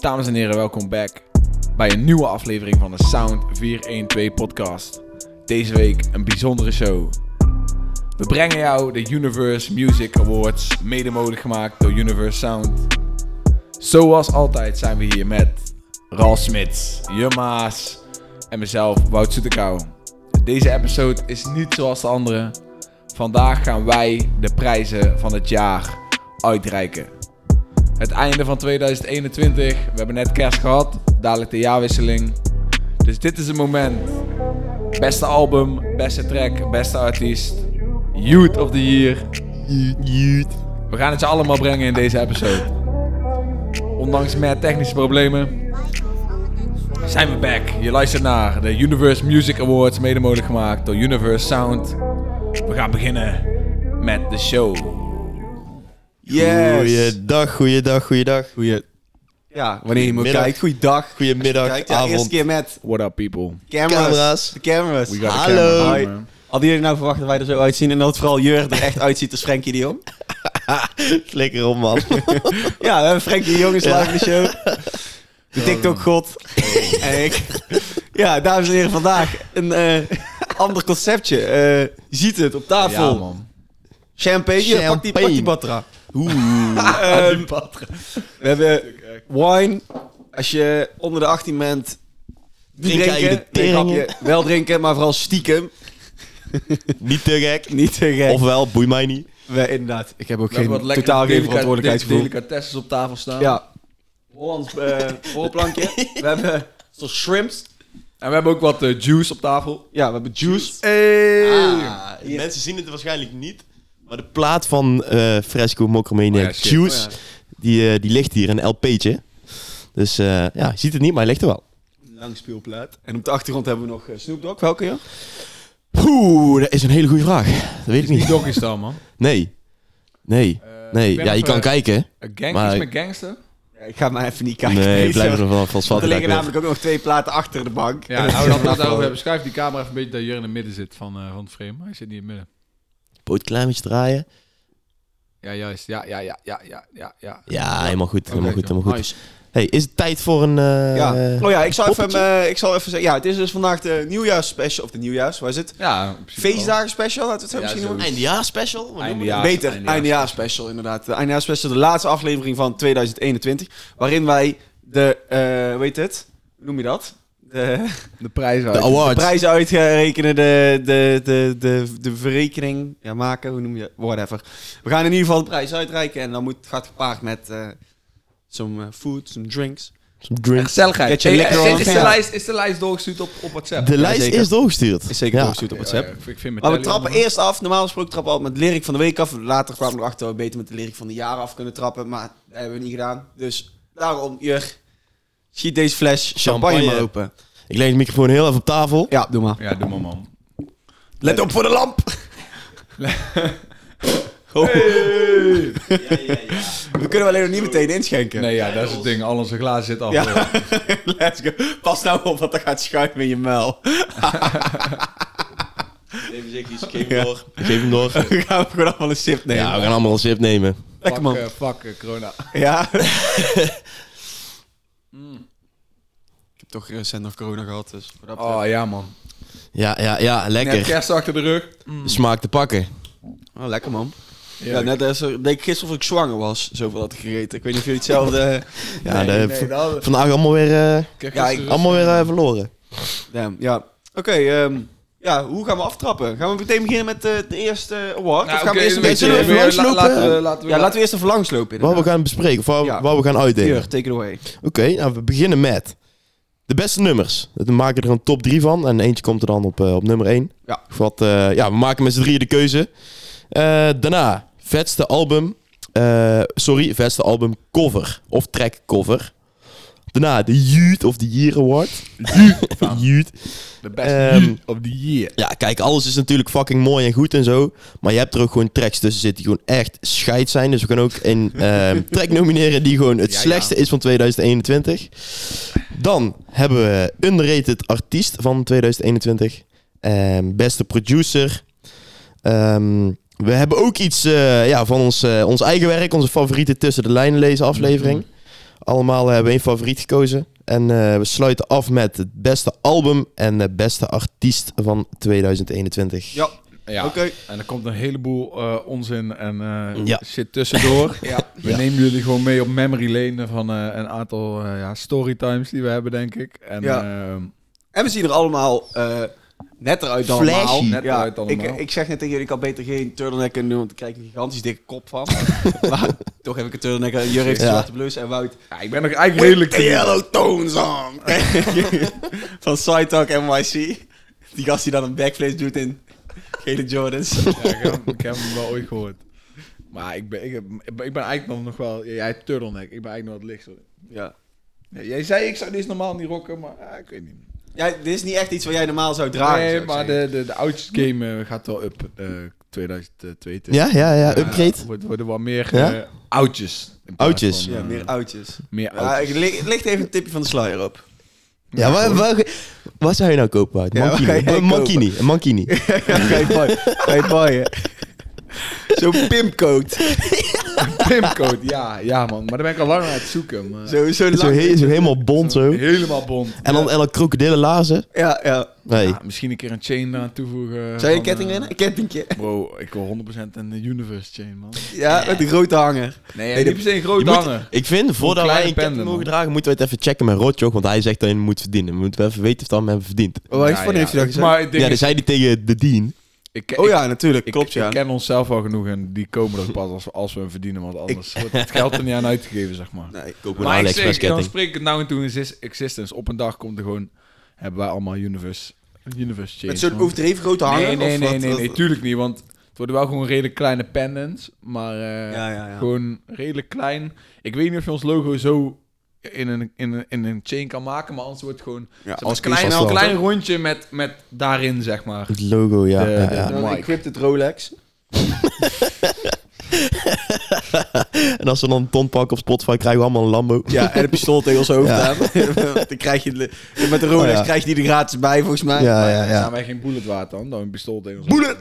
Dames en heren, welkom back bij een nieuwe aflevering van de Sound 412 podcast. Deze week een bijzondere show. We brengen jou de Universe Music Awards, mede mogelijk gemaakt door Universe Sound. Zoals altijd zijn we hier met Ralf Smits, Jummaas en mezelf, Wout Soetekau. Deze episode is niet zoals de andere. Vandaag gaan wij de prijzen van het jaar uitreiken. Het einde van 2021. We hebben net kerst gehad. Dadelijk de jaarwisseling. Dus dit is het moment. Beste album, beste track, beste artiest. Youth of the year. We gaan het je allemaal brengen in deze episode. Ondanks meer technische problemen zijn we back. Je luistert naar de Universe Music Awards, mede mogelijk gemaakt door Universe Sound. We gaan beginnen met de show. Yes! Goeiedag, goeiedag, goeiedag. Goeie... Ja, wanneer je me Middag. kijkt. Goeiedag. Goedemiddag, Kijk, ja, avond. eerste keer met What up people? camera's. Camera's. De cameras. We got a Hallo. camera Hoi. here, man. Hadden jullie nou verwacht dat wij er zo uitzien en dat vooral Jur er echt uitziet als Frenkie de Jong? Flikker om, man. Ja, we hebben Frenkie de Jong is live in de show. De TikTok-god. En ik. Ja, dames en heren, vandaag een eh, ander conceptje. Eh, je ziet het op tafel. Ja, man. Champagne. Ja, Pak, die, pak die Champagne. batra. Oeh. Ehm, we hebben wine. Als je onder de 18 bent, Drink jij drinken. de tering? Nee, grapje. wel drinken, maar vooral stiekem. Niet te gek. Niet te gek. Ofwel, boei mij niet. We, inderdaad, ik heb ook We hebben geen, wat lekkere totaal geen delica- verantwoordelijkheidsgevoel. de- Delicatessen op tafel staan. ja. Hollands eh voorplankje. we hebben zo'n shrimps. En we hebben ook wat eh, juice op tafel. Ja, we hebben juice. Ah, de Mensen zien het waarschijnlijk niet. Maar de plaat van eh, Fresco Mokromania Oh ja, shit. Juice, Oh ja. die, eh, die ligt hier, een LP'tje. Dus eh, ja, je ziet het niet, maar hij ligt er wel. Lang speelplaat. En op de achtergrond hebben we nog eh, Snoop Dogg. Welke, joh? Oeh, dat is een hele goede vraag. Dat weet ik Die niet. dog is dan, man. Nee. Eh, Nee. Nee. ik ben Ja, je even- kan kijken. Een gang Maar- is met gangster. Ja, ik ga maar even niet kijken. Nee, Sorry. blijf er van vast er liggen vatten. namelijk ook nog twee platen achter de bank. Ja, nou, is hou dat allemaal maar over afgelopen. hebben. Schuif die camera even een beetje dat Jur in het midden zit van, eh, van het frame. Hij zit niet in het midden. Poot klein beetje draaien. Ja, juist. Ja, ja, ja, ja, ja, ja. ja. Ja, helemaal goed. Helemaal Oké, goed, helemaal joh. goed. Hey, is het tijd voor een... eh, Ja. Oh ja, ik zal, even, poppetje? eh, ik zal even zeggen. Ja, het is dus vandaag de nieuwjaarsspecial. Of de nieuwjaars, waar is het? Ja, in principe wel. Feestdagen special, laten we het zo Ja, misschien zo. noemen. Eindejaarsspecial? Wat noemen we Eindejaars- Beter, eindejaars- eindejaarsspecial inderdaad. De eindejaarsspecial, de laatste aflevering van 2021. Weet wij de, eh weet het, hoe noem je dat? De, De prijs dat? De de awards. prijzen uitrekenen, de, de, de, de, de verrekening ja, maken, hoe noem je dat? Whatever. We gaan in ieder geval de prijs uitreiken en dan moet, gaat gepaard met eh some eh, food, some drinks. Some drinks. Gezelligheid. Get je Hey, lekker eh, on. is, de Ja. lijst, is de lijst doorgestuurd op, op WhatsApp? De lijst zeker. is doorgestuurd. Is zeker Ja. doorgestuurd op WhatsApp. Ja, ja, ik vind mijn Maar we telly trappen allemaal. eerst af. Normaal gesproken trappen we altijd met lyric van de week af. Later kwamen we erachter dat we beter met de lyric van de jaren af kunnen trappen. Maar dat hebben we niet gedaan. Dus daarom, Jur, schiet deze fles champagne, Champagne. maar open. Ik leg de microfoon heel even op tafel. Ja, doe maar. Ja, doe maar, man. Let op voor de lamp. Oh. We kunnen alleen nog niet meteen inschenken. Nee, ja, dat is het ding. Al onze glazen zitten af. Ja. hoor. Let's go. Pas nou op, want dan gaat schuim in je muil. Neem zeker iets, geef hem door. Geef hem door. We gaan gewoon allemaal een sip nemen. Ja, we gaan allemaal een zip nemen. Lekker man. Fuck, eh, fuck, eh, corona. Ja. Ik heb toch eh, recent nog corona gehad, dus... wat dat betreft. Oh, ja, man. Ja, ja, ja, Net lekker. kerst achter de rug. Smaak te pakken. Oh, lekker man. Ja, net als deed ik gisteren of ik zwanger was. Zoveel had ik gegeten. Ik weet niet of jullie hetzelfde... eh, Ja, Nee, de- nee, v- dat- vandaag allemaal weer, eh, Ik heb Ja, gisteren- allemaal weer eh, verloren. Damn, ja. Oké, ehm, ja, hoe gaan we aftrappen? Gaan we meteen beginnen met eh, de eerste award? Nou, of gaan oké, we eerst een weet beetje... je, even we- langslopen? la- eh, Laten we, laten we, ja, laten we eerst even langslopen Wat we inderdaad. gaan bespreken, of wat, Ja. wat we gaan uitdelen. Jur, take it away. Oké, nou, we beginnen met de beste nummers. We maken er een top 3 van en eentje komt er dan op, eh, op nummer 1. Ja. Wat, eh, ja, we maken met z'n drieën de keuze. Eh, daarna, vetste album. eh, sorry, vetste album cover of track cover. Daarna de Youth of the Year Award. Youth. De beste Ehm, yeet of the year. Ja, kijk, alles is natuurlijk fucking mooi en goed en zo. Maar je hebt er ook gewoon tracks tussen zitten die gewoon echt scheid zijn. Dus we gaan ook een ehm, track nomineren die gewoon het Ja, ja. slechtste is van 2021. Dan hebben we underrated artiest van 2021. Ehm, beste producer. Ehm, we Mhm. hebben ook iets eh, ja, van ons, eh, ons eigen werk, onze favoriete tussen de lijnen lezen aflevering. Allemaal hebben we één favoriet gekozen. En eh, we sluiten af met het beste album en de beste artiest van 2021. Ja, Ja. oké. En er komt een heleboel eh, onzin en eh, Ja. shit tussendoor. Ja. We nemen jullie gewoon mee op memory lane van eh, een aantal eh, ja, storytimes die we hebben, denk ik. En, Ja. ehm, En we zien er allemaal eh netter uit dan Flashy. normaal. Netter ja, uit dan ik, normaal. ik zeg net tegen jullie, ik had beter geen turtleneck kunnen doen, want dan krijg ik een gigantisch dikke kop van. maar toch heb ik een turtleneck. aan. Jur heeft een Ja. zwarte blus en Wout... ja, ik ben nog eigenlijk redelijk... The Yellow Tones on! van Side Talk NYC. Die gast die dan een backflip doet in gele Jordans. Ja, ik, heb, ik heb hem wel ooit gehoord. Maar ik ben, ik, heb- ik ben eigenlijk nog wel... Jij hebt turtleneck, ik ben eigenlijk nog wat lichter. Ja. Ja, jij zei, ik zou deze normaal niet rocken, maar ah, ik weet niet. ja, dit is niet echt iets wat jij normaal zou dragen. zou nee, ik maar zeggen. de, de, de oudste game eh, gaat wel up eh 2022. Ja, ja, ja. Upgrade. Eh, wordt- worden wel meer Ja? eh, oudjes. in plaats Oudjes. van, Ja, eh, meer oudjes. meer Ja, oudjes. ik lig, ligt even een tipje van de sluier op. Ja, wat, wat, wat zou je nou kopen, Wout? Ja, wat Mankini. ga jij Een Mankini. Een Mankini. Ga je boy. Ga je boy. Zo'n pimpcoat. Pimcode, ja, ja man. Maar daar ben ik al lang aan het zoeken. maar- Zo, zo lang. Zo, he- zo helemaal bond zo. Helemaal bond. En dan, en dan krokodillen lazen. Ja, ja. Nee. Ja, misschien een keer een chain aan toevoegen. Zou je een van, ketting eh, winnen? Een kettingje. Bro, ik wil 100% een universe chain, man. Ja, met een grote hanger. Nee, de- niet per se een groot Je moet- hanger. ik vind, voordat kleine wij een ketting pendelen, mogen man. dragen, moeten we het even checken met Rotjoch. Want hij zegt dat je hem moet verdienen. We moeten wel even weten of dat hem hebben verdiend. Oh, wat voor heeft hij dat gezegd? dus Maar het ding Ja, dat is, zei hij tegen de Dean. ik, Oh ik- ja, natuurlijk. ik, Klopt, ja. ik ken onszelf al genoeg en die komen er pas als, als we hem verdienen. Want anders wordt het geld er niet aan uitgegeven, zeg maar. Nee, Koop Maar ik zeg, dan spreek ik het nou en toen is existence. Op een dag komt er gewoon, hebben wij allemaal universe, universe chains. met zo'n man. overdreven grote hanger? Nee, nee, of nee, wat- nee, wat- nee, tuurlijk niet. Want het worden wel gewoon redelijk kleine pendants. Maar eh, Ja, ja, ja. gewoon redelijk klein. Ik weet niet of je ons logo zo in een, in een, in een chain kan maken. Maar anders wordt het gewoon Ja, als als klein, vast een wel, klein rondje met, met daarin, zeg maar. Het logo, ja. De- ja, de- ja. de- Een Mike. encrypted Rolex. En als we dan een ton pakken op Spotify, krijgen we allemaal een Lambo. Ja, en een pistool tegen zijn hoofd Ja. aan. Dan krijg je de- met de Rolex Oh, ja. krijg je die er gratis bij, volgens mij. ja, ja. Dan ja. gaan wij geen bullet waard dan, dan een pistool tegen ons. Bullet!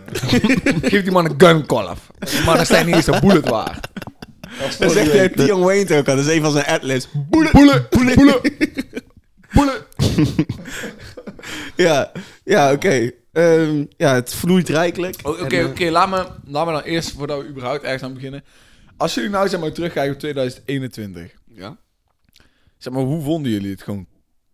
Geef die man een gun kolf. Die man is echt niet eens een bullet waard. Dat zegt eh, Dion Wayne ook al. Dat is een van zijn adlibs. Bullet! Bullet! Bullet! Bullet! Ja, ja oké. Ehm, ja, het vloeit rijkelijk. O- Oh, Oké, En, eh, oké, laat, me, laat me dan eerst, voordat we überhaupt ergens aan beginnen. Als jullie nou zeg maar terugkijken op 2021. Ja. Zeg maar, hoe vonden jullie het gewoon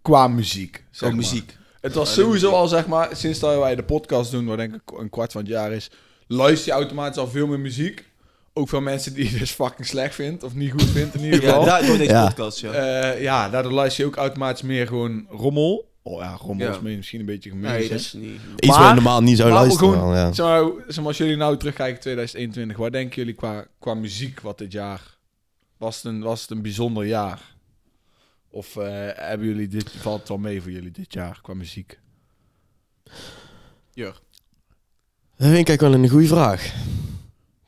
qua muziek? Zeg Zo maar? muziek. Het was sowieso al, zeg maar, sinds dat wij de podcast doen, wat denk ik een kwart van het jaar is, luister je automatisch al veel meer muziek. Ook van mensen die je dus fucking slecht vindt, of niet goed vindt in ieder Ja, geval. daar, door deze Ja. podcast, ja. Eh, ja, daardoor luister je ook automatisch meer gewoon rommel. Oh ja, rommel Ja. is misschien een beetje gemeen. nee, hè? dat is niet... Iets waar Maar- je normaal niet zou Maar ook luisteren. gewoon, dan, Oh, ja. zeg, maar, zeg maar, als jullie nou terugkijken 2021, waar denken jullie qua, qua muziek wat dit jaar... Was het een, was het een bijzonder jaar? Of eh, hebben jullie dit, valt het wel mee voor jullie dit jaar qua muziek? Dat vind ik eigenlijk wel een goede vraag.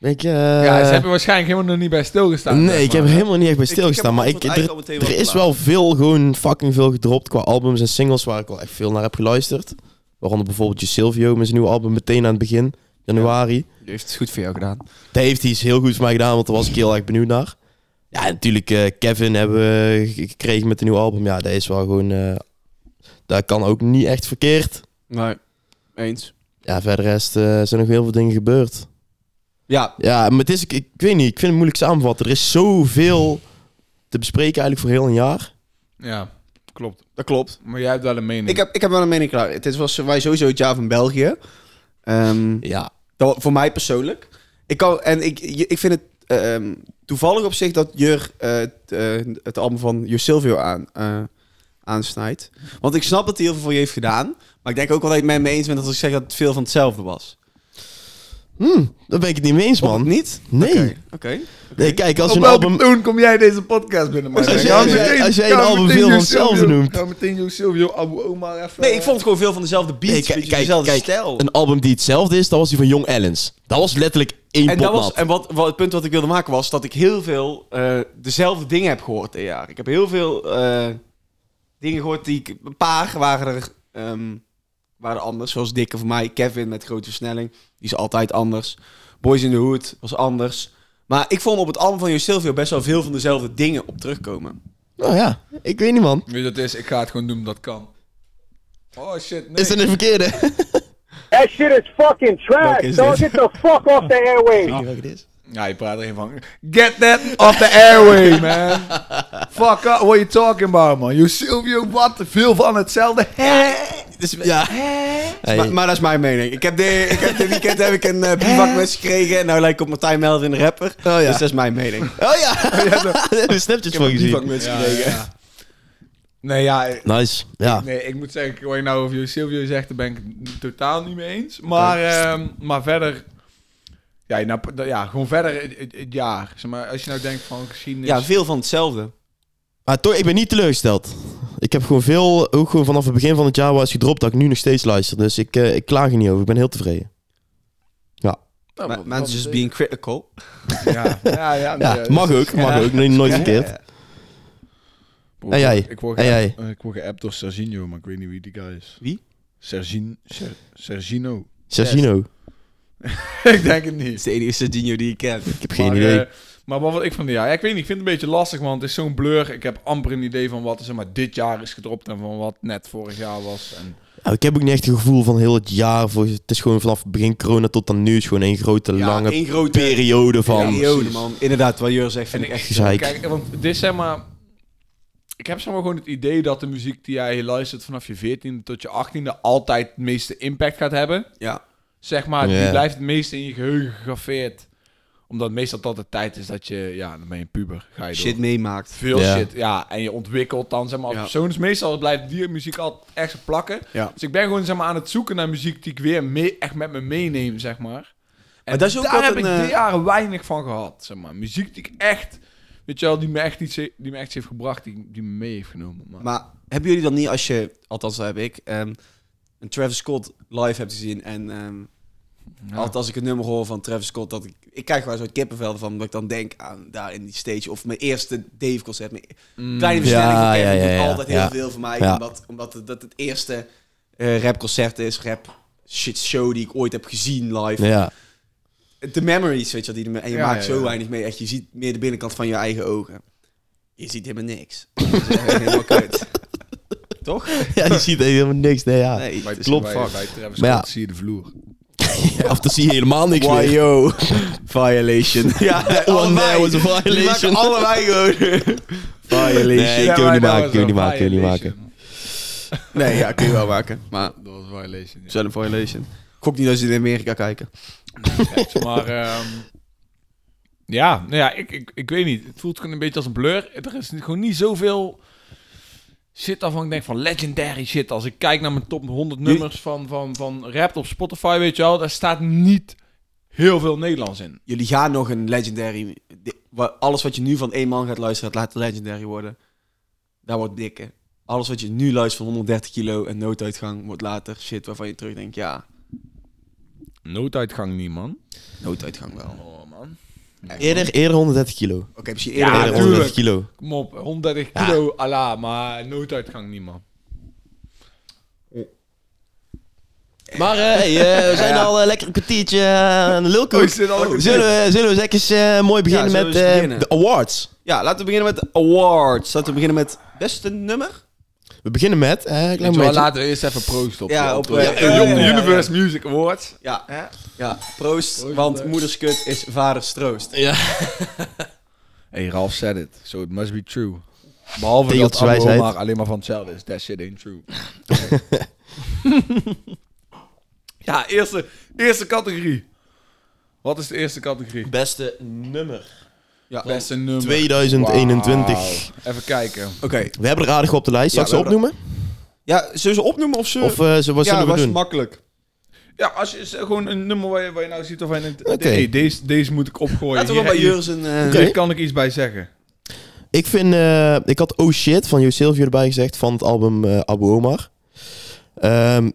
Ik, eh, ja, ze hebben waarschijnlijk helemaal nog niet bij stilgestaan. nee, ik heb er helemaal niet echt bij Ik- ik stilgestaan. heb Maar het ik, antwoord eigenlijk er, al er meteen is wel wel veel, gewoon fucking veel gedropt qua albums en singles waar ik wel echt veel naar heb geluisterd. Waaronder bijvoorbeeld je Silvio met zijn nieuwe album meteen aan het begin, januari. Die heeft het goed voor jou gedaan. Daar heeft hij iets heel goed voor mij gedaan, want daar was ik heel erg benieuwd naar. Ja, en natuurlijk eh, Kevin hebben we ge- gekregen met een nieuw album. Ja, dat is wel gewoon... eh dat kan ook niet echt verkeerd. Nee, eens. Ja, verder rest eh, zijn nog heel veel dingen gebeurd. Ja, Ja, maar het is, ik, ik weet niet, ik vind het moeilijk samenvatten. Er is zoveel te bespreken eigenlijk voor heel een jaar. Ja, klopt. dat klopt. Maar jij hebt wel een mening. Ik heb, ik heb wel een mening klaar. Het is was wij sowieso het jaar van België. Ehm, Ja, dat, voor mij persoonlijk. Ik kan, en ik, je- ik vind het ehm, toevallig op zich dat Jur eh, t- eh, het album van Jur Silvio aan, eh, aansnijdt. Want ik snap dat hij heel veel voor je heeft gedaan. Maar ik denk ook wel dat je het met me eens bent als ik zeg dat het veel van hetzelfde was. hm, daar ben ik het niet mee eens, Of man. niet? Nee. Oké. oké. Nee, kijk, als je Op een welke album... toon kom jij deze podcast binnen? Als Martijn? jij- Gaan we als jij- meteen- als jij gaan een we album meteen veel Jo van hetzelfde Silvio- noemt. Gaan we meteen Jo Silvio, Abu Omar even... Nee, ik vond het gewoon veel van dezelfde beat. Nee, Nee, kijk, kijk, dezelfde kijk, stijl. Een album die hetzelfde is, dat was die van Young Allens. Dat was letterlijk één En, pot dat was, nat. en wat, wat het punt wat ik wilde maken was dat ik heel veel eh, dezelfde dingen heb gehoord dit jaar. Ik heb heel veel eh, dingen gehoord die ik. Een paar waren er ehm, waren anders, zoals Dikke voor mij, Kevin met grote versnelling. Die is altijd anders. Boys in the Hood was anders. Maar ik vond op het album van Jo Silvio best wel veel van dezelfde dingen op terugkomen. Nou ja, ik weet niet, man. Weet je wat het is? Ik ga het gewoon doen, dat kan. Oh shit, nee. Is het een verkeerde? That shit is fucking trash, Welke is dog. dit? Get the fuck off the airwaves. Welke dit is? Ja, je praat er geen van. Get that off the airway, man. Fuck up, what you talking about, man? You Silvio, wat? Veel van hetzelfde. Dus, Ja. Hey. maar, maar dat is mijn mening. Ik heb, de, ik heb dit weekend heb ik een eh bivakmes gekregen. En nou lijkt ik op Martijn Melvin, de rapper. Oh ja. Dus dat is mijn mening. Oh ja! Daar hebben we snapjes van gezien. Bivakmes gekregen. Nee, ja. ik- Nice. Ja. Nee, ik moet zeggen, ik hoor je nou of je Silvio zegt, daar ben ik het totaal niet mee eens. Maar, ehm, maar verder... Ja, nou, ja, gewoon verder het, het- het jaar. Zeg maar, als je nou denkt van geschiedenis... Ja, veel van hetzelfde. Maar toch, ik ben niet teleurgesteld. Ik heb gewoon veel, ook gewoon vanaf het begin van het jaar was gedropt, dat ik nu nog steeds luister. Dus ik, eh, ik klaag er niet over. Ik ben heel tevreden. Nou, Maar wat- Mensen wat- just being critical. Ja, ja, ja. Ja, nee, mag ook. Mag ook. Nee, nooit verkeerd. Broer, En jij? Ik word En geappt eh, ik word geappt door Serginho, maar ik weet niet wie die guy is. Wie? Sergin, Ser- Sergino. Sergino. ik denk het Het is niet. de enige Serginho die Nou, ik ken. Ik heb geen maar, idee. eh, maar wat vond ik van dit jaar? Ja, ik weet niet, ik vind het een beetje lastig, want het is zo'n blur. Ik heb amper een idee van wat er zeg maar, dit jaar is gedropt en van wat net vorig jaar was. En, Nou, ik heb ook niet echt het gevoel van heel het jaar. Voor, het is gewoon vanaf begin corona tot dan nu. is gewoon één grote Ja, lange één grote periode van. periode, man. Inderdaad, wat Jur zegt, vind ik echt... gezeik. Kijk, want dit is zeg maar... Ik heb zeg maar gewoon het idee dat de muziek die jij luistert vanaf je 14e tot je 18e altijd het meeste impact gaat hebben. Ja. zeg maar, Ja. die blijft het meest in je geheugen gegraveerd. Omdat meestal dat de tijd is dat je, ja, dan ben je puber, ga je Shit door. meemaakt. Veel Ja. shit, ja. En je ontwikkelt dan, zeg maar, als Ja. persoon. Dus meestal blijft die muziek altijd echt plakken. Ja. Dus ik ben gewoon, zeg maar, aan het zoeken naar muziek die ik weer mee, echt met me meeneem, zeg maar. En Maar dat is ook daar wat heb een, ik de eh, jaren weinig van gehad, zeg maar. Muziek die ik echt, weet je wel, die me echt, iets, he- die me echt heeft gebracht, die, die me mee heeft genomen. Maar, Maar hebben jullie dan niet, als je, althans dat heb ik, ehm, een Travis Scott live hebt gezien en ehm, ja. altijd als ik een nummer hoor van Travis Scott, dat ik, ik krijg wel zo'n kippenvel van, dat ik dan denk aan daar in die stage of mijn eerste Dave concert. Mijn Mm. kleine versnelling Ja, van Kevin ja, ja, doet ja. altijd heel Ja. veel voor mij, Ja. omdat, omdat het, dat het eerste eh rapconcert is, rap shit show die ik ooit heb gezien live. Ja. De memories, weet je wel, die er- en je Ja, maakt ja, zo ja. weinig mee. Echt, je ziet meer de binnenkant van je eigen ogen. Je ziet helemaal niks. Dat is echt helemaal kut. Toch? ja, je ziet helemaal niks. Nee, ja. Nee, Bij- het is- klopt, bij, fuck. bij Travis Maar ja. Scott zie je de vloer. Of dan zie je helemaal niks meer. YO. Violation. Ja, One man was a Die maken violation. allebei gewoon. Violation. Nee, Nee, ik Ja, kan hem maar dat niet maken. was Ik kan hem niet een maken. Ik kan hem niet maken. violation. ja, kun je wel maken. Maar Dat was violation, ja. zelf een violation. Ik gok niet dat ze in Amerika kijken. Kijk, maar ehm, ja, nou ja ik, ik, ik weet niet. Het voelt gewoon een beetje als een blur. Er is gewoon niet zoveel shit waarvan ik denk van legendary shit. Als ik kijk naar mijn top 100 nummers van, van, van rap op Spotify, weet je wel. Daar staat niet heel veel Nederlands in. Jullie gaan nog een legendary... di- wa- Alles wat je nu van één man gaat luisteren, laat legendary worden. Daar wordt dikke. Alles wat je nu luistert van 130 kilo en nooduitgang wordt later shit waarvan je terugdenkt, ja, Nooduitgang niet, man. nooduitgang wel. Oké, Oh, man. Eerder, eerder 130 kilo. misschien Ja, eerder... eerder tuurlijk. 130 kilo. Kom op, 130 kilo ala, maar nooduitgang niet, man. Maar eh, hey, eh, we zijn al eh, lekker een kwartiertje eh, aan de lulkoek. Oh, is dit al een kwartier? zullen, we, zullen we eens lekker eens, eh, mooi beginnen zullen we met eens eh, beginnen? de awards? Ja, laten we beginnen met de awards. Laten we beginnen met beste nummer. We beginnen met... eh, een klein Weet je wel, momentje. laten we eerst even proost op. Ja, op, eh, eh, eh, ja, op de ja, ja. Universe Music Awards. Ja, Hè? ja. Proost, Proost, want eh. moederskut is vaders troost. Hey, Ralph said it, so it must be true. Behalve Tegeltjes dat Abu wijsheid. Omar alleen maar van hetzelfde is. That shit ain't true. ja, eerste, eerste categorie. Wat is de eerste categorie? Beste nummer. Ja, oké. Beste nummer. 2021. Wauw. Even kijken. We hebben er aardig wat op de lijst. Ja, Zal ik ze we hebben opnoemen? Ja, zullen ze opnoemen of ze... Of eh, zo- wat ja, zullen we was doen? makkelijk. Ja, als je is gewoon een nummer waar je, waar je nou ziet of hij... denkt, Oké. hey, deze, deze moet ik opgooien. Laten we gewoon Hier- bij Juris een... eh, Oké. hier, hier kan ik iets bij zeggen. Ik vind, eh, ik had Oh Shit van Josilvio erbij gezegd van het album eh, Abu Omar. Ehm,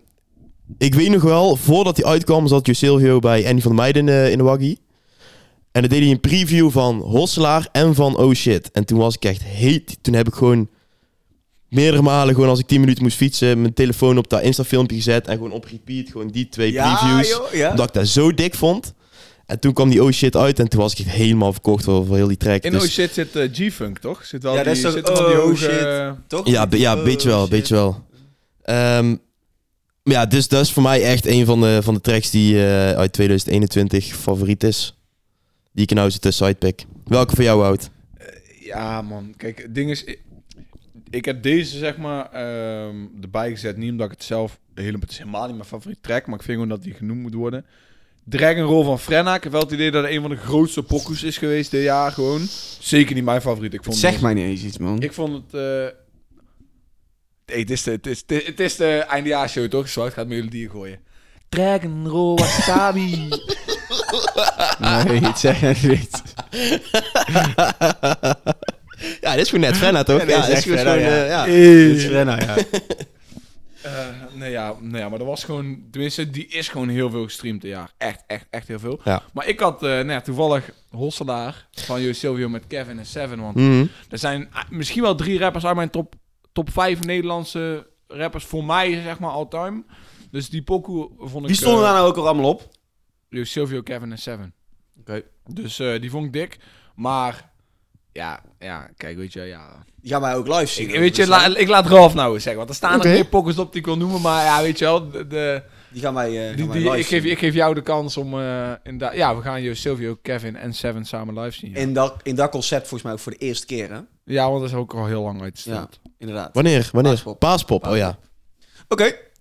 ik weet nog wel, voordat hij uitkwam zat Josilvio bij Andy van der Meijden eh, in de waggie. En dan deed hij een preview van Hosselaar en van Oh Shit. En toen was ik echt heet. Toen heb ik gewoon meerdere malen, gewoon als ik 10 minuten moest fietsen, mijn telefoon op dat Insta-filmpje gezet en gewoon op repeat, gewoon die twee ja, previews. joh, ja. Omdat ik dat zo dik vond. En toen kwam die Oh Shit uit en toen was ik helemaal verkocht voor, voor heel die track. In Dus- Oh Shit zit eh, G-Funk, toch? Zit wel Ja, die, dat is toch zitten wel die Oh hoge- Shit. Toch? Ja, be- ja Oh, beetje wel, shit. beetje wel. Ehm, maar ja, dus dat is voor mij echt een van de, van de tracks die eh, uit 2021 favoriet is. Die ik nou zit te sidepack. Welke voor jou, Wout? Ja, Ah, man. Kijk, het ding is... ik- Ik heb deze, zeg maar, ehm erbij gezet. Niet omdat ik het zelf... Helemaal, het is helemaal niet mijn favoriete track, maar ik vind gewoon dat die genoemd moet worden. Dragon Roll van Frenna. Ik heb wel het idee dat het een van de grootste pokus is geweest dit jaar, gewoon. Zeker niet mijn favoriet. Ik vond Zeg mij niet eens iets, man. Ik vond het... eh Hey, het, is de, het, is de, het is de eindejaarshow, toch? Zwart gaat melodieën gooien. Dragon Roll Wasabi. Nee, het zeg jij niet. Ja, dit is gewoon net Frenna, toch? dit is echt Frenna, ja. eh, ja. Dit is Renna, ja. Eh, nee, ja, nee, ja, maar dat was gewoon... Tenminste, die is gewoon heel veel gestreamd dit jaar. Echt, echt, echt heel veel. Ja. Maar ik had eh, nou ja, toevallig Hosselaar van Jo Silvio met Kevin en Seven. Want Mhm. er zijn ah, misschien wel drie rappers uit mijn top, top vijf Nederlandse rappers. Voor mij, zeg maar, all time. Dus die pokoe vond ik... eh, Wie eh, stonden daar nou ook al allemaal op? Jo Silvio, Kevin en Seven. Oké. Dus eh, die vond ik dik. Maar... Ja, ja, kijk, weet je, ja. Die gaan wij ook live zien. Ik, weet je, Dus, la- hè, ik laat Ralf nou eens zeggen, want er staan Oké. er meer pokkers op die ik wil noemen, maar ja, weet je wel, de, de- die gaan wij, eh, gaan Die, wij die, live ik, geef, zien. ik geef jou de kans om. eh, inderdaad- ja, we gaan je Silvio, Kevin en Seven samen live zien. Ja, In dat, in dat concept volgens mij ook voor de eerste keer, hè? ja want dat is ook al heel lang uitgesteld. inderdaad. Oké, Wanneer? Wanneer? Paaspop. Paaspop. oh ja.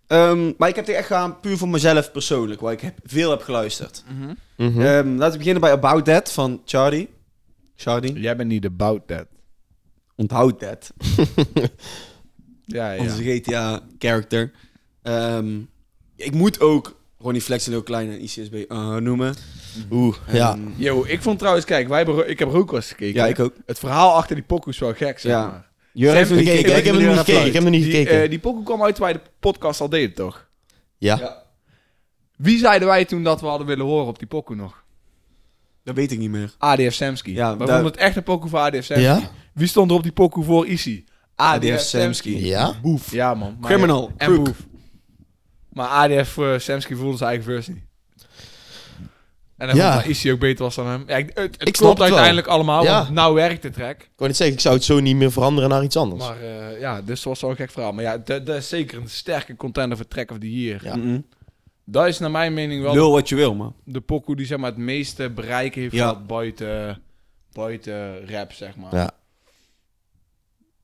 ehm, maar ik heb dit echt gaan puur voor mezelf persoonlijk, waar ik heb, veel heb geluisterd. Mhm. Ehm, laten we beginnen bij About That van Charlie. Charlie. Jij bent niet about that. Onthoud dat. Ja, ja. Onze GTA-character. Ehm, ik moet ook Ronnie Flex en Lil Klein en ICSB eh, noemen. Oeh, ja. Ehm, Yo, ik vond trouwens, kijk, wij hebben, ro- ik heb er ook wel eens gekeken. ja, ik ook. Het verhaal achter die pokoe is wel gek, zeg Ja. maar. Jurgen heeft hem Oké, niet ik, ik heb hem niet gekeken. Ik heb hem niet Die, gekeken. eh, die pokoe kwam uit toen wij de podcast al deden, toch? Ja. Wie zeiden wij toen dat we hadden willen horen op die pokoe nog? Dat weet ik niet meer. ADF Semski. Ja, we daar- vonden het echt een pokoe voor ADF eh, Semski. Ja? Wie stond er op die pokoe voor Issy? ADF ADF Semski. Semski. Ja? eh, Boef. Ja, man. Maar Criminal. ja, en Crook. Boef. Maar ADF eh, Samsky voelde zijn eigen versie. En hij Ja. vond dat Issy ook beter was dan hem. Ja, ik, het het Ik snap klopt het wel. uiteindelijk allemaal, Ja. want nou werkt de track. Ik wou niet zeggen, ik zou het zo niet meer veranderen naar iets anders. Maar eh, ja, dus dat was wel een gek verhaal. Maar ja, dat dat is zeker een sterke contender voor track of the year. Ja. Mm-mm. Dat is naar mijn mening wel Lul wat je wil, man. de pokoe die zeg maar, het meeste bereik heeft Ja. gehad buiten, buiten rap, zeg maar. Ja.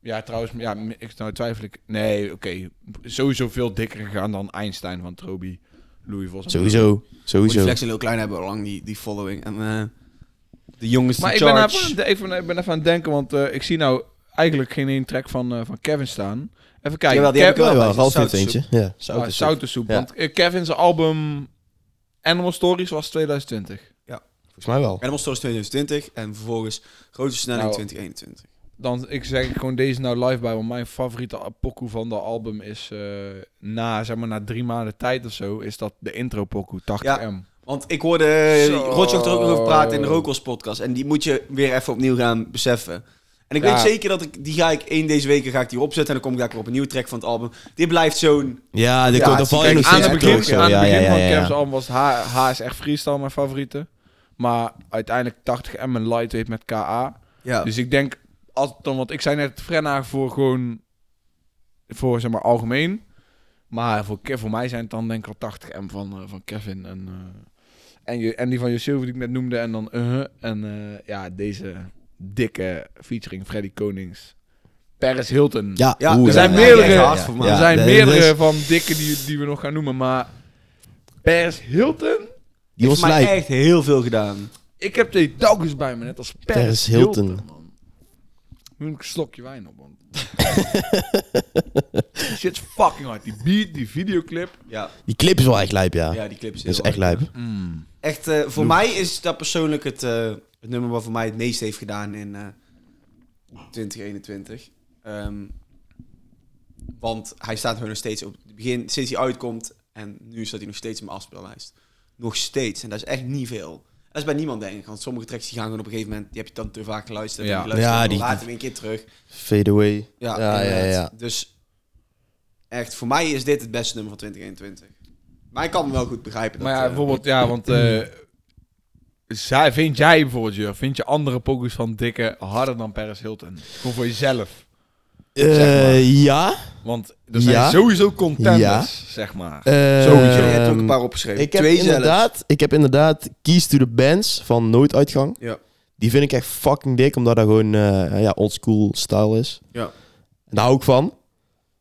Ja, trouwens, ja, m- ik nou twijfel ik. Nee, oké. Sowieso veel dikker gegaan dan Einstein van Trobi, Louis Vos. en Sowieso. Ronnie Sowieso. Flex en Lil Klein hebben al lang die, die following. En, eh, de jongens Maar die ik ben, charge. even, even, ik ben even aan het denken, want eh, ik zie nou eigenlijk geen één track van, eh, van Kevin staan. Even kijken. Jawel, die heb ik Kev- Ja, wel. Zout- Ralf heeft zoutsoep. eentje. Ja, Ah, zout is zout. Zoutensoep. Ja. Want eh, Kevin's album Animal Stories was 2020. Volgens mij wel. Animal Stories 2020 en vervolgens Grote Versnelling Nou. 2021. Dan, ik zeg ik gewoon deze nou live bij, want mijn favoriete pokoe van de album is eh, na, zeg maar, na drie maanden tijd of zo, is dat de intro pokoe, 80M. Want ik hoorde Zo. Rotjoch er ook nog over praten in de Rokos podcast. En die moet je weer even opnieuw gaan beseffen. En ik Ja. weet zeker dat ik, die ga ik één deze weken ga ik die opzetten. En dan kom ik daar weer op een nieuwe track van het album. Dit blijft zo'n... Ja, dat Ja, het komt dan is- val je Kijk, nog aan steeds het echt op begin, terug, zo. aan Ja, het begin ja, ja, van ja, Kev's ja. album was H- HSR Freestyle mijn favoriete. Maar uiteindelijk 80M en Lightweight met KA. Ja. Dus ik denk, als dan, want ik zei net Frenna voor gewoon, voor zeg maar algemeen. Maar voor, Ke- voor mij zijn het dan denk ik al 80M van, eh, van Kevin en, eh, en, je, en die van Josilver die ik net noemde. En dan uh en eh, ja, deze dikke featuring Freddy Konings. Paris Hilton. Ja, Ja, oeh, er zijn ja, meerdere- ja, ja, hard voor ja. mij. Ja, er zijn de- meerdere dus van dikke die, die we nog gaan noemen, maar Paris Hilton. Die heeft was mij lijp. echt heel veel gedaan. Ik heb die telkens bij me, net als Paris, Paris Hilton. Hilton. man. Nu moet ik een slokje wijn op, man. Shit's fucking hard. Die beat, die videoclip. Ja, Die clip is wel echt lijp, ja. ja die clip is Dat is heel echt hard. lijp. Echt, eh, voor mij is dat persoonlijk het, eh, het nummer wat voor mij het meest heeft gedaan in eh, 2021. Ehm, want hij staat nu nog steeds op het begin, sinds hij uitkomt. En nu staat hij nog steeds in mijn afspeellijst. Nog steeds. En dat is echt niet veel. Dat is bij niemand, denk ik. Want sommige tracks die gaan gewoon op een gegeven moment... Die heb je dan te vaak geluisterd. Ja. en geluisterd, Ja, en dan die- laat hem een keer terug. Fade away. Ja, ja, ja. inderdaad. ja. Dus echt, voor mij is dit het beste nummer van 2021. Maar ik kan hem wel goed begrijpen. Maar dat, ja, eh, bijvoorbeeld, ja, want eh, zij, vind jij bijvoorbeeld, Jur, vind je andere pokus van Dikke harder dan Paris Hilton? Gewoon voor jezelf. Zeg maar. Eh, ja. Want er zijn Ja. sowieso contenders, Ja. zeg maar. Eh, Sowieso. Je hebt er ook een paar Ik opgeschreven. heb, Twee zelfs. inderdaad, ik heb inderdaad Keys to the Bands van Nooit Uitgang. Ja. Die vind ik echt fucking dik, omdat dat gewoon eh ja, oldschool style is. Ja. En daar hou ik van.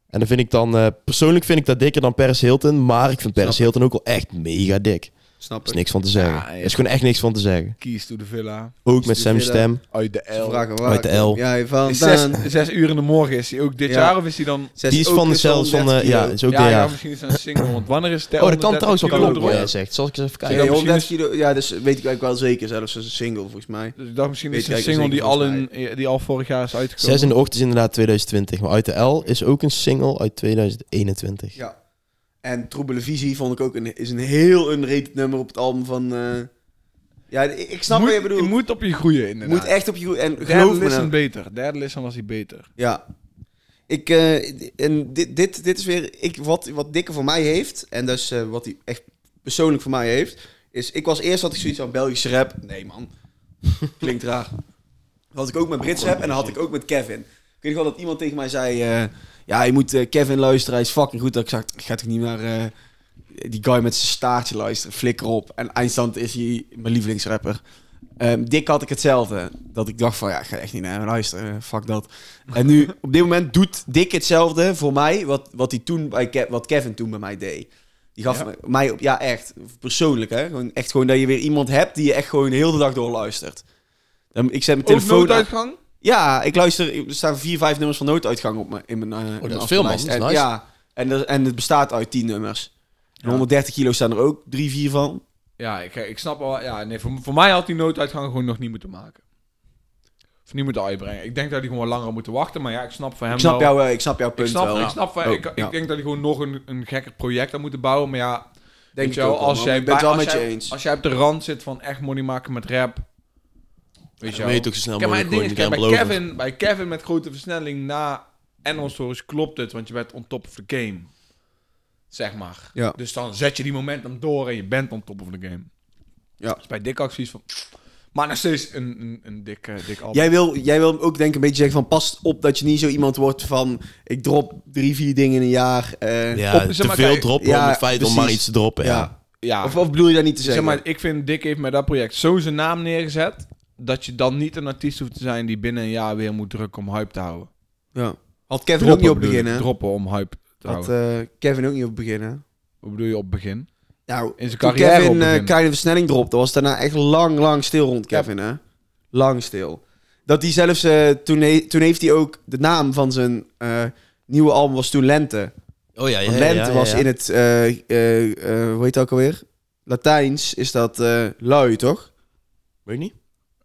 En dan vind ik dan, eh, persoonlijk vind ik dat dikker dan Paris Hilton, maar ik vind Paris Snap Hilton ook wel echt mega dik. Er Snap is ik. niks van te zeggen. Ja, ja. Er is gewoon echt niks van te zeggen. Keys to the Villa. Ook met de Sam villa. Stem. Uit de L. Vragen waar. Uit de L. Ja, je van Is Zes, zes uur in de morgen is hij ook dit Ja. jaar of is hij dan... Zes Die is ook van weer dezelfde, zo'n van, eh, 130 ja, kilo. is ook ja, de, ja, ja. misschien is het een single, want wanneer is de Oh, dat kan trouwens wel kloppen wat ja. jij zegt. Zal ik eens Ja, even kijken? nee, misschien 130 is- kilo. Ja, dus weet ik eigenlijk wel zeker. Zelfs als een single, volgens mij. Dus ik dacht misschien Weet is het een je eigenlijk single die al, zeker in, die al vorig jaar is uitgekomen. Zes in de ochtend is inderdaad 2020, maar Uit de L is ook een single uit 2021. Ja. En Troebele Visie vond ik ook een, is een heel underrated nummer op het album van... eh, Ja, ik snap moet, wat je bedoelt. Je Moet, moet op je groeien, inderdaad. echt op je... goed- En Derde geloof me listen nou. beter. Derde listen was hij beter. Ja. Ik, eh, en dit, dit, dit is weer ik, wat, wat Dikke voor mij heeft. En dus eh, wat hij echt persoonlijk voor mij heeft. Is ik was eerst had ik zoiets van Belgische rap. Nee, man. Klinkt raar. Dat had ik ook met Brits rap en dat had ik ook met Kevin. Ik weet nog wel dat iemand tegen mij zei... eh, ja, je moet eh, Kevin luisteren. Hij is fucking goed. Dat ik zag, ik ga toch niet naar eh, die guy met zijn staartje luisteren. Flikker op. En eindstand is hij mijn lievelingsrapper. Ehm Dick had ik hetzelfde. Dat ik dacht van, ja, ik ga echt niet naar hem luisteren. eh, Fuck dat. En nu, op dit moment doet Dick hetzelfde voor mij... wat, wat, hij toen bij Ke- wat Kevin toen bij mij deed. Die gaf me- mij op... Ja, echt. Persoonlijk, hè. Gewoon, echt gewoon dat je weer iemand hebt... die je echt gewoon heel de dag door luistert. Dan- Ik zet mijn telefoon... aan- nooduitgang? ja, ik luister. Er staan vier, vijf nummers van nooduitgang op me, in mijn. eh, in mijn is afspeellijst. veel, man. Oh, Dat is En- nice. Ja, en, er, en het bestaat uit tien nummers. En 130 kilo staan er ook drie, vier van. Ja, ik, ik snap al. Ja, nee, voor, voor mij had die nooduitgang gewoon nog niet moeten maken. Of niet moeten uitbrengen. Ik denk dat hij gewoon langer moeten wachten. Maar ja, ik snap van hem Ik snap, wel. jou, eh, ik snap jouw Ik punt snap, wel. ik snap van, Oh, ik, ik ja. denk dat hij gewoon nog een, een gekker project had moeten bouwen. Maar ja, Denk weet je ik wel, ook wel, als man. jij Ik ben het bij- wel als met je jij- eens. Als jij op de rand zit van echt money maken met rap. Weet je Dan wel. weet je ook zo snel Kijk, maar het mogelijk ding is, gewoon die kijk, bij, drempel Kevin, over. bij Kevin met grote versnelling na Enonstories klopt het, want je bent on top of the game. Zeg maar. Ja. Dus dan zet je die momentum door en je bent on top of the game. Ja. Dus bij dik acties van... Maar nog steeds een, een, een dik, eh, dik album. Jij wil, jij wil ook denk ik een beetje zeggen van pas op dat je niet zo iemand wordt van ik drop drie, vier dingen in een jaar. eh, Ja, Op- zeg te maar, veel kijk, droppen ja, om het feit om precies. maar iets te droppen. Ja. ja. ja, Of, of bedoel je dat niet te Ah. zeg zeggen? maar, ik vind Dick heeft met dat project zo zijn naam neergezet... dat je dan niet een artiest hoeft te zijn die binnen een jaar weer moet drukken om hype te houden. ja. Had Kevin ook Droppen niet op bedoel ik, beginnen? Droppen om hype te Had houden. eh, Kevin ook niet op beginnen? Wat bedoel je op begin? Nou, In zijn toen carrière op Kevin het eh, begin. kleine versnelling dropte, was daarna echt lang, lang stil rond Kevin, hè? Lang stil. Dat hij zelfs, eh, toen, he- toen heeft hij ook de naam van zijn eh, nieuwe album was toen Lente. Oh ja, ja, Want ja, Lente ja, ja. was in het, eh, eh, eh, hoe heet dat ook alweer? Latijns is dat eh, lui, toch? Weet je niet? Dat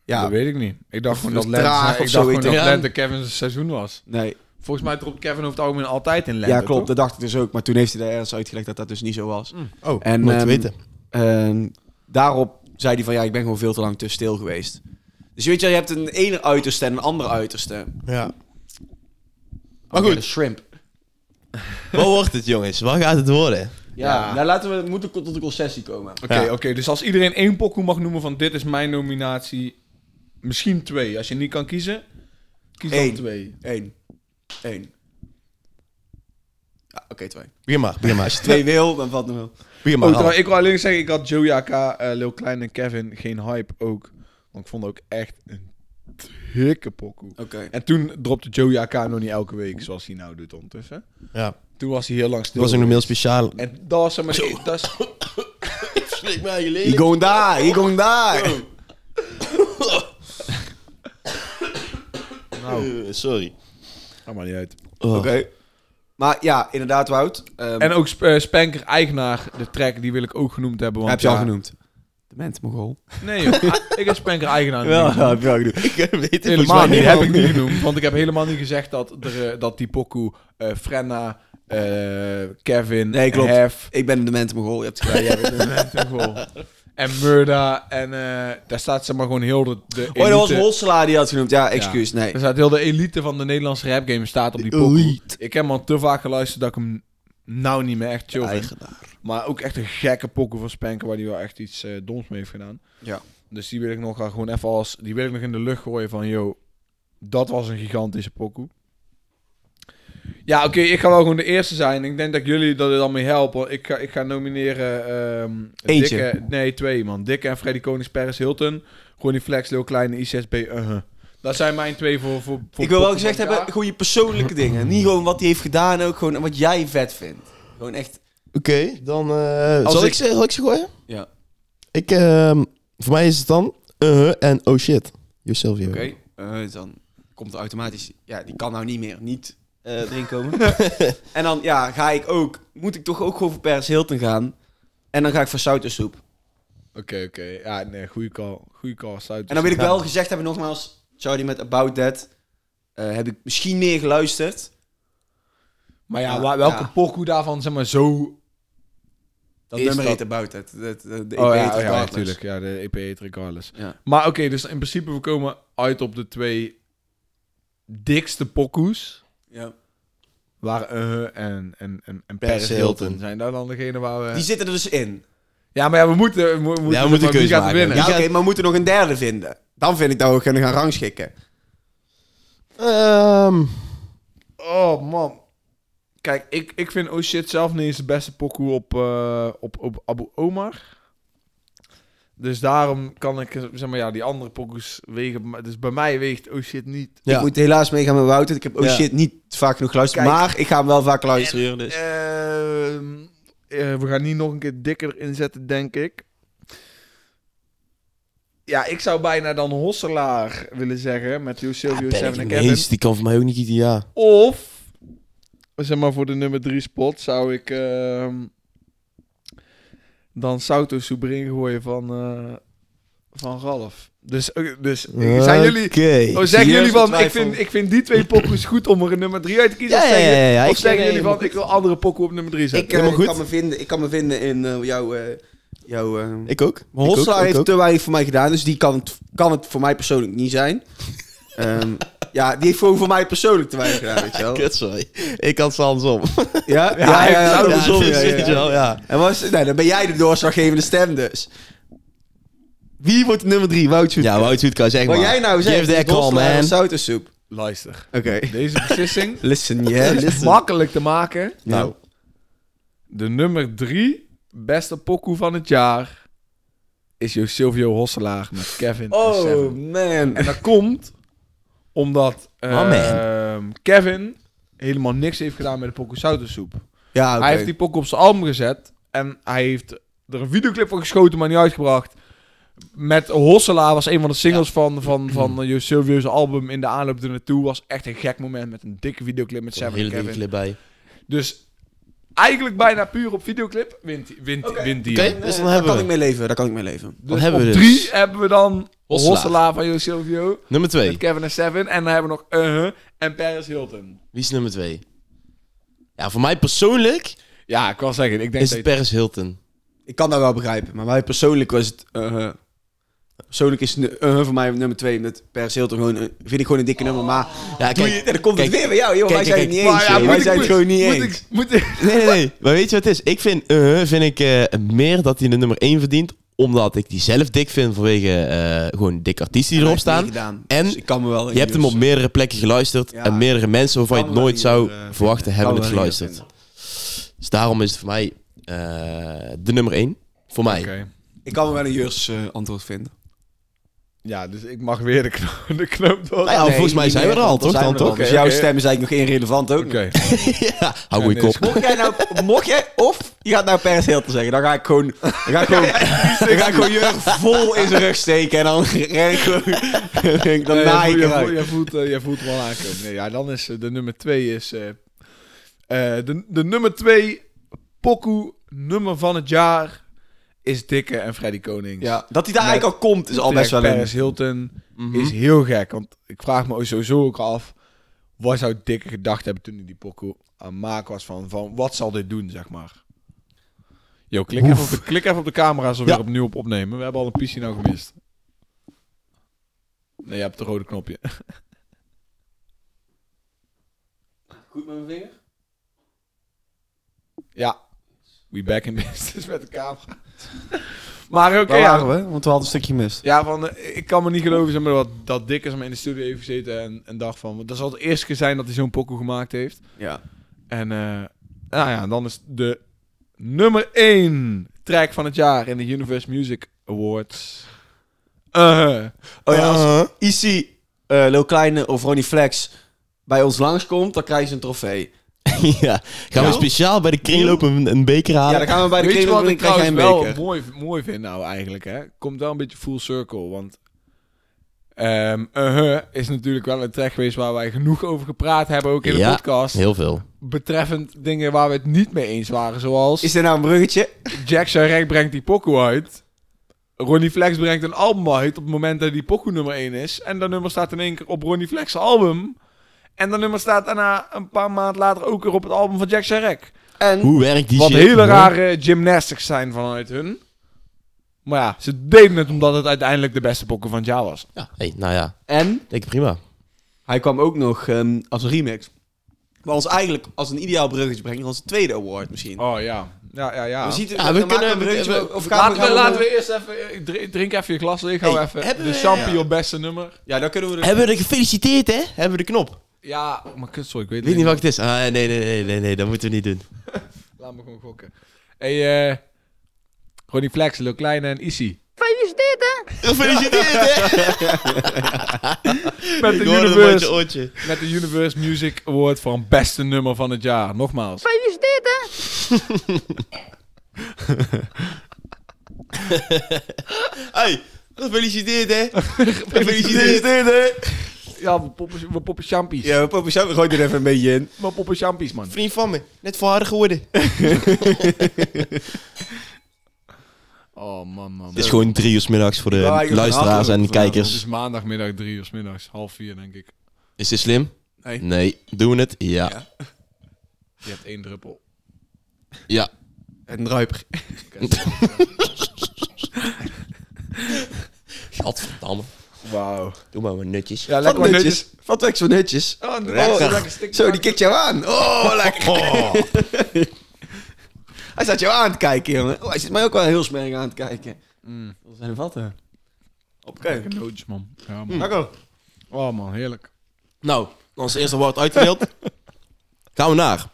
Ja. weet ik niet. Ik dacht gewoon dat of Lente, traag ik of dacht zoiets. gewoon dat Ja. Lente Kevin's seizoen was. Nee, Volgens mij dropt Kevin over het algemeen altijd in Lente, ja, klopt. toch? Mm. Dat dacht ik dus ook. Maar toen heeft hij daar ergens uitgelegd dat dat dus niet zo was. Oh, En, nooit ehm, weten. En daarop zei hij van ja, ik ben gewoon veel te lang te stil geweest. Dus je weet je, wel, je hebt een ene uiterste en een andere uiterste. Ja. Maar goed. De shrimp. Wat wordt het, jongens? Wat gaat het worden? Ja, nou laten we moeten tot een concessie komen. Oké, Ja. oké. dus als iedereen één pokoe mag noemen van dit is mijn nominatie. Misschien twee. Als je niet kan kiezen, kies dan Eén. twee. Eén. Eén. Ja, oké, twee. Begin maar, begin maar. Twee wil, dan valt nog wel. Begin Oh, maar. trouwens, ik wil alleen zeggen, ik had Joey AK, eh, Lil Klein en Kevin geen hype ook. Want ik vond ook echt een dikke pokoe. Oké. En toen dropte Joey AK nog niet elke week zoals hij nou doet ondertussen. ja. Toen was hij heel lang stil. Dat was ook nog heel speciaal. En dat was zeg maar... Dat is, Slik mij He going die, he going die. Eh, Sorry. Ah, maar niet uit. Oh. Oké. Maar ja, inderdaad Wout. Ehm, En ook Sp- eh, Spanker, eigenaar, de track, die wil ik ook genoemd hebben. Want, heb je al ja- genoemd. De ment mogol. Nee, joh. Ah, ik heb Spanker eigenaar niet genoemd. heb je al genoemd. Ik eh, weet het Oh. Helemaal niet, heb ik niet genoemd. Want ik heb helemaal niet gezegd dat, er, eh, dat die pokoe eh, Frenna, eh, Kevin, Nee, klopt. Hef Ik ben de ment mogol, je hebt het gedaan. en goal. en Murda. En eh, daar staat zeg maar gewoon heel de, de elite. Oh, dat was Holselaar die had genoemd. Ja, excuus, nee. Daar staat heel de elite van de Nederlandse rapgame staat op die pokoe. Ik heb hem al te vaak geluisterd dat ik hem nou niet meer echt chill vind. Eigenaar. Maar ook echt een gekke pokoe van Spanker waar hij wel echt iets eh, doms mee heeft gedaan. Ja. Dus die wil ik nog gewoon even als... Die wil ik nog in de lucht gooien van... Yo, dat was een gigantische pokoe. Ja, oké, ik ga wel gewoon de eerste zijn. Ik denk dat ik jullie dat er dan mee helpen. Ik ga, ik ga nomineren... ehm, Eentje. Dikke, nee, twee man. Dikke en Freddy Konings, Paris Hilton. Ronnie Flex, Lil Kleine, I6B. uh Dat zijn mijn twee voor... voor, voor Ik wil wel pokoe gezegd van het hebben, jaar. gewoon je persoonlijke dingen. Niet gewoon wat hij heeft gedaan, ook gewoon wat jij vet vindt. Gewoon echt, Oké, dan... eh, Als zal, ik... ik- ze, zal ik ze gooien? ja. Ik, ehm, voor mij is het dan... Uh-huh en oh shit. Yourself, you. Oké, eh, dan komt er automatisch... Ja, die kan nou niet meer niet eh, erin komen. en dan, ja, ga ik ook... Moet ik toch ook gewoon voor Paris Hilton gaan. En dan ga ik voor Soutersoep. Oké, oké. Ja, nee, goede call. Goede call. Sluit En dan wil ik wel gezegd hebben, nogmaals... Charlie met About That... eh, heb ik misschien meer geluisterd. Maar ja, Ja, wa- welke ja. pokoe daarvan, zeg maar, zo... Dat Is nummer dat- heet About That. Dat, dat, de E Oh EP ja, heet oh, ja, Regardless. natuurlijk. Ja, de E EP heet regardless. Ja. Maar oké, dus in principe we komen uit op de twee dikste pokoes. Ja. Waar eh en, en, en, en Paris Paris Hilton. Hilton zijn daar dan degene waar we... Die zitten er dus in. Ja, maar ja, we moeten... We, moeten Ja, we moeten maar wie keuze gaat maken. winnen? Ja, oké, maar we moeten nog een derde vinden. Dan vind ik dat we kunnen gaan rangschikken. Ehm, Oh, man. Kijk, ik, ik vind Oh Shit zelf niet eens de beste pokoe op, eh, op, op Abu Omar. Dus daarom kan ik, eh, zeg maar, ja, die andere pokoes wegen... Dus bij mij weegt Oh Shit niet. ja. Ik moet helaas meegaan met Wouter. Ik heb oh Ja. shit niet vaak genoeg geluisterd. Kijk. maar ik ga hem wel vaak luisteren. dus. Ehm, eh, we gaan niet nog een keer dikker inzetten, denk ik. Ja, ik zou bijna dan Hosselaar willen zeggen met You Silvio ben 7 ik en niet Kevin. eens. Die kan voor mij ook niet kiezen, ja. Of, zeg maar voor de nummer 3 spot, zou ik ehm, dan Sauto Soubrin gooien van, eh, van Ralf. Dus, eh, dus eh, zijn jullie... Oké. Oh, zeggen hier jullie zo'n van, ik twijfel. vind, ik vind die twee pokoes goed om er een nummer 3 uit te kiezen? Ja, of ja, zeggen, ja, ja, ja, of ik- zeggen nee, jullie van, maar- ik wil andere pokoe op nummer 3 zetten? Ik, eh, Helemaal goed. kan me vinden, ik kan me vinden in eh, jouw... eh jouw eh, Ik ook. Ik ook, Holstra ik heeft ook. te weinig voor mij gedaan. Dus die kan het, kan het voor mij persoonlijk niet zijn. Ehm, ja, die heeft gewoon voor mij persoonlijk te weinig gedaan, weet je wel. Kut, sorry. Ik had ze andersom. Ja, ja, ja. ja, Oh, Ja, ja, andersom, ja, ja, weet ja. je wel, ja. En was, nee, dan ben jij de doorslaggevende stem dus. Wie wordt de nummer drie? Woutje. Ja, Wout Zoetka, zeg maar. Wat jij nou zegt, Give that call, man. Soutersoep. Luister, Oké. deze beslissing Listen, yeah. is makkelijk te maken. Nou, De nummer 3 beste pokoe van het jaar is Jo Silvio Hosselaar met Kevin en Oh, Seven. man. En dat komt omdat Oh, ehm, Kevin helemaal niks heeft gedaan met de pokoe Soutensoep. Ja, Hij heeft die pokoe op zijn album gezet en hij heeft er een videoclip van geschoten, maar niet uitgebracht. Met Hosselaar was een van de singles van, van, van eh, Jo Silvio's album in de aanloop ernaartoe. Was echt een gek moment met een dikke videoclip met een Seven en hele dikke Kevin. clip bij. Dus eigenlijk bijna puur op videoclip wint, die- wint, wint die. Oké, hem. dus dan daar hebben kan ik we mee leven, daar kan ik mee leven. Dus hebben op we dus? drie hebben we dan Hosselaar. Hosselaar van Jo Silvio. nummer Met twee. Kevin en Seven. En dan hebben we nog uh en Paris Hilton. Wie is nummer twee? Ja, voor mij persoonlijk Ja, ik kan zeggen. Ik denk is het Paris Hilton. Ik kan dat wel begrijpen, maar mij persoonlijk was het... eh, eh, persoonlijk is nu- eh, voor mij nummer twee, met Per Hilton gewoon, eh, vind ik gewoon een dikke nummer, maar... Ja, Doe je, en Oh. dan komt kijk, het weer bij jou, joh, wij kijk, zijn kijk, het niet kijk. eens. Maar joh. ja, moet wij ik- zijn het gewoon niet Ah, moet eens. Ik, moet ik, Nee, nee, nee. Maar weet je wat het is? Ik vind, eh, vind ik eh, meer dat hij de nummer 1 verdient. Omdat ik die zelf dik vind vanwege eh, gewoon dik artiesten die erop Hij heeft staan. het niet gedaan, En dus ik kan me wel Je hebt hem op meerdere plekken geluisterd. Ja. En meerdere mensen waarvan je Kan het wel nooit hier, zou eh, vinden. verwachten hebben Kan het wel hier geluisterd. Dus daarom is het voor mij eh, de nummer 1. Voor mij. Oké. Ik kan me wel een Jurs eh, antwoord vinden. Ja, dus ik mag weer de knoop, de knoop door. Nou ja, volgens mij niet zijn we meer, er al, want toch? zijn Dan we er al. toch? Oké, Dus jouw oké. stem is eigenlijk nog irrelevant ook. Oké. ja, Ah, hou Ja, je nee, kop. is goed. Mocht jij nou, mocht jij, of je gaat naar Paris Hilton zeggen, dan ga ik gewoon, dan ga ik gewoon, dan ga ik gewoon je vol in zijn rug steken en dan ren ik gewoon, dan Nee, naai ik je, voelt, eruit. je, voelt, eh, je voelt wel aankomen. Nee, ja, dan is eh, de nummer twee is... eh, eh, de, de nummer twee pokoe nummer van het jaar is Dikke en Freddy Konings. Ja, dat hij daar Met eigenlijk al komt is al best wel Mhm. een... Paris Hilton is heel gek. Want ik vraag me sowieso ook af... Wat zou Dikke gedacht hebben toen hij die pokoe aan het maken was van... van wat zal dit doen, zeg maar? Yo, klik, even op, de, klik even op de camera als we Ja. weer opnieuw op opnemen. We hebben al een PC nou gemist. Nee, je hebt het rode knopje. Goed met mijn vinger? Ja. We back in business met de camera. Maar oké, Waar ja. waren we? Want we hadden een stukje mis. Ja, van, eh, ik kan me niet geloven zeg maar, dat, dat Dick is maar in de studio heeft gezeten en, en dacht van... want Dat zal het eerste keer zijn dat hij zo'n pokoe gemaakt heeft. Ja. En eh, nou ja, dan is de nummer 1 track van het jaar in de Universe Music Awards. Eh, Oh ja, als IC, eh Lil Kleine of Ronnie Flex bij ons langskomt, dan krijgen ze een trofee. ja. Gaan we Ja. speciaal bij de kringloop een, een beker Ja, halen? dan gaan we bij de weet je kringloop wat en ik krijg jij trouwens een wel beker. mooi, mooi vind nou eigenlijk, hè? Komt wel een beetje full circle, want... ehm eh, is natuurlijk wel een track geweest waar wij genoeg over gepraat hebben, ook in de Ja, podcast. Heel veel. betreffend dingen waar we het niet mee eens waren. Zoals Is dit nou een bruggetje? Jack Charek brengt die pokoe uit. Ronnie Flex brengt een album uit op het moment dat die pokoe nummer 1 is. En dat nummer staat in één keer op Ronnie Flex' album. En dat nummer staat daarna een paar maanden later ook weer op het album van Jack Charek. En Hoe werkt die Wat shit? hele rare gymnastics zijn vanuit hun. Maar ja, ze deden het omdat het uiteindelijk de beste pokoe van het jaar was. Ja, hey, nou ja. En Denk ik prima. hij kwam ook nog ehm, als een remix. Wat ons eigenlijk als een ideaal bruggetje brengt, als een tweede award misschien. Oh ja, ja, ja, ja. We zien het, Ja, dan we maken kunnen- een bruggetje, we- we- of gaan Laten we, gaan laten we eerst even... eh, drink- Drink even je glas leeg. Hou Hey, even hebben de we- champignon beste nummer. Ja, dan kunnen we... Dus... Hebben we de gefeliciteerd, hè? Hebben we de knop? Ja, maar kut, sorry, ik weet, Ik weet niet wat. wat het is. Ah, nee, nee, nee, nee, nee. Dat moeten we niet doen. Laat me gewoon gokken. Hey, eh Ronnie Flex, Lil Kleine en Issy. Gefeliciteerd, hè? Met de, Ik hoorde hem uit je Universe, oortje. met de Universe Music Award van beste nummer van het jaar. Nogmaals. Hey, gefeliciteerd, hè? Gefeliciteerd, hè? Ja, we poppen, we poppen champies. Ja, we poppen zo- we gooien er even een beetje in. We poppen champies, man. Vriend van me. Net vader geworden. Oh, man, man. Het is gewoon drie uur 's middags voor de Ja, ik heb luisteraars een en hardloop Het is kijkers. maandagmiddag drie uur 's middags. Half vier, denk ik. Is dit slim? Nee. Doen we het? Ja. Ja. Je hebt één druppel. En druiper. Gadverdamme. Wauw. Doe maar wat nutjes. Ja, Wat lekker wat nutjes. nutjes. Wat weg zo'n nutjes. Oh, een- Lekker. oh, een lekker stukje Zo, die bakken. kikt jou aan. Oh, lekker. Hij staat jou aan te kijken, jongen. Oh, hij zit mij ook wel heel smerig aan te kijken. Dat zijn vatten. Oké. Lekker nootjes, man. Ja, Hm. man. Marco. Oh, man, heerlijk. Nou, ons eerste wordt uitgedeeld. Gaan we naar.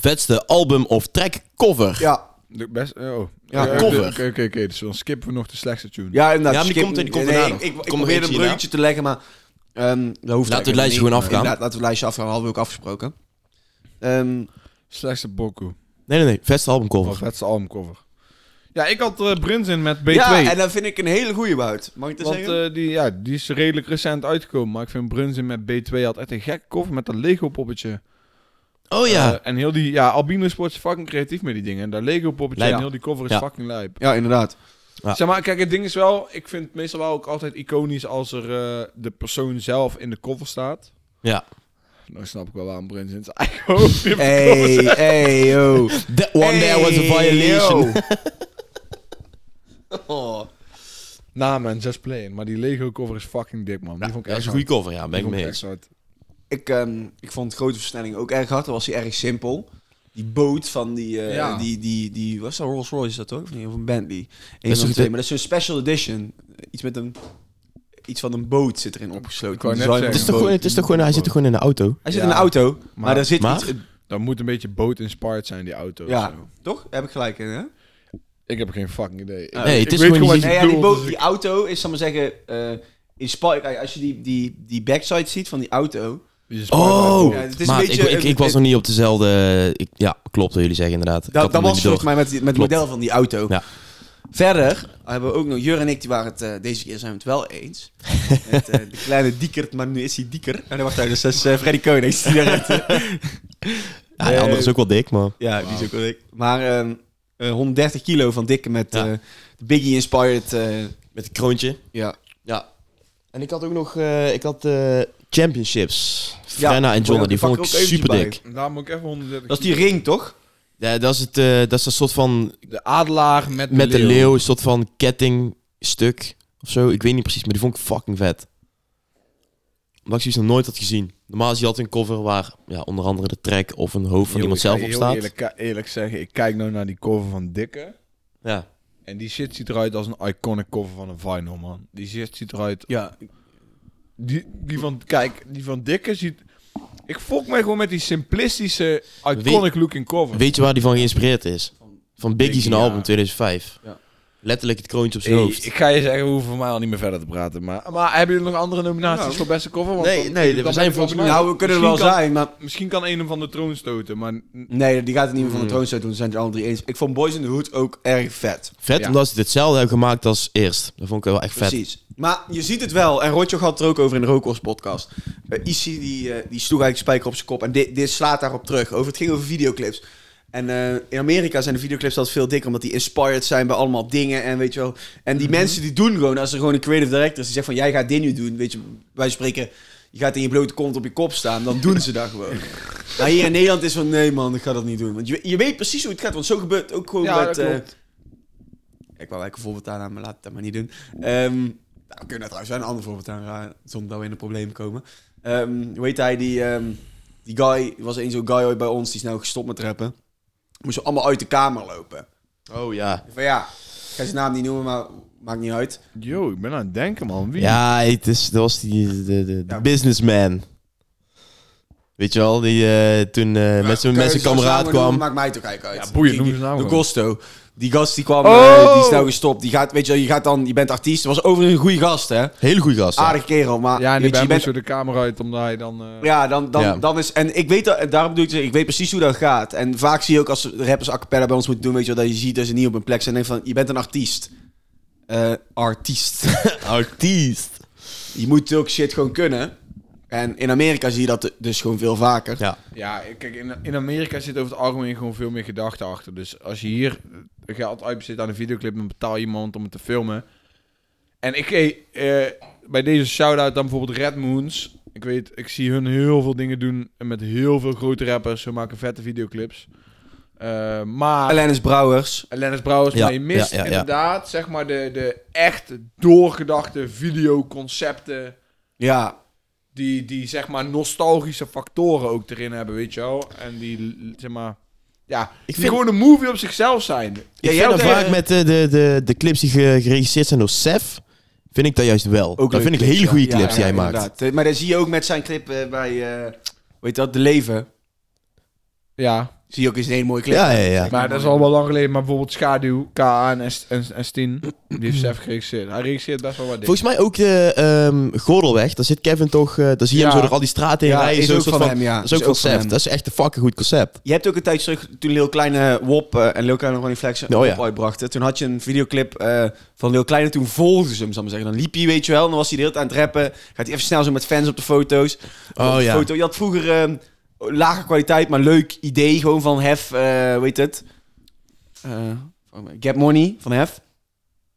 Vetste album of track cover. Ja. De best, oh. Ja, Eh, cover. Oké, oké, oké. Dus dan skippen we nog de slechtste tune. Ja, inderdaad. Ja, maar die skip- komt er- die komt nee, erna ik, nog. ik, ik Komt nog probeer eentje een bruggetje te leggen, maar... ehm dat hoeft Laten we het eigenlijk lijstje niet. gewoon afgaan. Inderdaad, Laten we het lijstje afgaan. Hadden we ook afgesproken. Ehm, Slechtste Boku. Nee, nee, nee. Vetste album Of cover. het is de albumcover. Ja, ik had eh Brunzin met B2. ja, en dat vind ik een hele goeie, Wout. Mag ik dat want zeggen? eh, die, ja, die is redelijk recent uitgekomen. Maar ik vind Brunzin met B2 had echt een gekke cover met dat Lego-poppetje. Oh ja. Eh, en heel die... Ja, Albino Sport is fucking creatief met die dingen. En dat Lego-poppetje Lijp. en heel die cover is Ja. fucking lijp. ja, inderdaad. Ja. Zeg maar, kijk, het ding is wel... Ik vind het meestal wel ook altijd iconisch als er eh, de persoon zelf in de cover staat. ja. Nou snap ik wel waarom Brunzin zijn eigen hoofd in de cover Hey, hey, yo. That one there was a violation. Oh, Nah Nou, man, just playing. Maar die Lego-cover is fucking dik, man. Die vond ik dat is echt een goede hard. cover, ja. Ben Die ik vond mee ik eens. echt hard. Ik, ehm, ik vond grote versnelling ook erg hard. Dan was hij erg simpel. Die boot van die, eh, Ja. die, die, die, was dat Rolls Royce is dat toch? Of, niet? of een Bentley? is Eén toch van de de- twee. Maar dat is zo'n special edition. Iets met een, iets van een boot zit erin opgesloten. Ik wou Een net design van zeggen. Het is een toch gewoon, boot. het is toch gewoon, hij zit toch gewoon in de auto? Hij zit Ja. in een auto, maar, Maar- daar zit maar? iets... Dan moet een beetje boot-inspired zijn, die auto. of Ja, zo. toch? Daar heb ik gelijk in, hè? Ik heb geen fucking idee. Ik- Nee, ik het is weet gewoon wat niet- je Nee, ja, die, bedoelt, boot, dus die auto is, zal ik maar zeggen... eh inspired, als je die, die, die backside ziet van die auto... ik- die Oh, Ja, Spider-Man. het is maar een ik, beetje- ik, ik was nog niet op dezelfde... Ik, ja, klopt wat jullie zeggen inderdaad. Ik had Dat, hem dat nog was niet volgens door. mij met, met het Klopt. model van die auto. Ja. Verder hebben we ook nog... Jur en ik, die waren het... eh, deze keer zijn we het wel eens. met eh, de kleine Diekert, maar nu is hij Dieker. En dan wacht hij, dus dat is eh, Freddy Konings. Die daar het, eh, Ja, de andere is ook wel dik, maar... ja, die is ook wel dik. Maar ehm, eh, 130 kilo van Dikke met eh, de Biggie-inspired... eh, Met een kroontje. ja. Ja. En ik had ook nog... eh, ik had eh, Championships. Ja, Frenna en oh ja, Jonne, die pak vond er ik ook eventjes super dik. Daar moet ik even 130 Dat is die ring, toch? Ja, dat is het... eh, dat is een soort van... kilo. De adelaar met de Met de leeuw. leeuw, een soort van kettingstuk of zo. Ik weet niet precies, maar die vond ik fucking vet. Omdat ik zoiets nog nooit had gezien. Normaal is je altijd een cover waar ja, onder andere de track of een hoofd van Yo, iemand ik ga zelf je heel op staat. Eerlijk, eerlijk zeggen, ik kijk nou naar die cover van Dikke. Ja. En die shit ziet eruit als een iconic cover van een vinyl, man. Die shit ziet eruit... Ja. Die, die van... Kijk, die van Dikke ziet... Ik fok mij gewoon met die simplistische, iconic looking cover. Weet je waar die van geïnspireerd is? Van Biggie zijn Biggie, ja. album 2005. Ja. Letterlijk het kroontje op zijn Hey, hoofd. Ik ga je zeggen, we hoeven voor mij al niet meer verder te praten. Maar, maar hebben jullie nog andere nominaties Nou, voor beste cover? Want nee, dan- nee, dan we ben zijn ik volgens wel mij- benieuwd. Nou, we kunnen er wel Misschien kan- zijn, maar... Misschien kan een hem van de troon stoten, maar... Nee, die gaat het niet meer van de troon stoten, want we zijn het er alle drie eens. Ik vond Boys in the Hood ook erg vet. Vet, Ja. omdat ze het hetzelfde hebben gemaakt als eerst. Dat vond ik wel echt vet. Precies. Maar je ziet het wel, en Rotjoch had het er ook over in de Rookhorst podcast. Eh, Issy die, eh, die sloeg eigenlijk spijker op zijn kop en dit, dit slaat daarop terug. Over, het ging over videoclips. En eh, in Amerika zijn de videoclips altijd veel dikker, omdat die inspired zijn bij allemaal dingen en weet je wel. En die mensen die doen gewoon, als er gewoon een creative director is die zegt van jij gaat dit nu doen, weet je, wij spreken... Je gaat in je blote kont op je kop staan, dan doen ze dat gewoon. Maar hier in Nederland is van nee man, ik ga dat niet doen. Want je, je weet precies hoe het gaat, want zo gebeurt het ook gewoon met... eh, ik wou eigenlijk een voorbeeld aanhalen, maar laat dat maar niet doen. Ehm, nou, we kunnen daar trouwens wel een ander voorbeeld aanraden, zonder dat we in de problemen komen. Ehm hoe heet hij? Die, ehm, die guy, er was één zo'n guy ooit bij ons, die is nou gestopt met rappen. Moesten we allemaal uit de kamer lopen. Oh ja. Van ja, ik ga zijn naam niet noemen, maar maakt niet uit. Yo, ik ben aan het denken, man. Wie? Ja, het is, dat was die de, de, de Ja. businessman. Weet je wel, die eh, toen eh, met zijn met zijn Kun je zo kameraad samen noemen, kwam. Maakt mij toch eigenlijk uit. Ja, boeien, noem Die- ze nou De gewoon. Gosto. Die gast die kwam, Oh! eh, die is nou gestopt. Die gaat, weet je wel, je gaat dan, je bent artiest. Dat was overigens een goede gast, hè? Hele goede gast. ja. Aardige kerel, maar Ja, en die weet je, je bent bent zo de kamer uit, omdat hij dan... eh, Ja, dan, dan, Ja. dan is... En ik weet dat, en daarom doe ik het, ik weet precies hoe dat gaat. En vaak zie je ook als rappers a cappella bij ons moeten doen, weet je wel, dat je ziet dat ze niet op een plek zijn en denkt van, je bent een artiest. Eh, artiest. Artiest. je moet zulke shit gewoon kunnen. En in Amerika zie je dat dus gewoon veel vaker. Ja. Ja, kijk, in, in Amerika zit over het algemeen gewoon veel meer gedachte achter. Dus als je hier geld uitbesteedt aan een videoclip, dan betaal je iemand om het te filmen. En ik, eh, eh, bij deze shout-out dan bijvoorbeeld Red Moons. Ik weet, ik zie hun heel veel dingen doen met heel veel grote rappers. Ze maken vette videoclips. Eh, maar... Alanis Brouwers. En Lennis Brouwers, Ja, maar je mist ja, ja, ja. inderdaad zeg maar de, de echt doorgedachte videoconcepten Ja. die, die zeg maar nostalgische factoren ook erin hebben, weet je wel? En die zeg maar ja, die vind- gewoon een movie op zichzelf zijn. Ja, jij Ik vind dat hebt, vaak eh, met eh, de, de, de clips die ge- geregisseerd zijn door Sef, vind ik dat juist wel. Ook dat leuke vind ik clips, hele ja. goede Ja, clips ja, die hij maakt. inderdaad. Eh, Maar dat zie je ook met zijn clip eh, bij, weet hoe heet dat, De Leven. Ja, Zie je ook eens een hele mooie clip. Ja, ja, ja. maar dat is al wel lang geleden. Maar bijvoorbeeld Schaduw, KA en, S- en, en Stien, die heeft zelf geregisseerd. Hij regisseert best wel wat dingen. Volgens mij ook de ehm Gordelweg, daar zit Kevin toch, eh daar zie je Ja. hem zo door al die straten heen Ja, rijden. is zo'n ook soort van hem, ja. Dat is ook, van Sef. hem. Dat is echt een fucking goed concept. Je hebt ook een tijdje terug, toen Lil Kleine Wop eh, en Lil Kleine Ronnie Flex een Oh ja. Wop uitbrachten. Toen had je een videoclip eh, van Lil Kleine, toen volgden ze hem, zal ik maar zeggen. Dan liep hij, weet je wel, en dan was hij de hele tijd aan het rappen. Gaat hij even snel zo met fans op de foto's. Oh Op de ja. Foto. Je had vroeger eh, lage kwaliteit, maar leuk idee, gewoon van Hef, eh weet het. Eh, van Get Money, van Hef.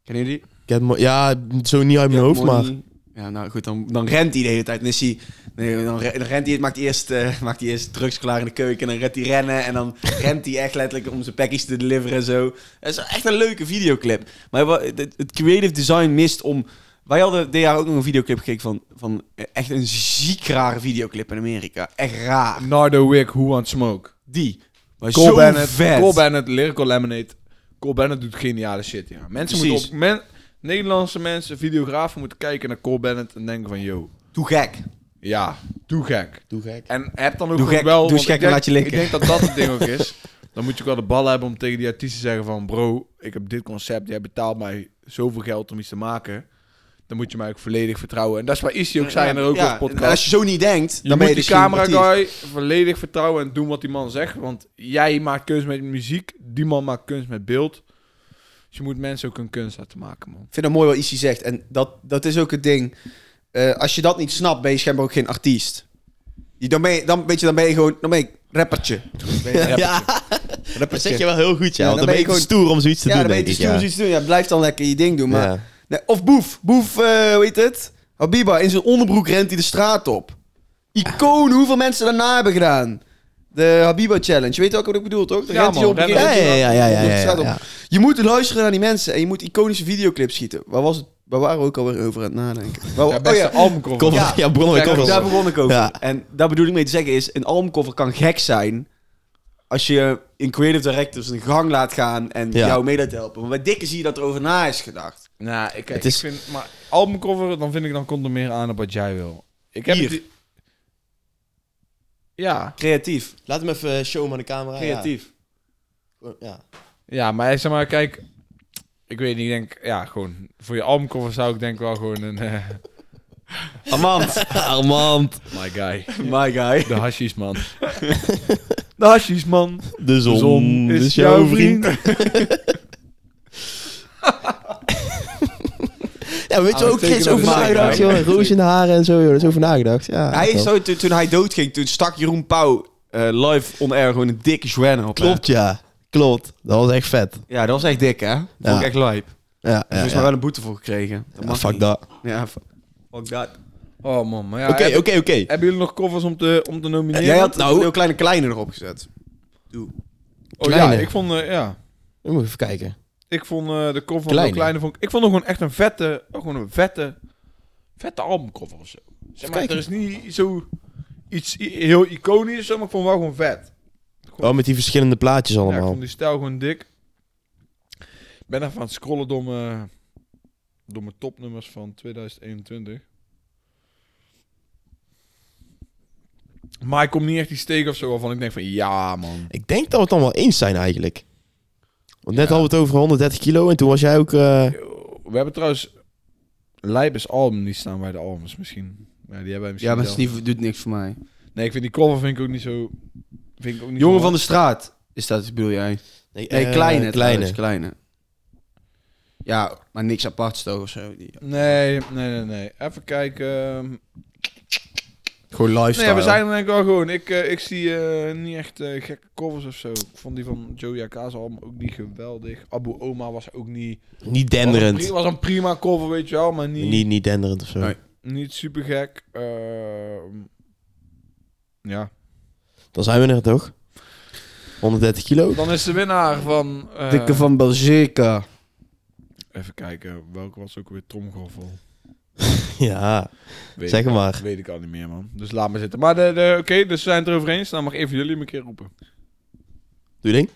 Kennen jullie? die? Ik heb hem- ja, zo niet uit mijn Get hoofd, maar... Money. Ja, nou goed, dan, dan rent hij de hele tijd. Dan, is hij, nee, dan re- dan rent hij, maakt hij eerst, eh, maakt hij eerst drugs klaar in de keuken. En dan rent hij rennen. En dan rent hij echt letterlijk om zijn packies te deliveren en zo. Het is echt een leuke videoclip. Maar wa- het, het creative design mist om... Wij hadden dit jaar ook nog een videoclip gekeken van, van echt een ziek rare videoclip in Amerika. Echt raar. Nardo Wick, Who Want Smoke. Die. Maar Cole zo Bennett, vet. Cole Bennett, Lyrical Lemonade. Cole Bennett doet geniale shit, ja. Mensen Precies. moeten op... men- Nederlandse mensen, videografen, moeten kijken naar Cole Bennett en denken van... Yo, Doe gek. ja, doe gek. Doe gek. En heb dan ook Doe gewoon gek, wel... doe want eens gek, ik maar denk- laat je likken. Ik denk dat dat het ding ook is. Dan moet je ook wel de ballen hebben om tegen die artiest te zeggen van... Bro, ik heb dit concept. Jij betaalt mij zoveel geld om iets te maken. Dan moet je mij ook volledig vertrouwen. En dat is waar Issy ook zei in de ook Ja, en podcast. Als je zo niet denkt, Je dan ben moet je die dus geen camera artiest. guy volledig vertrouwen en doen wat die man zegt. Want jij maakt kunst met muziek, die man maakt kunst met beeld. Dus je moet mensen ook hun kunst laten maken, man. Ik vind dat mooi wat Issy zegt. En dat, dat is ook het ding. Eh, als je dat niet snapt, ben je schijnbaar ook geen artiest. Je- Dan ben je, dan, weet je, dan ben je gewoon dan ben je rappertje. Dan ben je rappertje. Ja, dat zeg je wel heel goed, ja. Ja, dan want ben dan, ben je je te gewoon- stoer om zoiets te ja, doen, dan ben je denk te ik, ja. stoer om iets te doen. Ja, blijf dan lekker je ding doen. Maar, Ja. Nee, of Boef. Boef, eh, hoe heet het? Habiba, in zijn onderbroek rent hij de straat op. Icoon, hoeveel mensen daarna hebben gedaan. De Habiba Challenge. Je weet ook wat ik bedoel, toch? Dan Ja, rent hij man, op een rennen. gegeven moment Ja, de ja, ja, ja, straat op, ja, de straat ja, op. Je moet luisteren naar die mensen en je moet iconische videoclips schieten. Waar was het? Waar waren we ook alweer over aan het nadenken? Waar- oh Ja, beste albumcover. Cover, Oh, ja, Ja. begonnen met Ja, covers. daar begon ik over. Ja. En daar bedoel ik mee te zeggen is, een albumcover kan gek zijn. als je in creative directors een gang laat gaan en Ja. jou mee laat helpen. Maar bij dikke zie je dat er over na is gedacht. Nou, ik, Het ik is- vind... Maar albumcover, dan vind ik, dan komt er meer aan op wat jij wil. Ik heb Hier. het- Ja. Creatief, Laat hem even showen aan de camera. creatief. Ja. Ja. Ja, maar zeg maar, kijk... Ik weet niet, ik denk... Ja, gewoon... Voor je albumcover zou ik denk wel gewoon een... eh, Amand, Armand. my guy. my guy. De hashishman. De hashishman. De zon, Zon is, jouw vriend. Ja, maar weet je Ah, waar dat ook Chris tekenen over we vaak, nagedacht, hè? joh. Roos in de haren en zo, joh. Er is over nagedacht. Ja, Hij toch. is zo, toen, toen hij doodging, toen stak Jeroen Pauw eh, live on air gewoon een dikke zwen op. hè? Klopt, ja. Klopt. Dat was echt vet. Ja, dat was echt dik, hè? Vond Ja. ik echt live. Ja, ja, Volgens mij ja. wel een boete voor gekregen. Dat Ja, mag fuck niet. dat. Ja, fu- fuck dat. Oh man, maar ja... Oké, heb- oké, oké. Hebben jullie nog covers om te, om te nomineren? Jij had Nou. een heel kleine kleine erop gezet. oh ja, Kleine. ik vond... eh, ja. We moeten even kijken. Ik vond eh, de cover van Kleine. de kleine vond ik, ik vond hem gewoon echt een vette, gewoon een vette, vette albumcover of zo. Zeg maar, kijken. er is niet zo iets i- heel iconisch, of zo, maar ik vond hem wel gewoon vet. Oh, met die verschillende plaatjes Ja, ik allemaal. vond die stijl gewoon dik. Ik ben even aan het scrollen door mijn, door mijn topnummers van 2021. Maar ik kom niet echt die steek of zo waarvan ik denk van ja man. Ik denk dat we het allemaal eens zijn eigenlijk. Want net Ja. hadden we het over 130 kilo en toen was jij ook... eh, We hebben trouwens Leibes album niet staan bij de albums misschien. Ja, die hebben wij misschien Ja, maar wel. het is niet- doet niks voor mij. Nee, ik vind die cover vind ik ook niet zo. Vind ik ook niet Jongen zo van de straat is dat, bedoel jij? Nee, nee, eh, kleine. Kleine. kleine. kleine. Ja, maar niks apart toch of zo. Die- Nee, nee, nee, nee. Even kijken. ehm. Gewoon lifestyle. Nee, we zijn er denk ik wel gewoon. Ik, eh, ik zie eh, niet echt eh, gekke covers of zo. Ik vond die van Joey Akaza album ook niet geweldig. Abu Oma was ook niet. Niet was een pri- denderend. Was een prima cover, weet je wel, maar niet, Niet, niet denderend of zo. Nee. niet super gek. Ehm, ja. Dan zijn we er toch? 130 kilo? Dan is de winnaar van. eh, Dikke van Belgica. Even kijken, welke was ook weer Tromgoffel? Ja, Weet zeg ik- maar. Weet ik al niet meer, man. Dus laat maar zitten. Maar de, de, oké, dus we zijn het erover eens. Dan mag even jullie hem een keer roepen. Doe je ding.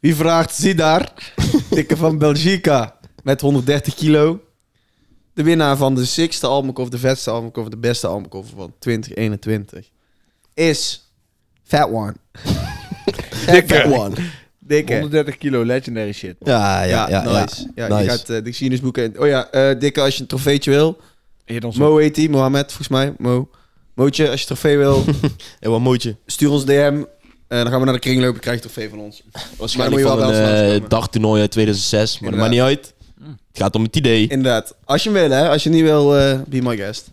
Wie vraagt, zie daar. Dikke van Belgica. Met 130 kilo. De winnaar van de sixte albumcover, de vetste albumcover, de beste albumcover van 2021. Is Fat One. Fat Dikke. one. Dikke. 130 kilo legendary shit. Ja, ja, ja. ja. nice. Ja, je Nice. gaat eh, de geschiedenisboeken... in- Oh ja, eh, Dikke, als je een trofeetje wil. Hit ons op. Mo heet die, Mohamed, volgens mij. Mo. Mootje, als je een trofee wil, En wat mootje. stuur ons DM. En dan gaan we naar de kringloop en krijg je een trofee van ons. Waarschijnlijk Maar dan van moet je wel bij ons een langskomen. eh, dagtoernooi uit 2006. Maar dat maakt niet Inderdaad. uit. Het gaat om het idee. Inderdaad. Als je hem wil, hè. Als je niet wil, eh, be my guest.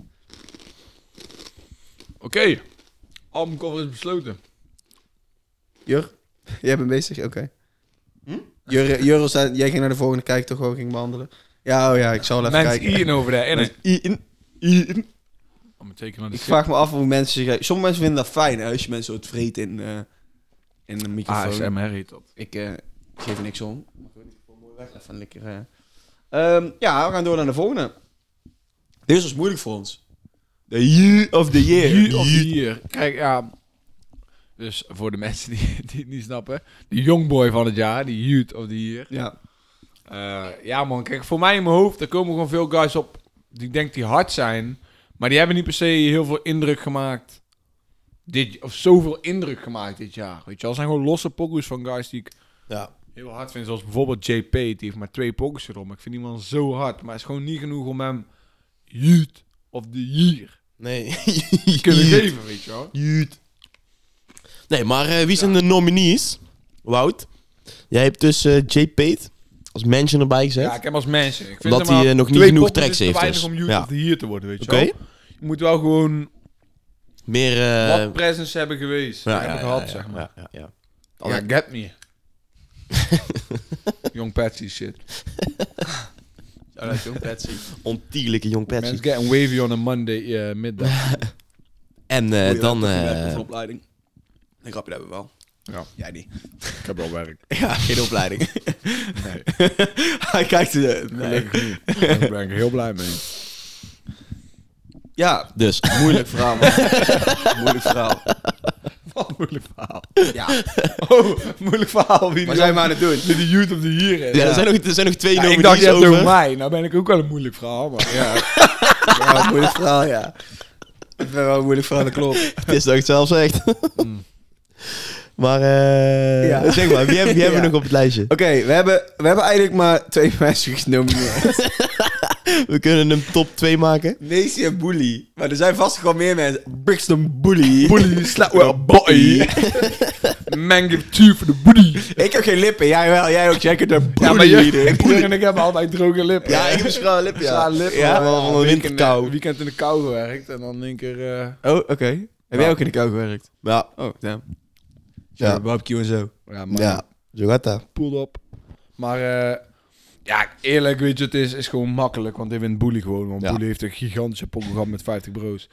Oké. Albumcover is besloten. Jur, jij bent bezig? Oké. Jur, Jur was aan- jij ging naar de volgende kijk toch gewoon ging behandelen. Ja, oh ja, ik zal even Mens kijken. Ian over daar. Mens Ik Ian. Ian. tekenen aan de Ik shit. vraag me af hoe mensen zich... Sommige mensen vinden dat fijn, hè, als je mensen zo het vreet in, eh, in de microfoon. ASMR heet dat. ik eh, geef er niks om. Even lekker... eh. Ehm, ja, we gaan door naar de volgende. Deze was moeilijk voor ons. The year of the year. Hier of hier. Kijk, ja. Dus voor de mensen die, die het niet snappen. De Youngboy van het jaar. Die Youth of the Year. Ja. Eh, ja, man. Kijk, voor mij in mijn hoofd, er komen gewoon veel guys op die ik denk die hard zijn. Maar die hebben niet per se heel veel indruk gemaakt. Dit, of zoveel indruk gemaakt dit jaar. Weet je wel, Het zijn gewoon losse pokoes van guys die ik Ja. heel hard vind. Zoals bijvoorbeeld JP, die heeft maar twee pokoes erom. Ik vind die man zo hard. Maar het is gewoon niet genoeg om hem Youth of the Year Nee. te kunnen geven, weet je wel. Juut. Nee, maar eh, wie zijn de nominees? Wout. Jij hebt dus eh, Jay Pate als mention erbij gezet. Ja, ik heb hem als mensen. Ik vind Omdat hem hij, maar eh, nog niet twee genoeg pokoes tracks is te heeft, weinig dus. om Youth Ja. of the Year te worden, weet je Oké. wel. Je moet wel gewoon Meer... eh, wat presence hebben geweest. ja, hebben ja, gehad, ja, zeg maar. Ja, ja, ja. Ja, Oh, get me. Young Patsy shit. Alright, jong, Patsy. Ontiegelijke jong Patsy. Mensen getting wavy on a Monday eh, middag. En eh, Goeie dan... werk, eh, dat je werkt op een opleiding. Een grapje hebben we wel. Ja. Jij niet. Ik heb wel werk. Ja, geen opleiding. Nee. Hij kijkt... eh, nee. Gelukkig niet. Daar ben ik heel blij mee. Ja, dus. moeilijk verhaal. man. moeilijk verhaal. Wat een moeilijk verhaal. Ja. Oh, moeilijk verhaal. Wie Wat die- zijn we aan het doen? Wie de youth of the year is. Ja, er, zijn nog, er zijn nog twee Ja, nominees ik dacht, je hebt over. door mij. Nou ben ik ook wel een moeilijk verhaal, maar ja. Ja, moeilijk verhaal, ja. Ik ben wel een moeilijk verhaal, dat klopt. Het is dat ik het zelf zegt. maar eh, Ja. zeg maar, wie hebben, wie hebben we Ja. nog op het lijstje? Oké, we, hebben, we hebben eigenlijk maar twee mensen genomineerd. We kunnen hem top 2 maken. Nacy en Bully. Maar er zijn vast gewoon meer mensen. Brixton Bully. Bully slap well, boy. Man give two for the booty. Ik heb geen lippen. Jij wel. Jij ook. Jij kunt er Bully Ja, maar je, doen. ik en ik hebben altijd droge lippen. Ja, ik heb een schrale lip, ja. Schrale lippen. Ja, maar van de een winterkou. weekend- eh, Weekend in de kou gewerkt en dan in één keer... eh, Oh, oké. Heb jij ook in de kou gewerkt? Ja, Oh, damn. Ja. Ja, barbecue en zo. ja, maar ja. zo gaat dat. pulled op. Maar eh, ja, eerlijk, weet je, het is, is gewoon makkelijk. Want hij wint Boelie gewoon. Want Ja. Boelie heeft een gigantische pop gehad met 50 bro's.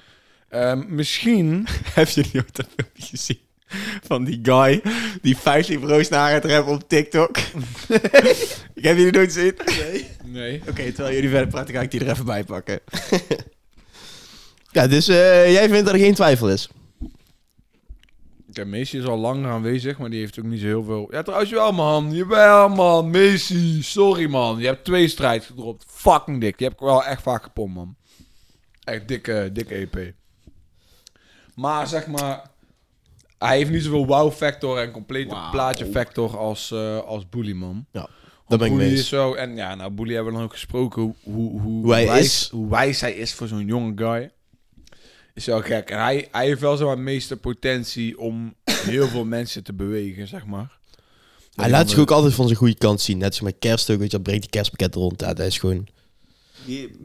Ehm, misschien... Heb je niet ook dat filmpje gezien? Van die guy die 50 bro's naar het rappen op TikTok. ik heb jullie nooit gezien. Nee. Oké, Nee. terwijl jullie verder praten, ga ik die er even bij pakken. Ja, dus eh, jij vindt dat er geen twijfel is. Ja, Messi is al langer aanwezig, maar die heeft ook niet zo heel veel... Ja, trouwens wel, man. Jawel, man. Messi, sorry, man. Je hebt twee strijds gedropt. Fucking dik. Je hebt wel echt vaak gepompt, man. Echt dikke, dikke EP. Maar zeg maar... Hij heeft niet zoveel wow factor en complete plaatje factor als, eh als Boelie, man. Ja, dat ben ik mee Boelie is eens. zo. En ja, nou, Boelie hebben we dan ook gesproken hoe, hoe, hoe, Hoe hij wijs, is. hoe wijs hij is voor zo'n jonge guy. Is wel gek. En hij, hij heeft wel zo'n meeste potentie om heel veel mensen te bewegen, zeg Eh, maar. Hij laat zich ook altijd van zijn goede kant zien. Net als met kerst ook, weet je, dat brengt die kerstpakket rond. Ja, dat is gewoon...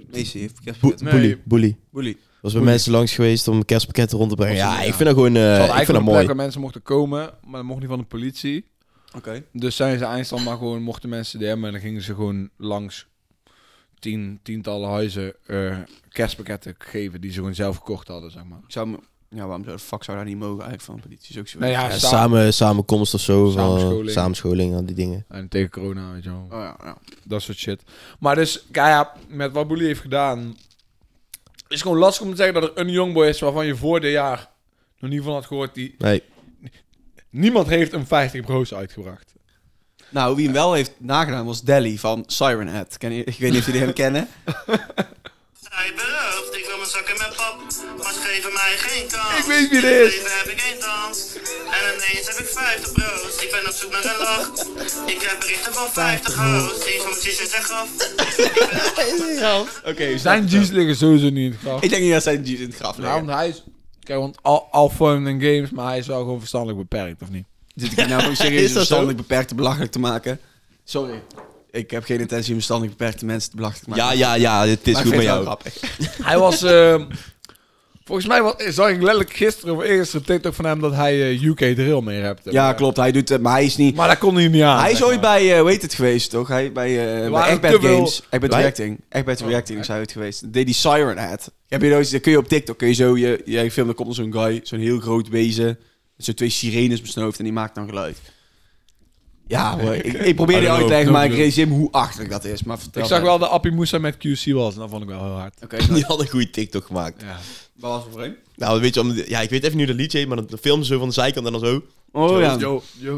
Deze heeft Bo Nee. Boelie, boelie. Bully. Was bij mensen langs geweest om kerstpakketten rond te brengen. Ja, ik vind dat gewoon... Ze eh, hadden ik vind eigenlijk dat een plek mooi. waar mensen mochten komen, maar dat mocht niet van de politie. Oké. Dus zijn ze eindstand maar gewoon, mochten mensen DM'en en dan gingen ze gewoon langs tien, tientallen huizen eh, kerstpakketten geven die ze gewoon zelf gekocht hadden, zeg maar. Ik zou me... Ja, waarom zou de fuck zou daar niet mogen eigenlijk van de politie? Is ook zo. Nou ja, Ja, sa- samen, samenkomst of zo. van- Samenscholing. Samenscholing, al die dingen. En tegen corona, weet je wel. Oh ja, ja. Dat soort shit. Maar dus, ja, ja, met wat Boelie heeft gedaan... is gewoon lastig om te zeggen dat er een jongboy is... waarvan je voor dit jaar nog niet van had gehoord... Die... Nee. Niemand heeft een 50 bro's uitgebracht. Nou, wie hem wel heeft nagedaan was Delhi van Siren Head. Ken je, ik weet niet of jullie hem kennen. Hij belooft, ik wil mijn zakken met pap, maar ze geven mij geen kans. Ik weet wie dit is. Even heb ik één dans en ineens heb ik 50 bro's. Ik ben op zoek naar een lach, ik heb berichten van 50 hoes. Die van mijn zus in zijn graf. Oké, Zijn G's liggen sowieso niet in het graf. Ik denk niet dat zijn G's in het graf Ja, nou, want liggen. hij is... Kijk, want al, al fun en games... maar hij is wel gewoon verstandelijk beperkt, of niet? Zit ik hier nou gewoon Is serieus dat verstandelijk beperkte belachelijk te maken? Sorry. Ik heb geen intentie om verstandelijk beperkte mensen te belachelijk te maken. Ja, ja, ja, het is Maar ik goed vind met het wel jou. grappig. Hij was... ehm, volgens mij was, zag ik letterlijk gisteren of eerst op TikTok van hem... dat hij eh, UK drill meer hebt. Ja, klopt. Hij doet het, maar hij is niet... Maar daar kon hij niet aan. hij is zeg ooit maar. bij, eh, hoe heet het geweest, toch? Hij, bij eh bij waren Egbert te veel- Oh, Games. Egbert Wij- Reacting. Egbert Reacting is hij ooit geweest. Dan deed die Siren Ad. Heb je nooit, dan kun je op TikTok, kun je zo, je, je film, dan komt er zo'n guy, zo'n heel groot wezen, met zo'n twee sirenes op zijn hoofd en die maakt dan geluid. Ja hoor, ik, ik probeer die don't know, uit te leggen, don't maar ik know. realiseer me hoe achterlijk dat is. Maar vertel Ik zag verder. wel dat Appie Moussa met QC was. En dat vond ik wel heel hard. Oké, Die had een goede TikTok gemaakt. Ja. wat was het voor hem? Nou, weet je, om, ja, ik weet even nu dat liedje heet, maar dan dan filmen ze zo van de zijkant en dan zo. Oh ja. En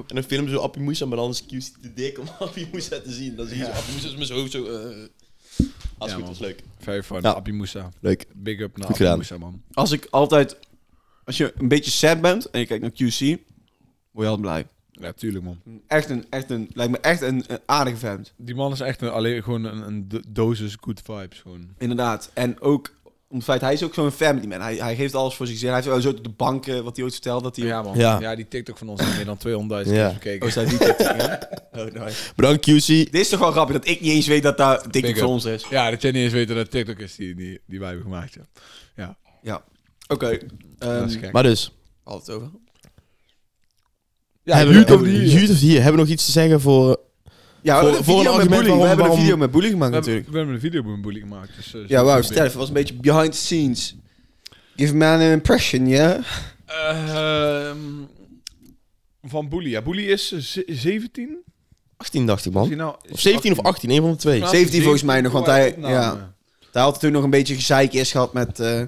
dan filmen ze Appie Moussa, maar dan is QC te dik om Appie Moussa te zien. Dan zie je zo Appie Moussa met zijn hoofd zo... eh als Ja, goed, man. was leuk. Very fun. Ja. Appie Moussa. Leuk. Big up naar Goed Appie gedaan. Moussa, man. Als ik altijd, als je een beetje sad bent en je kijkt naar QC, word je altijd blij. Ja, tuurlijk, man. Echt een, echt een, lijkt me echt een, een aardige vent. Die man is echt een, alleen gewoon een, een do- dosis good vibes. Gewoon. Inderdaad. En ook om het feit, hij is ook zo'n family man. Hij, hij geeft alles voor zichzelf. Hij heeft wel zo op de banken, wat hij ooit vertelde, dat hij... Ja, man. Ja. Ja. die TikTok van ons heeft meer dan 200.000 Ja. keer bekeken. Oh, staat die TikTok, ja? Oh, nice. Bedankt QC. Dit is toch wel grappig, dat ik niet eens weet dat daar TikTok Big voor up. ons is. Ja, dat jij niet eens weet dat het TikTok is die, die, die wij hebben gemaakt. Ja, ja Ja. Oké. dat is Ehm gek. Maar dus, altijd over. ja, hebben, Youth of the hebben- Year. Youth of the Year. Hebben we nog iets te zeggen voor... Ja, Voor- we hebben voor een video met een argument bullying. waarom- We hebben een waarom- video met bullying gemaakt We hebben, natuurlijk. we hebben een video boelie gemaakt. Dus, eh, Ja, zo- wauw. zo- Stel, het was een beetje behind the scenes. Give a man an impression, ja? Ehm, van Boelie. Ja, Boelie is eh, ze- 17. 18 dacht ik, Is hij man. nou, Of 17 of 18, een van de twee. 17 volgens mij nog, want hij- Opname. ja. Daar had toen nog een beetje gezeik eerst gehad met... eh,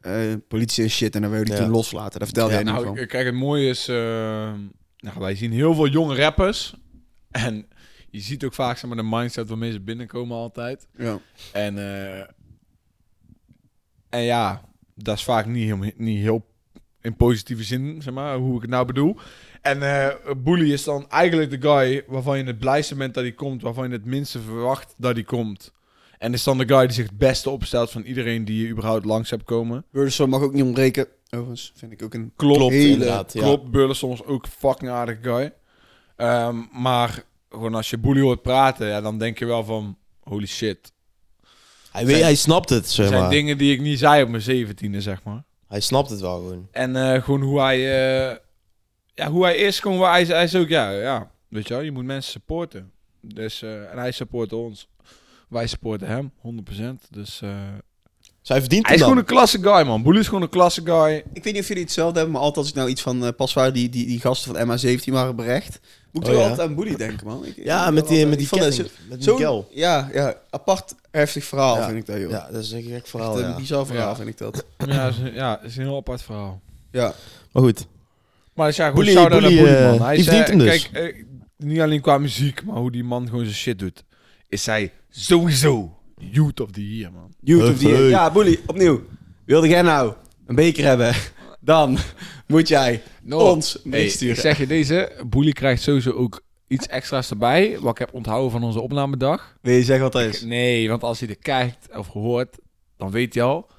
eh, politie en shit. En dan wil je die Ja. toen loslaten. Daar vertelde jij nu nou, van. k- kijk, het mooie is... eh, nou, wij zien heel veel jonge rappers. En je ziet ook vaak zeg maar, de mindset waarmee ze binnenkomen altijd. Ja. En, eh, en ja, dat is vaak niet heel, niet heel in positieve zin, zeg maar, hoe ik het nou bedoel. En eh Boelie is dan eigenlijk de guy waarvan je het blijste bent dat hij komt, waarvan je het minste verwacht dat hij komt. En is dan de guy die zich het beste opstelt van iedereen die je überhaupt langs hebt komen. Burleson eh, mag ook niet ontbreken. Overigens vind ik ook een Klopt, Klopt, hele inderdaad. ja. Klopt, Burles soms ook fucking aardig guy. Ehm, maar gewoon als je Boelie hoort praten, ja, dan denk je wel van, holy shit. Hij, weet, hij snapt het, Er zeg zijn maar. dingen die ik niet zei op mijn zeventiende, zeg maar. Hij snapt het wel gewoon. En eh, gewoon hoe hij, eh, ja, hoe hij is, gewoon waar hij, is- hij is ook, ja, ja, weet je wel, je moet mensen supporten. Dus, eh, en hij support ons. Wij supporten hem, 100%. Dus eh, Dus hij verdient hij het is gewoon dan. een klasse guy, man. Boelie is gewoon een klasse guy. Ik weet niet of jullie hetzelfde hebben, maar altijd als ik nou iets van eh Paswaar, die, die, die gasten van MH17 waren berecht, moet ik Oh, wel ja. altijd aan Boelie denken, man. Ik- Ja, ik- met altijd- die, met ik die vond dat ketting. zo- Met zo'n- Miguel. Ja, ja, apart heftig verhaal Ja. vind ik dat, joh. Ja, dat is een gek Echt verhaal, een ja. bizar verhaal Ja. vind ik dat. ja, is, ja, is een heel apart verhaal. Ja. Maar goed. Maar dus ja, gewoon Boelie- shout-out naar Boelie, Boelie, eh, man. Hij die is, eh, verdient hem dus. Kijk, eh, niet alleen qua muziek, maar hoe die man gewoon zijn shit doet. Is hij sowieso youth of the year, man. YouTube Hup, die, hup. ja, Boelie, opnieuw. Wilde jij nou een beker hebben, dan moet jij ons een Hey, bericht ik sturen. zeg je deze, Boelie krijgt sowieso ook iets extra's erbij, wat ik heb onthouden van onze opnamedag. Wil je zeggen wat dat is? Nee, want als hij er kijkt of hoort, dan weet hij al.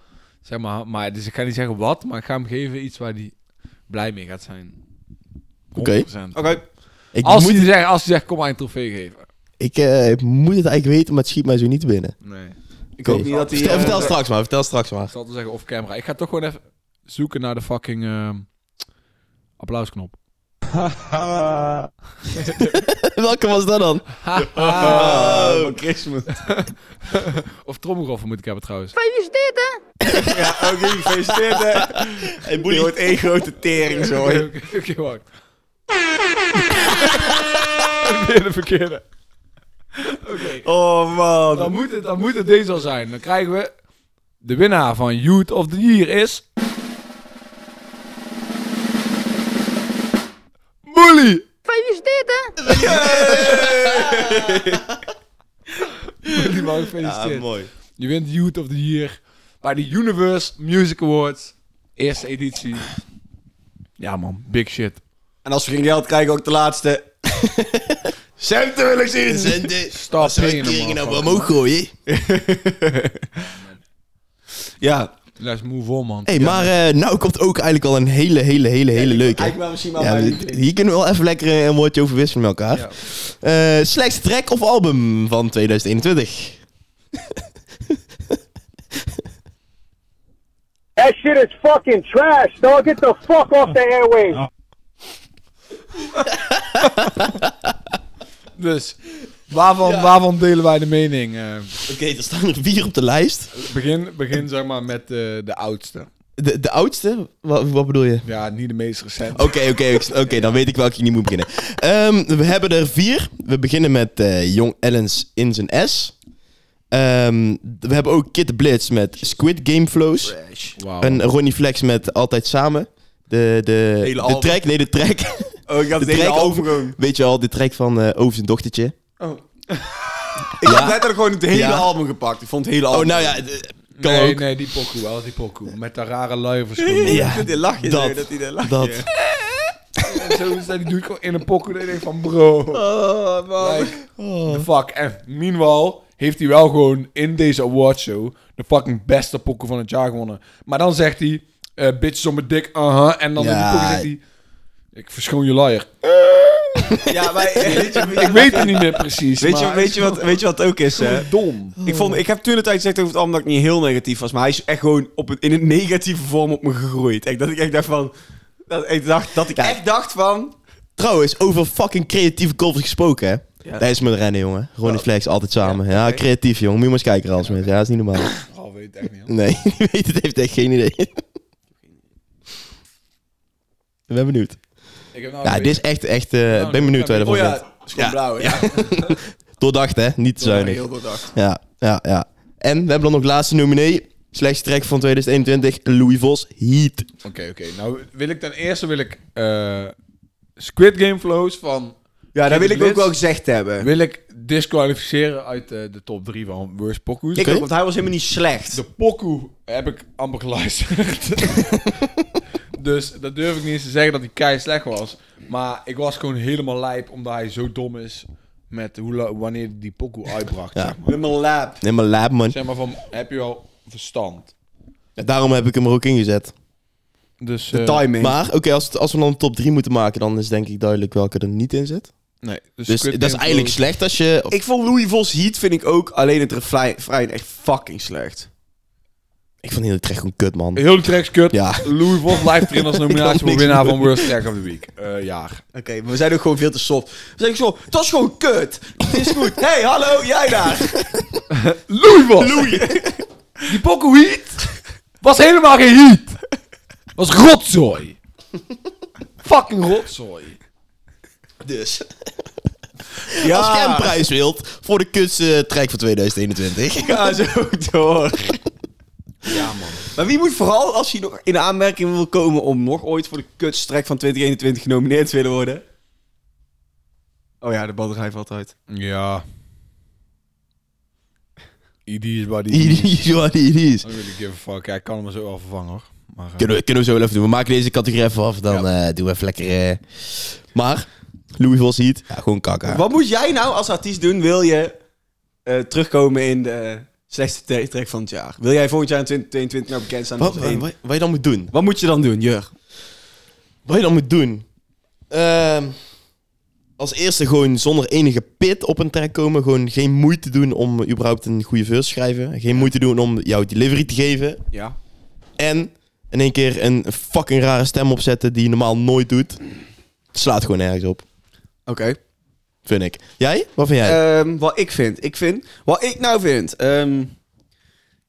Zeg maar, maar, dus ik ga niet zeggen wat, maar ik ga hem geven iets waar hij blij mee gaat zijn. 100%. Oké. Ik Als, moet, hij zegt, als hij zegt, kom maar een trofee geven. ik, eh, ik moet het eigenlijk weten, maar het schiet mij zo niet binnen. Nee. Ik hoop Oké. niet dat hij... vertel, eh, vertel straks maar, vertel straks maar. Ik zal te zeggen off camera. Ik ga toch gewoon even zoeken naar de fucking ehm, applausknop. Welke was dat dan? Ah, van Christmas. Of tromgeroffel moet ik hebben trouwens. Ja, oké, gefeliciteerd, hè. Hey, Boelie. Je wordt één grote tering, zo. Oké, oké, oké, wacht. Weer de verkeerde. Oké, Oh, man. dan, moet het, dan moet het deze al zijn. Dan krijgen we... De winnaar van Youth of the Year is... Boelie! Gefeliciteerd, hè? Boelie, man, gefeliciteerd. mooi. Je wint Youth of the Year bij de Universe Music Awards. Eerste editie. Ja, man. Big shit. En als we geen geld krijgen, ook de laatste. Centen wil ik zien. Stop paying nou them, omhoog gooien. Ja. Let's move on, man. hey, maar eh, nou komt ook eigenlijk al een hele, hele, hele, hele leuke. Eigenlijk wel misschien wel Ja, mijn dit- lieveling. hier kunnen we wel even lekker eh, een woordje over wisselen met elkaar. Eh, slechtste track of album van 2021? That shit is fucking trash, dog. Get the fuck off the airwaves. Dus, waarvan, waarvan delen wij de mening? Eh, Oké, er staan er vier op de lijst. begin, begin zeg maar met eh, de oudste. De, de oudste? Wat, wat bedoel je? Ja, niet de meest recente. Oké, oké, ik s- oké, dan weet ik welke ik niet moet beginnen. Ehm, we hebben er vier. We beginnen met eh, Jong Ellens in zijn S. Ehm, we hebben ook Kid Blitz met Squid Game Flows. Wauw. En Ronnie Flex met Altijd Samen. De, de, Hele de album. track, nee, de track. Oh, ik had De het hele track album over, gewoon. weet je al, de track van eh, Over zijn dochtertje. Oh. Ik had letterlijk gewoon het hele Ja. album gepakt. Ik vond het hele Oh, album. nou ja, de- kan nee, ook. nee, die pokoe wel, die pokoe. Met dat rare luienverschil. Ja, Ja, dit lachje dat, zo, dat hij daar lacht. Dat. Zo is dat, die doet gewoon in een pokoe. Dat ik denk van, bro. Oh, man. Like, the fuck. En meanwhile heeft hij wel gewoon in deze awardshow de fucking beste pokken van het jaar gewonnen. Maar dan zegt hij, eh bitches om mijn dik, aha. En dan in Ja. die pokken zegt hij, ik verschoon je liar. Ja, maar weet je, Ik weet het niet meer precies. weet je, maar weet je, wat, weet je wat het ook is, hè? Dom. Ik, vond, ik heb toen de tijd gezegd over het album dat ik niet heel negatief was. Maar hij is echt gewoon op een, in een negatieve vorm op me gegroeid. Echt, dat ik echt dacht van... Dat ik, dacht, dat ik echt dacht van... oh Trouwens, over fucking creatieve covers gesproken, hè? Ja. Dat is mijn rennen, jongen. Ronnie Flex, altijd samen. Oh. Ja, creatief, jongen. Moet je maar eens kijken, Rasmus. Ja, dat is niet normaal. Oh, weet ik echt niet. hoor. Nee, wie weet het heeft echt geen idee. Ik ben benieuwd. Ik heb nou Ja, een dit is echt, echt... Nou, eh, ik ben benieuwd wat je ervan Oh ja, vindt. het is gewoon blauw, hè? Ja, Doordacht, hè? Niet te zuinig. heel doordacht. Ja, ja, ja. En we hebben dan nog laatste nominee. Slechtste track van 2021, Louis Vos, Heat. Oké, oké. Nou wil ik ten eerste wil ik, eh, Squid Game Flows van... Ja, dat wil ik ook wel Blitz gezegd hebben. Wil ik disqualificeren uit eh, de top 3 van worst pokoes. Ik ook, want hij was helemaal niet slecht. De pokoe heb ik amper geluisterd. dus dat durf ik niet eens te zeggen dat hij kei slecht was. Maar ik was gewoon helemaal lijp omdat hij zo dom is met hoe, la- wanneer hij die pokoe uitbracht. Ja. Zeg, maar. Helemaal lab. Nee, maar lab, man. zeg maar van, heb je wel verstand? Ja, daarom heb ik hem er ook in gezet. Dus, De eh, timing. Maar oké, als, het- als we dan een top 3 moeten maken, dan is denk ik duidelijk welke er niet in zit. Nee, Dus Squid dat is Game eigenlijk Flows- slecht als je... Ik, ik vond Louis Vos Heat vind ik ook alleen het refrein refrein echt fucking slecht. vond heel terecht gewoon kut, man. Heel de tracks kut. Ja. Louis Vos blijft erin als nominatie kan voor niks winnaar doen. van Worst Track of the Week. Eh, jaar. Oké, maar we zijn ook gewoon veel te soft. We zijn ook zo, dat is gewoon kut. Het is goed. hey, hallo, jij daar. Louis Vos! Die pokoe heat was helemaal geen heat. Was rotzooi. Fucking rotzooi. Dus. Ja, Als jij een prijs wilt voor de kutste track van 2021. Ga zo door. Ja man. Maar wie moet vooral, als hij nog in de aanmerking wil komen om nog ooit voor de kutstrek van 2021 genomineerd te willen worden? Oh ja, de batterij valt uit. Ja. ID is waar die is. I Idiot, joh, die idiot. don't really give a fuck. Ja, ik kan hem er zo wel vervangen hoor. Maar, eh, Kunnen we, kunnen we zo wel even doen. We maken deze categorie even af. Dan eh, doen we even lekker... eh. Maar, Louis Vos ziet. Ja, gewoon kakken. Wat moet jij nou als artiest doen, wil je eh, terugkomen in de slechtste track van het jaar? Wil jij volgend jaar in 2022 nou bekend staan Wat, als wat, één? wat, wat je dan moet doen? Wat moet je dan doen, Jur? Wat je dan moet doen? Ehm, als eerste gewoon zonder enige pit op een track komen. Gewoon geen moeite doen om überhaupt een goede verse te schrijven. Geen moeite doen om jouw delivery te geven. Ja. En in één keer een fucking rare stem opzetten die je normaal nooit doet. Slaat gewoon nergens op, Oké. vind ik. Jij? Wat vind jij? Ehm, wat ik vind. Ik vind. Wat ik nou vind. ehm,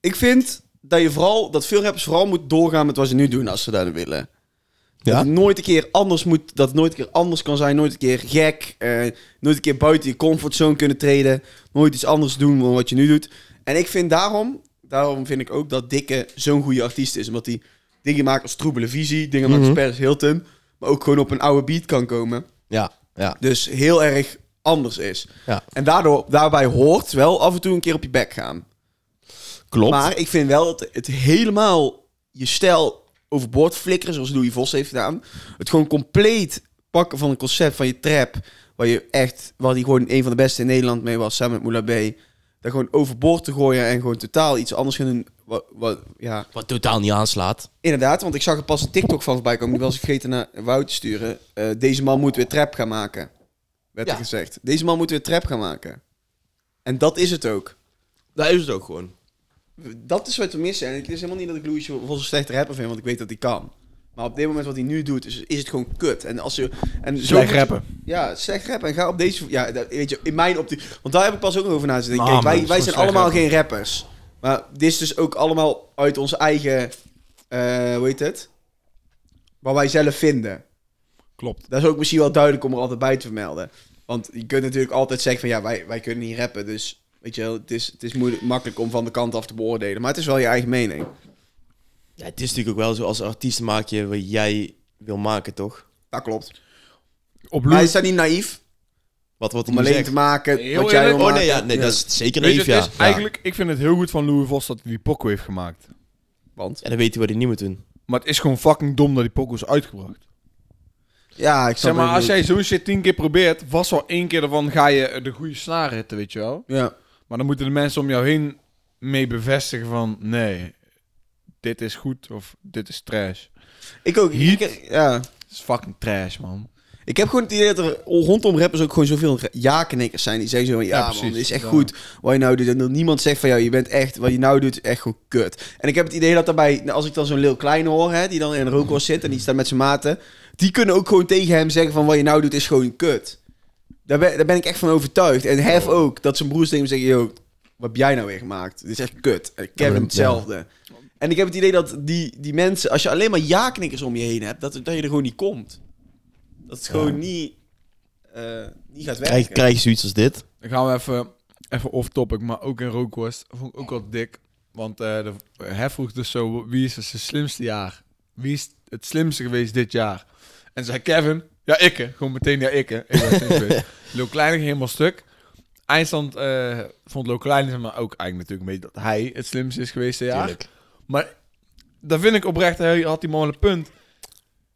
ik vind dat je vooral. Dat veel rappers vooral moeten doorgaan met wat ze nu doen als ze dat willen. Ja? Dat het nooit een keer anders moet. Dat het nooit een keer anders kan zijn. Nooit een keer gek. eh, nooit een keer buiten je comfortzone kunnen treden. Nooit iets anders doen dan wat je nu doet. En ik vind daarom. Daarom vind ik ook dat Dikke zo'n goede artiest is. Omdat hij dingen maakt als troebele visie. Dingen maakt Mhm. als Paris Hilton. Maar ook gewoon op een oude beat kan komen ja, ja. dus heel erg anders is. Ja. En daardoor, daarbij hoort wel af en toe een keer op je bek gaan. Klopt. Maar ik vind wel dat het helemaal je stijl overboord flikkeren, zoals Louis Vos heeft gedaan. Het gewoon compleet pakken van een concept van je trap, waar je echt, waar die gewoon een van de beste in Nederland mee was, samen met Moula B. Dat gewoon overboord te gooien en gewoon totaal iets anders gaan doen. Wat, wat, ja, Wat totaal niet aanslaat. Inderdaad, want ik zag er pas een TikTok van voorbij komen. Die was ik vergeten naar Wout te sturen. Eh, deze man moet weer trap gaan maken. Werd er Ja. gezegd. Deze man moet weer trap gaan maken. En dat is het ook. Daar is het ook gewoon. Dat is wat we missen. En het is helemaal niet dat ik Louis Vos een slechte rapper vind, want ik weet dat hij kan. Maar op dit moment wat hij nu doet, is, is het gewoon kut. En als je... En zo Slecht moet- rappen. Ja, slecht rappen. En ga op deze... Ja, dat, weet je, in mijn optiek... Want daar heb ik pas ook nog over na te denken. Nou, Kijk, man, wij, dat wij is zijn gewoon allemaal slecht geen rappers. Maar dit is dus ook allemaal uit onze eigen... eh hoe heet het? Wat wij zelf vinden. Klopt. Dat is ook misschien wel duidelijk om er altijd bij te vermelden. Want je kunt natuurlijk altijd zeggen van ja, wij, wij kunnen niet rappen. Dus weet je wel, het is, het is moeilijk, makkelijk om van de kant af te beoordelen. Maar het is wel je eigen mening. Ja, het is natuurlijk ook wel zo, als artiest maak je wat jij wil maken, toch? Dat klopt. Op Maar is Louis... dat niet naïef? Wat wordt Om hij alleen zegt. te maken Heel wat jij wil eerlijk. Oh maken? nee, ja, nee, dat is zeker Weet je, naïef, het ja. is eigenlijk, ik vind het heel goed van Louis Vos dat hij die pokoe heeft gemaakt. Want? En dan weet hij wat hij niet moet doen. Maar het is gewoon fucking dom dat die pokoe is uitgebracht. Ja, ik Zeg snap maar, het als niet. jij zo'n shit tien keer probeert, was wel één keer ervan ga je eh, de goede snaar hitten, weet je wel. Ja. Maar dan moeten de mensen om jou heen mee bevestigen van... Nee, dit is goed of dit is trash. Ik ook. Heat. Ik, ja. Het is fucking trash, man. ik heb gewoon het idee dat er rondom rappers ook gewoon zoveel ra- ja-knikkers zijn. Die zeggen zo van, ja, Ja, man, precies. dit is echt Ja. goed wat je nou doet. En dat niemand zegt van, jou, je bent echt, wat je nou doet, is echt gewoon kut. En ik heb het idee dat daarbij, nou, als ik dan zo'n Lil Kleine hoor, hè, die dan in een rookhorst zit en die staat met zijn maten. Die kunnen ook gewoon tegen hem zeggen van, wat je nou doet, is gewoon kut. Daar ben, daar ben ik echt van overtuigd. En Hef ook, dat zijn broers tegen hem zeggen, yo, wat heb jij nou weer gemaakt? Dit is echt kut. En Kevin maar- hetzelfde. En ik heb het idee dat die, die mensen, als je alleen maar ja-knikkers om je heen hebt, dat, dat je er gewoon niet komt. Dat het gewoon niet, eh, niet gaat werken. Krijg, krijg je zoiets als dit? Dan gaan we even, even off-topic, maar ook in rookworst. Vond ik ook wel dik. Want eh de, hij vroeg dus zo, wie is het zijn slimste jaar? Wie is het slimste geweest dit jaar? En zei Kevin, ja ikke. Gewoon meteen, ja ikke. Ik ben het slimste geweest. Lo Kleine ging helemaal stuk. Eindstand eh, vond Lo Kleine zeg maar ook eigenlijk natuurlijk een beetje dat hij het slimste is geweest dit jaar. Tuurlijk. Maar daar vind ik oprecht, hij had die man een punt.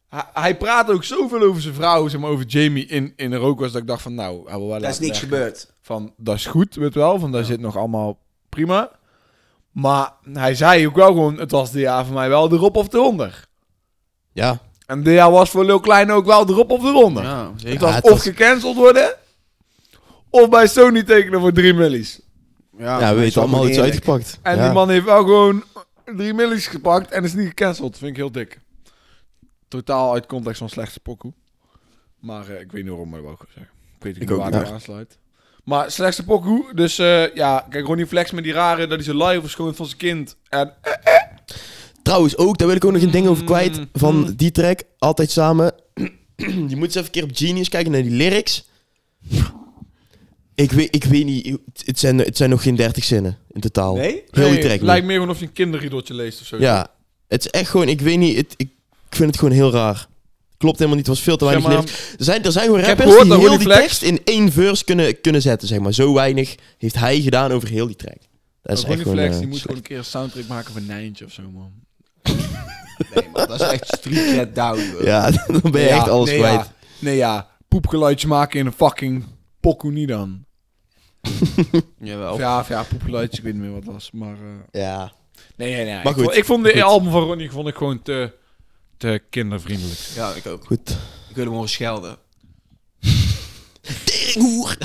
Hij, hij praat ook zoveel over zijn vrouw, zeg maar over Jamie in, in de rookwas, dat ik dacht van nou... hij wil wel Daar is laten niks merken gebeurd. van dat is goed, weet wel, van daar zit nog allemaal prima. Maar hij zei ook wel gewoon, het was dit jaar voor mij wel de rop of de onder. Ja. En dit jaar was voor Lil Klein ook wel de rop of de onder. Ja, het zeker. was Ja, het of was- gecanceld worden, of bij Sony tekenen voor 3 millies. Ja, Ja, we weten allemaal iets oneerlijk. uitgepakt. En Ja. die man heeft wel gewoon 3 millies gepakt en is niet gecanceld. Vind ik heel dik. Totaal uit context van slechtste pokoe. Maar eh, ik weet niet waarom ik wou zeggen. Ik weet niet ook waar niet. het aansluit. Maar slechtste pokoe. Dus eh, ja, kijk Ronnie Flex met die rare dat hij zijn live verschoont van zijn kind. En eh, Trouwens, ook, daar wil ik ook nog een ding over kwijt. Mm. Van die track, altijd samen. je moet eens even een keer op Genius kijken naar die lyrics. Ik weet, ik weet niet, het zijn, het zijn nog geen 30 zinnen in totaal. Nee? Heel nee, die track. lijkt niet. meer gewoon of je een kinderriedeltje leest of zo. Ja, het is echt gewoon, ik weet niet, het, ik, ik vind het gewoon heel raar. Klopt helemaal niet, het was veel te Zeg weinig maar- lyrics. Er zijn, er zijn gewoon Ik heb rappers gehoord die dat heel die Ronnie Flex- tekst in één verse kunnen, kunnen zetten, zeg maar. Zo weinig heeft hij gedaan over heel die track. Dat is Ronnie echt gewoon... Flex eh, die moet slecht. gewoon een keer een soundtrack maken van Nijntje of zo man. Nee, man, dat is echt street cred down, bro. Ja, dan ben je Ja, echt alles nee, kwijt. Ja, nee ja, poepgeluidjes maken in een fucking pokoe niet dan. Jawel. Of ja, of ja, poepgeluidjes, ik weet niet meer wat het was. Maar... eh, Ja. Nee, nee, nee. Maar ik, goed. vond, ik vond de Goed. album van Ronnie vond ik gewoon te, te kindervriendelijk. Ja, ik ook. Goed. Ik wil hem horen schelden. Teringhoer.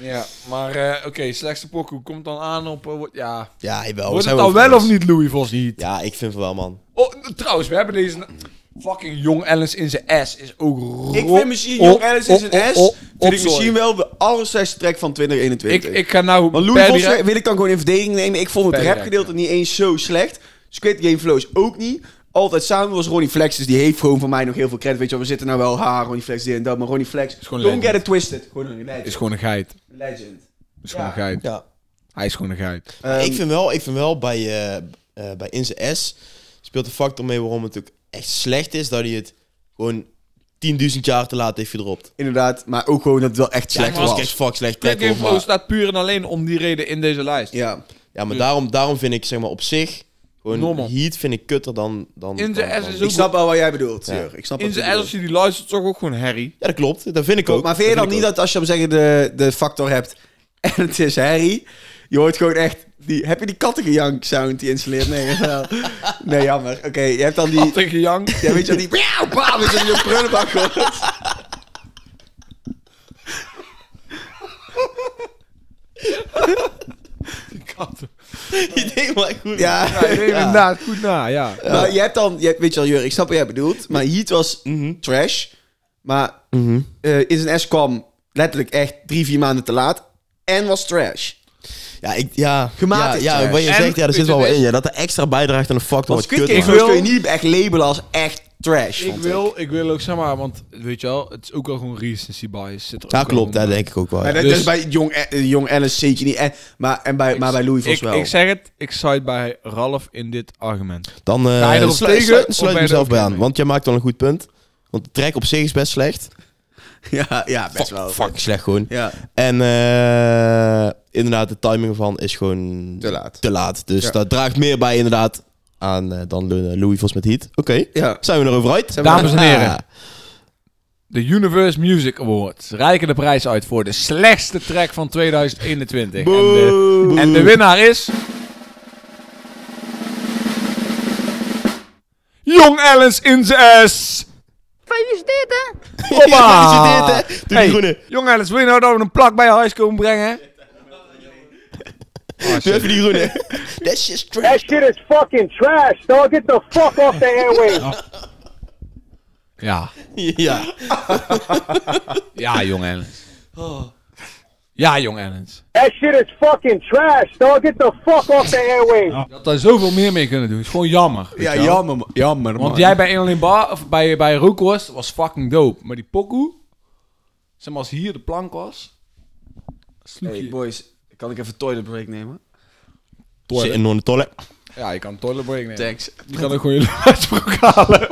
Ja, maar eh, oké, slechtste pokoe komt dan aan op... eh, wo- ja, ja, jawel. wordt Oh, zijn het dan over wel of eens. niet Louis Vos niet? Ja, ik vind van wel, man. Oh, n- trouwens, we hebben deze... na- Fucking Jong Alice in zijn ass is ook Ik rot- Oh, vind misschien Jong op- Alice is op- een op- S. op- Vind ik opzooi. misschien wel de allerslechtste track van 2021. oh, Ik, ik ga nou... Want per Louis Vos direct- wil ik dan gewoon in verdediging nemen. Ik vond het Direct, rapgedeelte niet eens zo slecht. Squid Game Flows ook niet. Altijd samen was Ronnie Flex, dus die heeft gewoon van mij nog heel veel credit. Weet je wel, we zitten nou wel, ha, Ronnie Flex, dit en dat. Maar Ronnie Flex, gewoon don't legend. get it twisted. Gewoon een legend. Is gewoon een geit. legend. Is gewoon Ja. een geit. Ja. Hij is gewoon een geit. Ehm, ik vind wel, ik vind wel bij, eh eh, bij Inze S speelt de factor mee waarom het ook echt slecht is dat hij het gewoon 10.000 jaar te laat heeft gedropt. Inderdaad, maar ook gewoon dat het wel echt Ja, slecht het was was. echt fuck slecht Black track. Game hoor, Flow maar, staat puur en alleen om die reden in deze lijst. Ja. ja, maar daarom, daarom vind ik zeg maar op zich gewoon Normal. Heat vind ik kutter dan dan. In dan- zijn ass dan- is Ik ook... snap wel wat jij bedoelt, Jur. Ik snap In wat je zijn ass bedoelt. als je die luistert toch ook gewoon herrie. Ja, dat klopt. Dat vind ik ook. Maar vind je dan niet vind ik dat als je hem zeggen de, de factor hebt en het is Harry, je hoort gewoon echt die, heb je die kattengejank sound die installeert? Nee, wel. nee jammer. Oké, je hebt dan die, Tegen Jank. ja, weet je wel, die, miauw, bam, is in je prullenbak hoort. Katten. ook. idee, maar goed. Ja, inderdaad. Goed na, ja. Maar je hebt dan, je hebt- weet je wel, Jur, ik snap wat jij bedoelt, maar Heat was Mhm. trash, maar eh, in zijn S kwam letterlijk echt drie, vier maanden te laat en was trash. Ja, ik, ja. Gematigd, Ja, ja, ja. wat je En- zegt, ja, er zit weet wel je wat dit? in. Ja, dat er extra bijdraagt aan de factor Want Squid wat kut Game maakt. maakt. Girls Dus kun je Ik niet echt labelen als echt trash, Ik vond wil, ik wil ook, zeg maar, want weet je wel, het is ook wel gewoon recency bias. Zit er Ja, ook wel klopt. gewoon Dat bij. denk ik ook wel. Maar ja. dat, Dus- dat is bij Jong, eh, Jong Alice zeker niet. En, maar, en bij, maar bij Louis Vos ik, wel. Ik zeg het, ik side bij Ralf in dit argument. Dan eh, Ga je erop slu- slu- tegen, sluit, of ben je ik er mezelf ook bij mee? aan. Want jij maakt wel een goed punt. Want de track op zich is best slecht. ja, ja, best wel. Fucking slecht gewoon. Ja. En eh, inderdaad, de timing ervan is gewoon Te laat. Te laat. Dus dat draagt meer bij inderdaad aan eh, dan eh, Louis Vos met Heat. Oké, Ja. zijn we erover uit? we Dames en heren. Ah, De Universe Music Awards reiken de prijs uit voor de slechtste track van 2021. En de, en de winnaar is... Jong Alice in zijn S! Gefeliciteerd, hè? Gefeliciteerd, Hoppa! hè? Doe die groene. Jong Alice, wil je nou dat we een plak bij je huis komen brengen? Oh, Doe shit. even die groene. That's just That trash. shit is fucking trash, dog. Get the fuck off the airwaves. Ja. Ja. Ja, jong Ellens. Ja, jong Ellens. That shit is fucking trash, dog. Get the fuck off the airwaves. Je had daar zoveel meer mee kunnen doen. Is gewoon jammer. weet Ja, je wel. jammer, man. jammer man. Want jij bij 1 alleen Bar, of bij, bij Rookworst, was fucking dope. Maar die pokoe, zeg maar als hier de plank was, sloeg Hey, je. boys, kan ik even toilet break nemen? Toilet. Zitten in de toilet. Ja, je kan toilet break nemen. Thanks. Je kan ook gewoon je luidsbroek halen.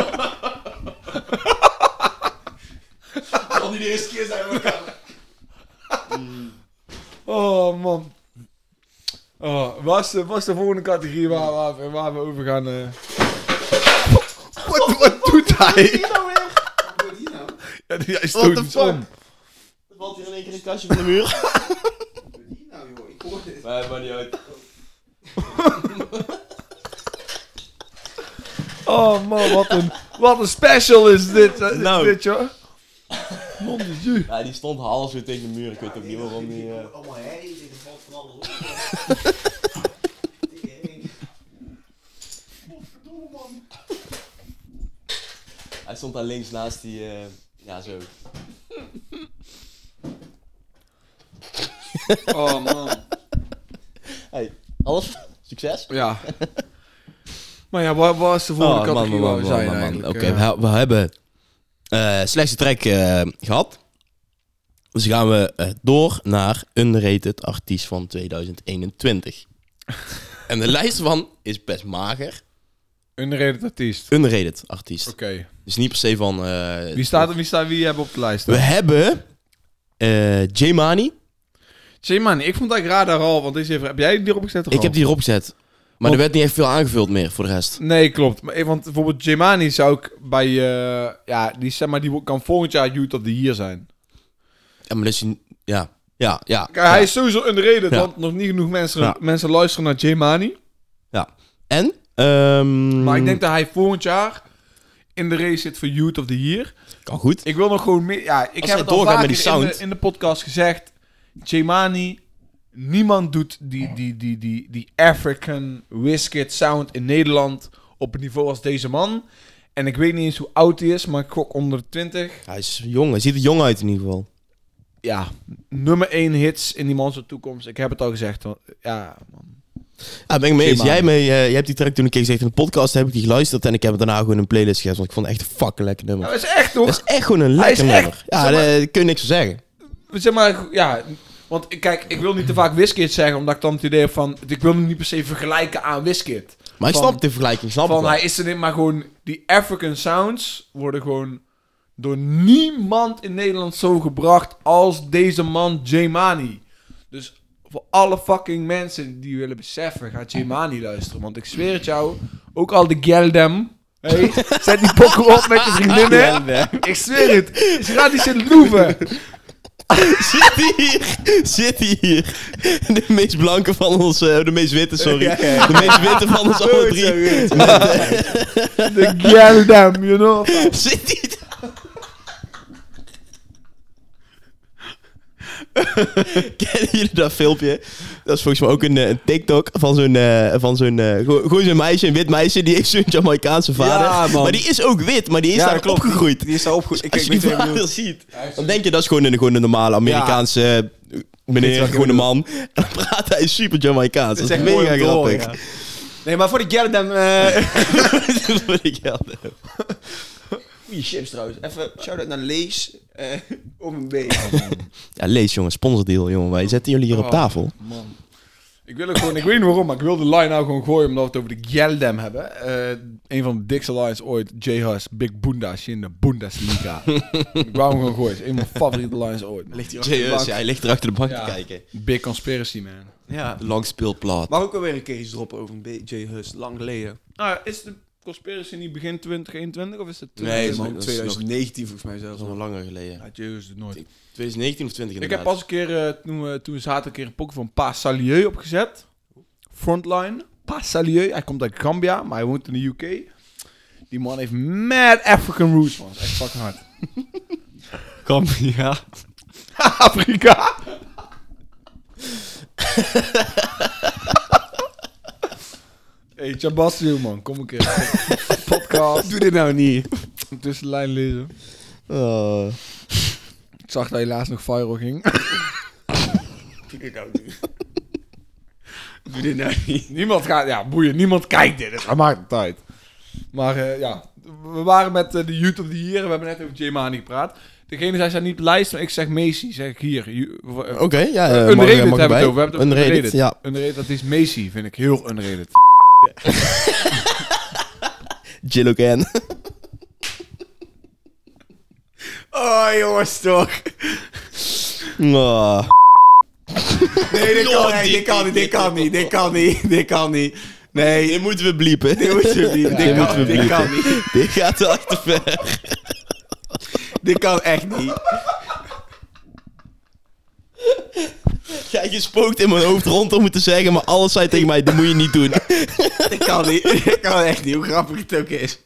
Al die eerste keer zijn we elkaar. Oh man. Oh, was, de, was de volgende categorie waar, waar, we- waar we over gaan. eh? Wat, wat doet hij? nou Ja, die- hij What stoot the iets fuck? om. Valt hier in één keer een kastje van de muur? Oh man, wat een, wat een special is dit, eh, Nou. dit joh. Mon dieu. Ja, die stond half weer tegen de muur. Ik weet ook niet waarom die... eh, Hij stond daar links naast die... eh, ja, zo. Oh man. Hey, alles? Succes? Ja. Maar ja, waar, waar was de volgende Oh, categorie waar we zijn eigenlijk? Oké, eh? we, ha- we hebben eh slechtste track eh, gehad. Dus gaan we eh, door naar underrated artiest van 2021. en de lijst van is best mager. Underrated artiest. Underrated artiest. Oké. Dus niet per se van... eh, Wie staat er? Wie staat wie hebben we op de lijst? We hebben eh J Mani. Zeg man, ik vond dat radar al, want deze heeft, heb jij die erop gezet? of Ik al? heb die erop gezet. Maar Want- er werd niet echt veel aangevuld meer voor de rest. Nee, klopt. Maar, eh, Want bijvoorbeeld Jemani zou ik bij... eh, ja, die, zeg maar, die kan volgend jaar Youth of the Year zijn. Ja, maar dat is... een- Ja, ja, ja. Kijk, Hij is sowieso underrated, Ja. want nog niet genoeg mensen, Ja. mensen luisteren naar Jemani. ja. En? ehm, Maar ik denk dat hij volgend jaar in de race zit voor Youth of the Year. Kan goed. Ik wil nog gewoon meer... Ja, ik hij heb het al doorgaat vaker met die In, sound. de, in de podcast gezegd. Jemani, niemand doet die, die, die, die, die African Wizkid sound in Nederland op een niveau als deze man. En ik weet niet eens hoe oud hij is, maar ik gok onder de 20. Hij is jong. Hij ziet er jong uit in ieder geval. ja, nummer 1 hits in die man zijn toekomst. Ik heb het al gezegd. Want, ja, man. Ja, Ah, ben ik mee eens. Geen Jij, mee, eh, jij hebt die track toen een keer gezegd in de podcast. Heb ik die geluisterd en ik heb het daarna gewoon in een playlist gezet. Want ik vond het echt een fucking lekker nummer. dat is echt toch? Dat is echt gewoon een Hij is lekker echt- nummer. ja, zeg maar- daar kun je niks van zeggen. Zeg maar, ja. Want ik- kijk, ik wil niet te vaak Wiskit zeggen, omdat ik dan het idee heb van. Ik wil hem niet per se vergelijken aan Wiskit. Maar ik Van- snap de vergelijking. ik Snap het Van wel. hij is er niet, maar gewoon. Die African sounds worden gewoon door niemand in Nederland zo gebracht als deze man, Jemani. Dus voor alle fucking mensen die willen beseffen, ga Jemani luisteren. Want ik zweer het jou, ook al de Geldem. Hey, zet die pokken op met je vriendinnen. Ik zweer het. Ze gaat die zitten loeven. Zit hij hier? Zit hij hier? De meest blanke van ons, eh, de meest witte, sorry. De meest witte van ons alle drie. De Geldem, you know. Zit hij daar? Kennen jullie dat filmpje? Dat is volgens mij ook een, eh, een TikTok van zo'n... eh, van zo'n eh, gewoon gewoon zo'n meisje, een wit meisje, die heeft zo'n Jamaicaanse vader. Ja, man. Maar die is ook wit, maar die is daar opgegroeid. Die is daar opgegroeid. Ik, Als ik je weet die niet wat je bedoelt. vader ziet, dan denk je dat is gewoon een, gewoon een normale Amerikaanse eh, meneer, gewoon een man. En dan praat hij super Jamaicaans. Dat is echt mooi mega om te horen, grappig. Nee, maar voor de Gerdem... eh Dat wil ik wel. Goeie chips trouwens. Even shout-out naar Lees. eh om een beetje. Ja, lees jongen, sponsordeal jongen. Wij zetten jullie hier Oh. op tafel. Man. Ik wil ook gewoon, ik weet niet waarom, maar ik wil de line nou gewoon gooien omdat we het over de Geldem hebben. Eh, een van de dikste lines ooit, J-Hus, Big Boondas in de Bundesliga. ik wou hem gewoon gooien, het is een van mijn favoriete lines ooit. man. Ligt hier achter de Serieus, bank. ja, hij ligt er achter de bank Ja. te kijken. Big Conspiracy, man. Ja. Lang speelplaat. Mag ook alweer een keer iets droppen over een B- J. Hus. Lang geleden. Nou, is de Conspiracy niet begin 2021 of is het Nee, man. dat is 2019 volgens mij Dat zelfs. is nog langer geleden. nooit. 2019 of 20 Ik heb pas een keer, eh, toen, we, toen we zaten, een keer een pok van Pa Salieu opgezet. Frontline. Pa Salieu, hij komt uit Gambia, maar hij woont in de UK. Die man heeft mad African roots, man. Dat is Echt fucking hard. Kan, ja. Afrika! hey, Chabasio, man. Kom een keer. Podcast. Doe dit nou niet. Tussen de lijn lezen. Ik zag dat helaas nog viral ging. Doe dit nou niet. Doe dit nou niet. niemand gaat... Ja, boeien. Niemand kijkt dit. Het maakt het uit. Maar eh, ja, we waren met eh, de Youth of the Year. We hebben net over Jay Mani gepraat. Degene zei, zijn niet lijst, maar ik zeg Messi. Zeg ik hier. You- of, eh, Oké, ja. eh, mag- Underrated hebben mag we erbij. het over. We hebben het over Underrated, ja. Underrated, dat is Messi, vind ik heel underrated. Jill again. Oh, jongens, toch. Ah. Nee, dit kan Joh, niet, die- dit kan niet, dit kan niet, dit kan niet, dit kan niet. Nee, Dit moeten we bliepen. dit moet je niet, dit moeten kan, we dit kan bliepen. niet. Dit gaat wel echt te ver. Dit kan echt niet. Ja, je spookt in mijn hoofd rond om het te zeggen, maar alles zei tegen mij, dat moet je niet doen. Dit kan niet, dit kan echt niet, hoe grappig het ook is.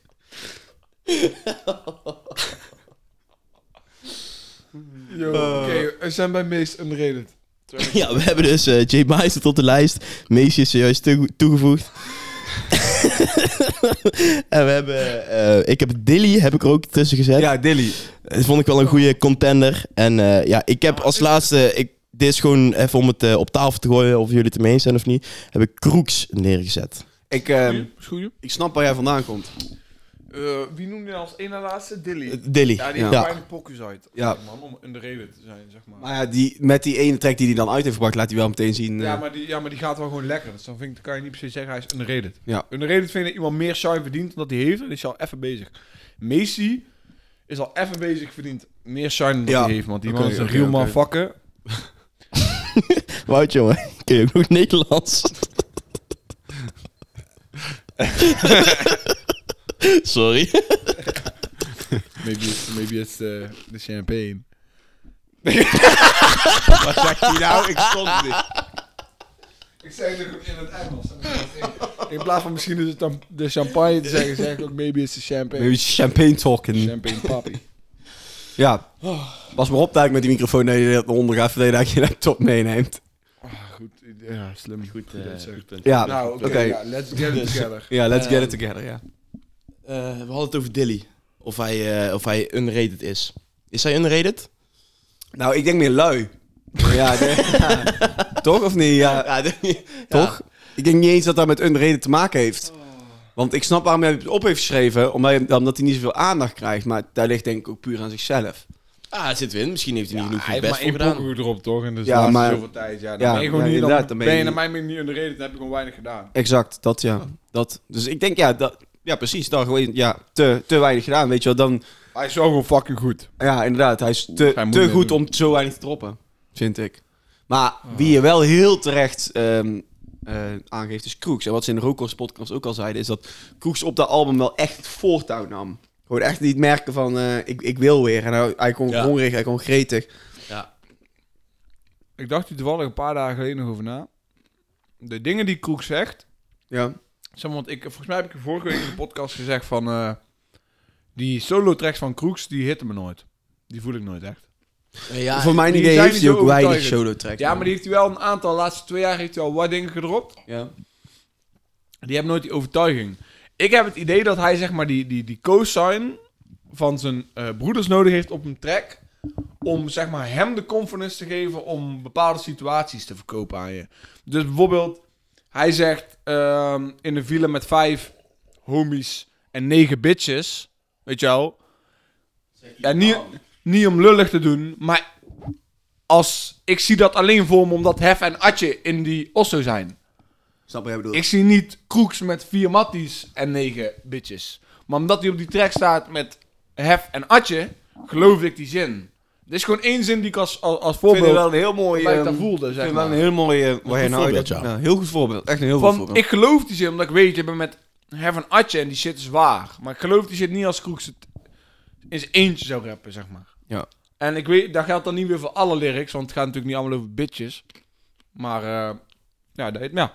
Oké, we zijn bij meest underrated. Ja, we hebben dus eh Jay Meister tot de lijst. Meesje is zojuist toe- toegevoegd. en we hebben... eh, ik heb Dilly heb ik er ook tussen gezet. Ja, Dilly. Dat vond ik wel een goede contender. En eh, ja, ik heb als laatste... Ik, dit is gewoon even om het eh, op tafel te gooien of jullie het ermee eens zijn of niet. Heb ik Kroeks neergezet. Ik, ehm, Is goed, joh. Ik snap waar jij vandaan komt. Eh, wie noemde je als één na laatste? Dilly. Dilly. Ja, die ja. heeft fijne pokjes uit. Eh, Ja. Zeg Man, om underrated te zijn, zeg maar. maar ja, die, met die ene track die hij dan uit heeft gebracht, laat hij wel meteen zien. eh, Ja, maar die, ja, maar die gaat wel gewoon lekker. Dus dan, vind ik, dan kan je niet per se zeggen, hij is underrated. Ja. Underrated vind ik iemand meer shine verdient dan dat hij heeft. En is al even bezig. Messi is al even bezig verdient meer shine dan dat Ja. hij heeft. Want die Oké, man is een oké, real oké. man vakken. Wout, jongen. Kun je ook nog Nederlands? Sorry. Maybe it's, maybe it's eh, the champagne. Wat zegt hij nou? Ik stond er niet. Ik zeg het in het Engels. In plaats van misschien is het dan de champagne te zeggen, zeg ik ook maybe it's the champagne. Maybe champagne talking. Champagne Oh. papi. Ja. Pas maar op dat ik met die microfoon naar je onder gaat, voordat je dat je laptop meeneemt. Goed, ja, slim. Goed, Ja, Nou, oké. Oké. ja, Ehm. let's get it together. Ja, let's get it together, ja. Eh, we hadden het over Dilly. Of hij, eh, of hij underrated is. Is hij underrated? Nou, ik denk meer lui. Ja, nee, ja. Toch of niet? Ja, toch? Ik denk niet eens dat dat met underrated te maken heeft. Want ik snap waarom hij het op heeft geschreven, omdat hij, omdat hij niet zoveel aandacht krijgt. Maar daar ligt denk ik ook puur aan zichzelf. Ah, zit weer in. Misschien heeft hij niet genoeg Hij genoeg heeft best maar voor één gedaan. pokoe erop, toch? En dus Ja, ja, maar- maar... zoveel tijd. Ja, dan Ja, ben je gewoon ja, niet... Dan, inderdaad, dan ben ben je je naar niet- mijn mening niet underrated, dan heb je gewoon weinig gedaan. Exact, dat Oh. ja. Dat. Dus ik denk ja, dat, ja precies, daar gewoon ja, te, te weinig gedaan. Weet je wel, dan, Hij is wel gewoon fucking goed. ja inderdaad, hij is te, Hij moet te meer goed doen. Ah. om zo weinig te droppen, vind ik. Maar wie je wel heel terecht ehm, eh, aangeeft is Kroeks. En wat ze in de Rookers podcast ook al zeiden, is dat Kroeks op dat album wel echt het voortouw nam. Gewoon echt niet merken van, eh, ik, ik wil weer. En hij, hij kon Ja. hongerig, hij kon gretig. Ik dacht hier toevallig een paar dagen geleden nog over na. De dingen die Kroek zegt, Ja. Zeg maar, want ik, volgens mij heb ik je vorige week in de podcast gezegd van... eh, die solo-tracks van Kroeks, die hitten me nooit. Die voel ik nooit echt. Ja, Voor mijn die idee zijn heeft niet hij zo ook weinig overtuigend. solo tracks. Ja, maar die heeft hij wel een aantal... De laatste twee jaar heeft hij al wat dingen gedropt. Ja. Die hebben nooit die overtuiging. Ik heb het idee dat hij zeg maar die, die, die co-sign van zijn eh, broeders nodig heeft op een track. Om zeg maar hem de confidence te geven om bepaalde situaties te verkopen aan je. Dus bijvoorbeeld, hij zegt ehm, in de villa met vijf homies en negen bitches. Weet je wel? Ja, niet, niet om lullig te doen, maar als, ik zie dat alleen voor me omdat Hef en Atje in die Osso zijn. Snap wat jij bedoelt? Ik zie niet Kroeks met vier matties en negen bitches. Maar omdat hij op die track staat met Hef en Atje, geloof ik die zin. Dit is gewoon één zin die ik als, als, als Ik vind voorbeeld... het wel een heel mooi. Wat ik daar ehm, voelde, ik zeg vind wel maar. een heel mooi. eh, waar je nou voorbeeld, uit- ja. heel goed voorbeeld. Echt een heel goed Van, voorbeeld. ik geloof die zin, omdat ik weet, je bent met Hef en Atje en die shit is waar. Maar ik geloof die zin niet als Kroeks het in zijn eentje zou rappen, zeg maar. Ja. En ik weet, dat geldt dan niet weer voor alle lyrics, want het gaat natuurlijk niet allemaal over bitches. Maar, eh, ja, dat, ja,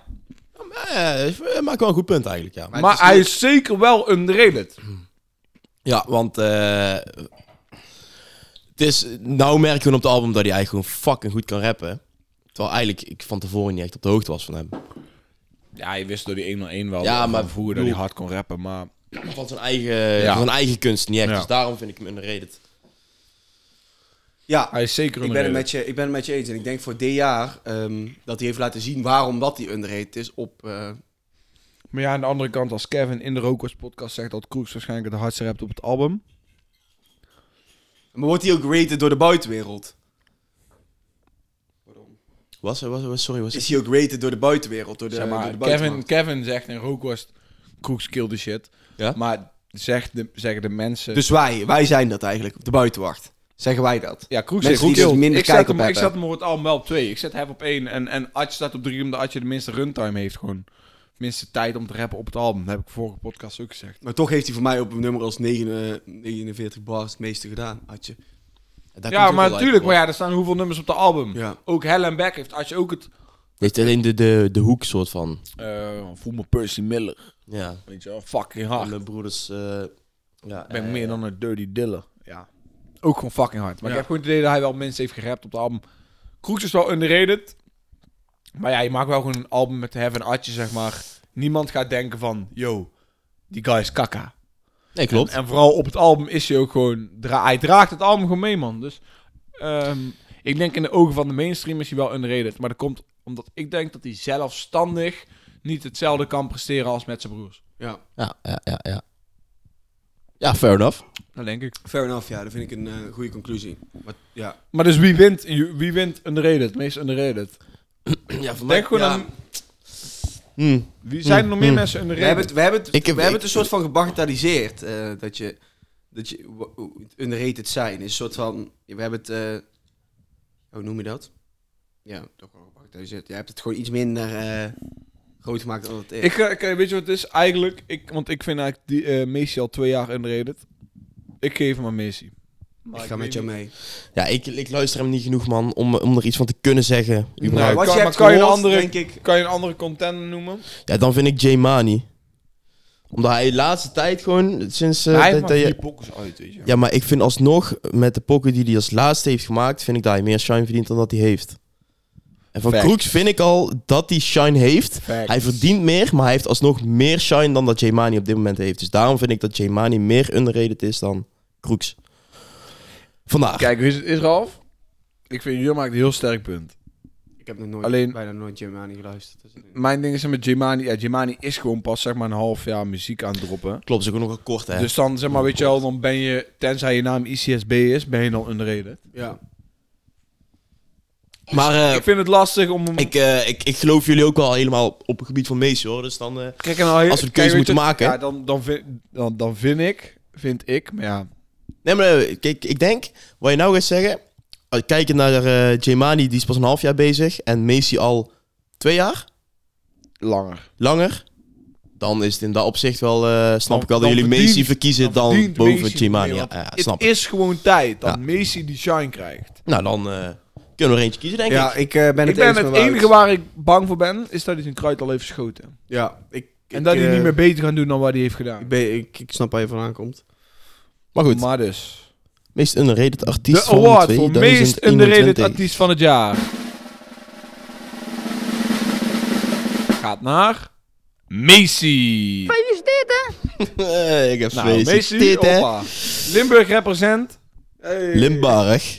eh, maakt wel een goed punt eigenlijk, ja. Maar, hij is zeker wel underrated. Ja, want... eh, het is, nou merken we op het album dat hij eigenlijk gewoon fucking goed kan rappen. Terwijl eigenlijk ik van tevoren niet echt op de hoogte was van hem. Ja, je wist door die 101 wel Ja, van maar vroeger dat hij hard kon rappen, maar... Van zijn eigen, Ja. van zijn eigen kunst niet echt. Ja. Dus daarom vind ik hem underrated. ja, Hij is zeker ik ben, het met je, ik ben het met je eens. En ik denk voor dit jaar ehm, dat hij heeft laten zien waarom dat hij underrated is op eh, Maar ja, aan de andere kant, als Kevin in de Rokers podcast zegt dat Kroeks waarschijnlijk het hardste rapt op het album. Maar wordt die ook gerated door de buitenwereld? Was, was, was, sorry, was Is die ook rated door de buitenwereld? Door de, Zeg door maar, de Kevin, buitenmarkt? Kevin zegt in Rokers, Kroeks kill the shit. Ja? Maar zegt de, zeggen de mensen... Dus wij, wij zijn dat eigenlijk, de buitenwacht. Zeggen wij dat? ja, Kroeks mensen zegt die kill. dus minder ik, zet kijk op hem, ik hebben. zet hem voor het album wel op twee. Ik zet hem op één en, en Adje staat op drie omdat Adje de minste runtime heeft gewoon. Minste tijd om te rappen op het album. Dat heb ik vorige podcast ook gezegd. Maar toch heeft hij voor mij op een nummer als 9, eh, 49 bars het meeste gedaan, Adje. Daar komt Ja, ook maar wel natuurlijk. uit, Maar ja, er staan hoeveel nummers op de album. Ja. Ook Hell and Back heeft Adje ook het... Heeft alleen de, de, de hoek soort van. eh, voel me Percy Miller. Ja. Weet je wel, fucking En hard. mijn broeders. eh, ja, Ik ben eh, meer dan een Dirty Diller. Ja. Ook gewoon fucking hard. Maar ik heb gewoon het idee dat hij wel mensen heeft gerapt op de album. Kroeks is wel underrated. Maar ja, je maakt wel gewoon een album met Heaven Atje, zeg maar. Niemand gaat denken van, yo, die guy is kaka. Nee, klopt. En vooral op het album is hij ook gewoon... Dra hij draagt het album gewoon mee, man. Dus ehm, ik denk in de ogen van de mainstream is hij wel underrated. Maar dat komt omdat ik denk dat hij zelfstandig niet hetzelfde kan presteren als met zijn broers. Ja, Ja, ja, ja, ja. Ja, fair enough. Dat denk ik. fair enough. Ja, dat vind ik een eh, goede conclusie. Maar, ja. Maar dus wie wint, wie wint underrated? Het meest underrated. Ja, voor Denk gewoon ja. Hmm. aan... Wie zijn er nog meer mensen We underrated? hebben het, we hebben het, Ik heb- we hebben het ik- een soort van gebagatelliseerd. eh, dat je, dat je w- w- underrated zijn is een soort van... We hebben het... eh, hoe noem je dat? Ja, toch wel gebagatelliseerd. Je hebt het gewoon iets minder eh, groot gemaakt dan het is. Ik, eh, ik, eh, weet je wat het is? Eigenlijk, ik, want ik vind eigenlijk die, eh Messi al twee jaar underrated. Ik geef hem aan Messi. Ik ga met jou mee. Ja, ik, ik luister hem niet genoeg, man, om, om er iets van te kunnen zeggen. überhaupt. Nou, kan- Wat je maar hebt kan je een gehoord, andere- denk ik... Kan je een andere contender noemen? Ja, dan vind ik Jay Mani. Omdat hij de laatste tijd gewoon, sinds... eh, hij dat- heeft maar dat je- vier pokkers uit, weet je. Ja, maar ik vind alsnog, met de pokken die hij als laatste heeft gemaakt, vind ik dat hij meer shine verdient dan dat hij heeft. En van Fact. Kroeks vind ik al dat hij shine heeft. Fact. Hij verdient meer, maar hij heeft alsnog meer shine dan dat Jemani op dit moment heeft. Dus daarom vind ik dat Jemani meer underrated is dan Kroeks. Vandaag. Kijk, is, is Ralf? Ik vind, jullie maakt een heel sterk punt. Ik heb nog nooit, Alleen- bijna nooit Germani geluisterd. Dus ik- Mijn ding is met Jimani. Ja, Jimani is gewoon pas zeg maar een half jaar muziek aan het droppen. Klopt, is ook nogal kort, hè? Dus dan zeg maar, weet je wel, dan ben je, tenzij je naam ICSB is, ben je dan underrated. ja. maar eh, Ik vind het lastig om hem... ik, eh, ik, ik geloof jullie ook al helemaal op het gebied van Messi, hoor. Dus dan... eh, Kijk, en hij- Als we kijk, een keuze weet moeten je, maken, hè? Ja, dan, dan, vind, dan, dan vind ik, vind ik, maar ja. Nee, maar eh, kijk, ik denk, wat je nou gaat zeggen... als- Kijken naar eh Jemani, die is pas een half jaar bezig. En Messi al twee jaar? Langer. langer. Dan is het in dat opzicht wel, eh, snap Dan- ik wel, dan dat jullie verdient- Messi verkiezen dan, verdient boven Messi Jimani. meer, Ja, want ja, Het snap ik. is gewoon tijd dat Ja. Messi die shine krijgt. Nou, dan eh, kunnen we er eentje kiezen, denk ja, ik. ik eh, ben Ik het ben eens het met Wout. enige waar ik bang voor ben, is dat hij zijn kruid al heeft geschoten. Ja, ik... en dat ik, hij eh, niet meer beter gaat doen dan wat hij heeft gedaan. Ik, ben, ik, ik snap waar je vandaan komt. Maar goed, Maar dus. meest underrated artiest De van award voor 2021. meest underrated artiest van het jaar. Gaat naar... Messi. Eh, ik heb Nou, vrees. Messi, Dit, hè. hoppa. Limburg represent. Limbarg.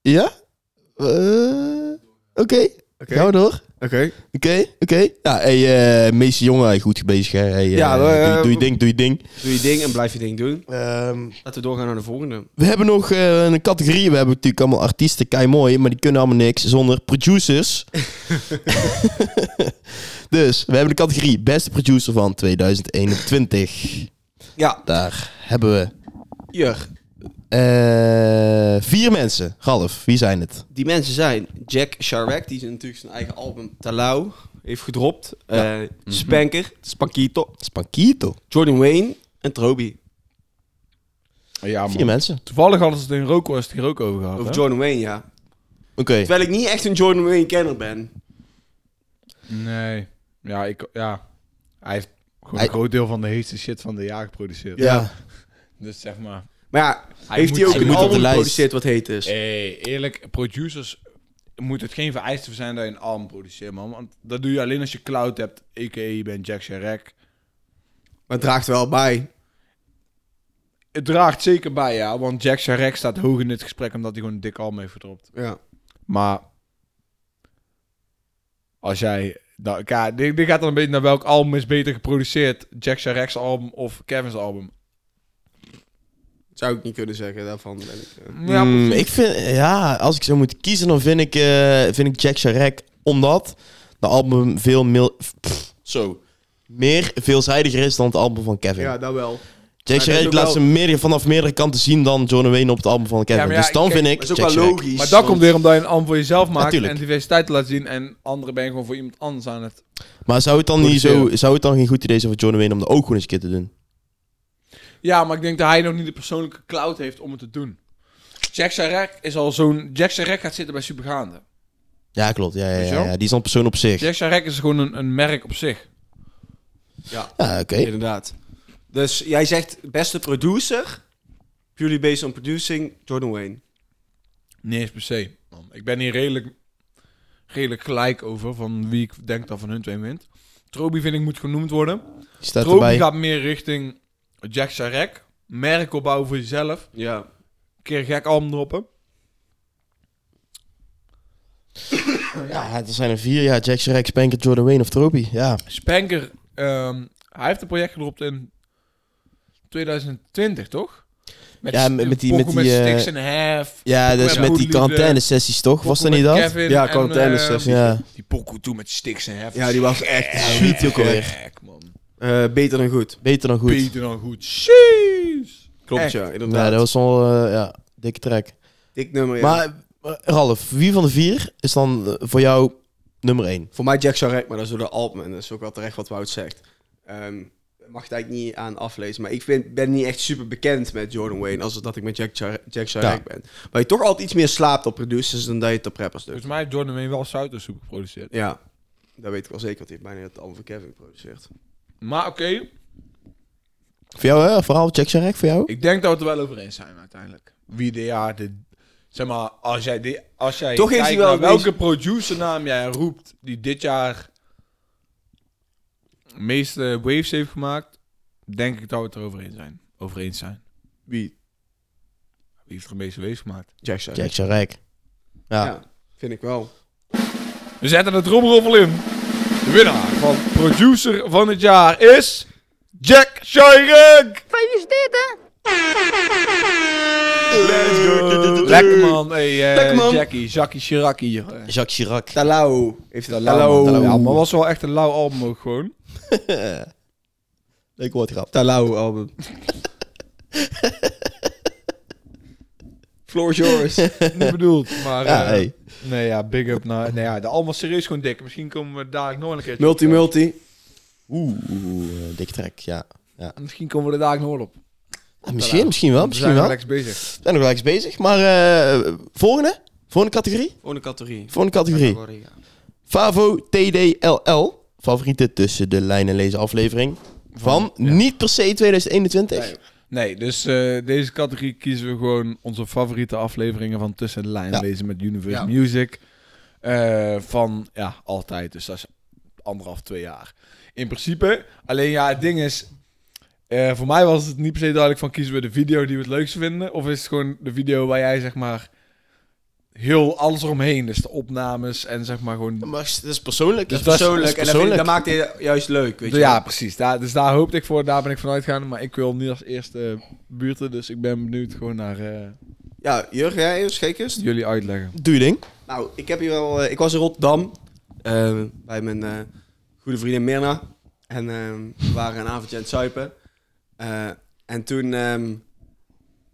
Ja? Eh, Oké, gaan we door. Oké. Oké, oké. Ja, hey, eh Messi, jongen, goed bezig, hè. Hey, eh, Ja, we- doe, doe je ding, doe je ding. Doe je ding en blijf je ding doen. Ehm, Laten we doorgaan naar de volgende. We hebben nog eh, een categorie. We hebben natuurlijk allemaal artiesten, kei mooi, maar die kunnen allemaal niks zonder producers. dus we hebben de categorie beste producer van 2021. Ja. Daar hebben we Hier. eh, vier mensen. Ralf, wie zijn het? Die mensen zijn Jack Sharwek, die is natuurlijk zijn eigen album Talau heeft gedropt. Eh, Spanker, Spankito, Spankito. Jordan Wayne en Trobi. Ja, Vier mensen. Toevallig hadden ze het in Rookworst hier ook over gehad. Over hè? Jordan Wayne, ja. Oké. Terwijl ik niet echt een Jordan Wayne kenner ben. Nee. Ja, ik, ja, hij heeft gewoon Hij- een groot deel van de heetste shit van de jaar geproduceerd. Ja. Dus zeg maar... Maar ja, Hij heeft moet- hij ook hij een moet op de album lijst. geproduceerd wat heet is? Hey, eerlijk, producers moet het geen vereiste voor zijn dat je een album produceert, man. Want dat doe je alleen als je cloud hebt, a.k.a. je bent Jack Sherrack. Maar het draagt wel bij. Het draagt zeker bij, ja. Want Jack Sherrack staat hoog in dit gesprek omdat hij gewoon een dik album heeft gedropt. Ja. Maar als jij Nou, ja, dit, dit gaat dan een beetje naar welk album is beter geproduceerd. Jack Sharek's album of Kevin's album. Zou ik niet kunnen zeggen, daarvan ben ik... eh, Ja, Mm, ik vind, ja, als ik zou moeten kiezen, dan vind ik, eh, vind ik Jack Sharek, omdat de album veel mil- pff, zo, meer veelzijdiger is dan het album van Kevin. ja, dat wel. Jack dat is Sharek ook laat wel- ze meer, vanaf meerdere kanten zien dan John Wayne op het album van Kevin. Ja, maar ja, dus dan kijk, vind maar ik Dat is ook Jack wel Sharek. logisch. maar dat want- komt weer omdat je een album voor jezelf maakt Natuurlijk. en diversiteit laat zien. En andere ben je gewoon voor iemand anders aan het... Maar zou het, dan niet zo, Produceren. zou het dan geen goed idee zijn voor John Wayne om dat ook gewoon eens een keer te doen? Ja, maar ik denk dat hij nog niet de persoonlijke cloud heeft om het te doen. Jack Sharek is al zo'n... Jack Sharek gaat zitten bij Supergaande. Ja, klopt. Ja, ja, Weet je wel? ja, ja. Die is dan persoon op zich. Jack Sharek is gewoon een, een merk op zich. Ja, oké. Inderdaad. Dus jij zegt beste producer, purely based on producing, Jordan Wayne. Nee eens per se. man. Ik ben hier redelijk, redelijk gelijk over van wie ik denk dat van hun twee wint. Trobi vind ik moet genoemd worden. Die staat Trobi erbij. gaat meer richting Jack Sharek. Merk opbouwen voor jezelf. Ja. Een keer een gek album droppen. Ja, er zijn er vier. Ja, Jack Sharek, Spanker, Jordan Wayne of Trobi. Ja. Spanker, ehm, hij heeft een project gedropt in 2020, toch? Met Ja, met- met die- pokoe met met die, eh, Sticks and Half. Ja, dat is Ja. met die Goedliefde. quarantaine-sessies, toch? Was dat Pokoe niet met dat? Kevin Ja, en, quarantainesessies. ehm, Ja. die pokoe toen met Sticks and Half. Ja, die was echt ziet ook alweer. Gek, man. eh, beter dan goed. Beter dan goed. Beter dan goed. Jeez. Eh. Klopt, Echt? ja, inderdaad. Ja, dat was wel eh, ja, dikke track. Dik nummer, ja. Maar eh, Ralf, wie van de vier is dan eh, voor jou nummer één? Voor mij Jack Sharek, maar dat is door de album. En dat is ook wel terecht wat Wout zegt. Ehm, mag het eigenlijk niet aan aflezen. Maar ik vind, ben niet echt super bekend met Jordan Wayne. Als het dat ik met Jack, Char- Jack Sharek ben. Maar je toch altijd iets meer slaapt op producers dan dat je het op rappers doet. Volgens mij heeft Jordan Wayne wel Soutersoep geproduceerd. Ja, dat weet ik wel zeker. Want hij heeft bijna het album van Kevin geproduceerd. Maar oké, Voor jou, hè? Vooral Jack Sharek, voor jou? ik denk dat we het er wel over eens zijn uiteindelijk. Wie de ja, de, zeg maar, als jij, die, als jij Toch heeft kijkt hij wel naar een beetje- welke producernaam jij roept die dit jaar de meeste waves heeft gemaakt, denk ik dat we het erover eens zijn. Over eens zijn. Wie? Wie heeft er de meeste waves gemaakt? Jack Sharek. Jack Sharek. Ja. Ja. vind ik wel. We zetten de tromroffel in. De winnaar van producer van het jaar is Jack Sharek. Let's go. Lekker man, hey, eh Lekker man. Jackie, Jackie Chiraki. eh. Jacques Chirac. Talau heeft het Lauw. Talau. Ja, maar was wel echt een lauw album ook gewoon. Leuk woordgrap. Talau album. Floor is yours. Niet bedoeld, maar... Ja, eh, hey. Nee, ja, big up. naar nee, ja, de album was serieus gewoon dik. Misschien komen we dadelijk nog wel een keer... Multi-multi. Oeh, oeh, eh, dikke track, ja. Misschien komen we er dadelijk nog wel op. Ah, misschien, misschien wel, We misschien zijn wel. wel We lekker bezig. zijn nog wel eens bezig. Maar eh, volgende? Volgende categorie? Volgende categorie. Volgende categorie. Categorie, ja. Favo TDLL. Favoriete tussen de lijnen lezen aflevering. Van niet per se 2021. Nee, dus eh, deze categorie kiezen we gewoon onze favoriete afleveringen van Tussen de Lijn Ja. lezen met Universe Ja. Music. Eh, van, ja, altijd. Dus dat is anderhalf, twee jaar. In principe. Alleen ja, het ding is... eh, voor mij was het niet per se duidelijk van kiezen we de video die we het leukst vinden. Of is het gewoon de video waar jij zeg maar heel alles eromheen. Dus de opnames en zeg maar gewoon... Maar het is persoonlijk. Dus het is dat is- persoonlijk. Persoonlijk. En En dat, vind ik- dat maakt... maakt het juist leuk, weet je ja, wel. precies. Daar, dus daar hoopte ik voor. Daar ben ik van uitgegaan. Maar ik wil niet als eerste buurten. Dus ik ben benieuwd gewoon naar eh, Ja, Jurgen, jij eerst gekers? jullie uitleggen. Doe je ding. Nou, ik heb hier wel... eh, ik was in Rotterdam eh, bij mijn eh, goede vriendin Mirna. En eh, we waren een avondje aan het zuipen. Eh, en toen ehm,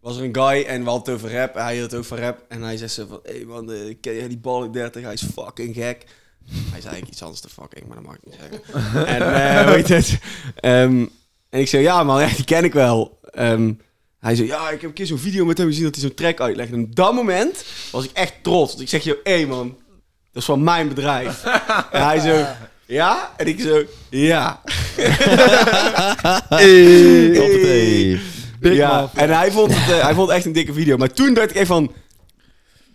was er een guy en we hadden het over rap. En hij had het ook van rap. En hij zei zo van... Hé hey man, eh, ken jij die Balk 30? Hij is fucking gek. Hij zei eigenlijk iets anders te fucking, maar dat mag ik niet zeggen. en eh, hoe heet het? Ehm, en ik zei, ja man, ja, die ken ik wel. Ehm, hij zei, ja, ik heb een keer zo'n video met hem gezien dat hij zo'n track uitlegde. En op dat moment was ik echt trots. Want ik zeg, joh, hé man, dat is van mijn bedrijf. en hij zo, ja? En ik zo, ja. Hoppatee. ja. En hij vond, het, eh, hij vond het echt een dikke video. Maar toen dacht ik echt van,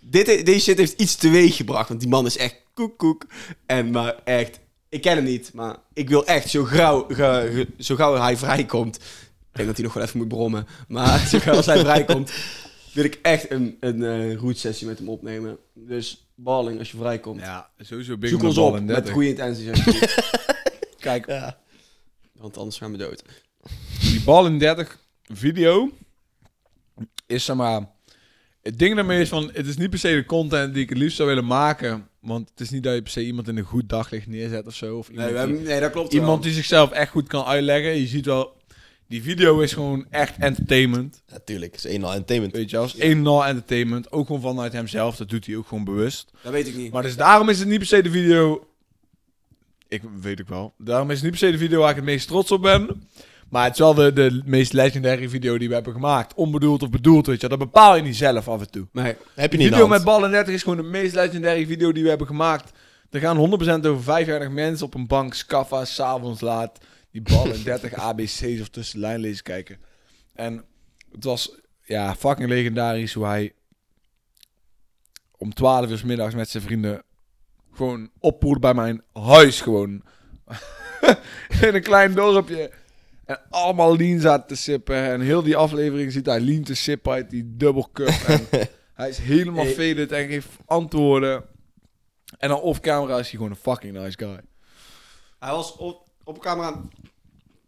dit, deze shit heeft iets teweeg gebracht. Want die man is echt koek koek. En maar echt, ik ken hem niet. Maar ik wil echt zo gauw, ge- ge- zo gauw hij vrijkomt. Ik denk dat hij nog wel even moet brommen. Maar zo gauw als hij vrijkomt, wil ik echt een, een eh route-sessie met hem opnemen. Dus balling als je vrijkomt. Ja, sowieso Big Zoek on ons the ball op in met 30. goede intenties. alsjeblieft. Kijk, Want anders gaan we dood. die bal in 30 video is zeg maar. Het ding daarmee is van, het is niet per se de content die ik het liefst zou willen maken. Want het is niet dat je per se iemand in een goed daglicht neerzet of zo. Of iemand, Nee, we die, hebben- nee, dat klopt iemand die zichzelf echt goed kan uitleggen. Je ziet wel, die video is gewoon echt entertainment. Natuurlijk, het is een en al entertainment. Weet je, als één nul entertainment. Ook gewoon vanuit hemzelf, dat doet hij ook gewoon bewust. wel. Dat weet ik niet. Maar dus daarom is het niet per se de video. Ik weet ik wel. Daarom is het niet per se de video waar ik het meest trots op ben. Maar het is wel de, de meest legendaire video die we hebben gemaakt. Onbedoeld of bedoeld, weet je. wel. Dat bepaal je niet zelf af en toe. Nee. Heb je De niet video in de met hand. ballen 30 is gewoon de meest legendaire video die we hebben gemaakt. Er gaan 100% over 35 mensen op een bank, scaffa, s'avonds laat. Die ballen 30 ABC's of tussen de lijn lezen kijken. En het was ja, fucking legendarisch hoe hij om 12 uur 's middags met zijn vrienden gewoon oppoelde bij mijn huis. Gewoon in een klein dorpje. En allemaal lean zaten te sippen. En heel die aflevering ziet hij lean te sippen uit die double cup. En hij is helemaal Hey. faded en geeft antwoorden. En dan off camera is hij gewoon een fucking nice guy. Hij was op, op camera.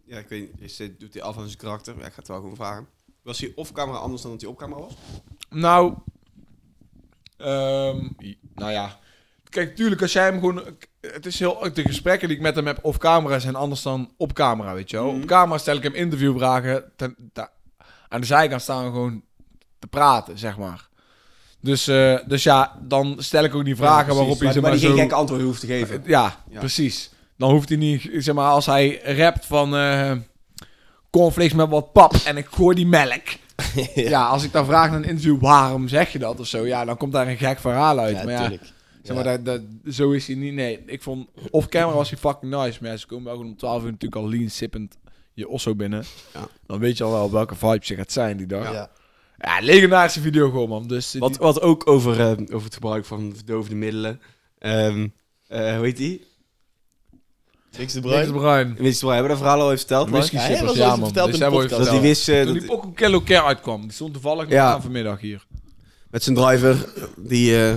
Ja, ik weet niet. Is dit, doet hij af van zijn karakter? Ja, ik ga het wel gewoon vragen. Was hij off camera anders dan dat hij op camera was? Nou, ehm, i- nou ja. Kijk, tuurlijk, als jij hem gewoon... Het is heel... De gesprekken die ik met hem heb off camera zijn anders dan op camera, weet je wel. Op camera stel ik hem interviewvragen. Ten, da- aan de zijkant staan we gewoon te praten, zeg maar. Dus, eh, dus ja, dan stel ik ook die vragen waarop hij... maar, ze maar maar die geen zo... gekke antwoorden hoeft te geven. Ja, Ja. precies. Dan hoeft hij niet, zeg maar, als hij rapt van eh cornflakes met wat pap en ik gooi die melk. ja. als ik dan vraag naar een interview, waarom zeg je dat of zo? Ja, dan komt daar een gek verhaal uit. Ja, maar ja, natuurlijk. zeg maar, dat, dat, zo is hij niet. Nee, ik vond, off camera was hij fucking nice. Maar ja, ze komen wel gewoon om 12 uur natuurlijk al lean sippend je osso binnen. Ja. Dan weet je al wel welke vibes je gaat zijn die dag. Ja, Ja. legendarische video gewoon, man. Dus eh, Wat, die- wat ook over, eh, over het gebruik van verdovende middelen. Ehm eh, hoe heet die? Niks te Niks bruin. Bruin. Wist we hebben dat verhaal al even verteld. maar- Whisky Ja, hij sippers, was ja, ooit man. verteld Dus in de hij wordt podcast. Dat die verteld. wist eh, Toen die dat, Poco Kello Care uitkwam, die stond toevallig nog Ja. aan vanmiddag hier. met zijn driver, die eh,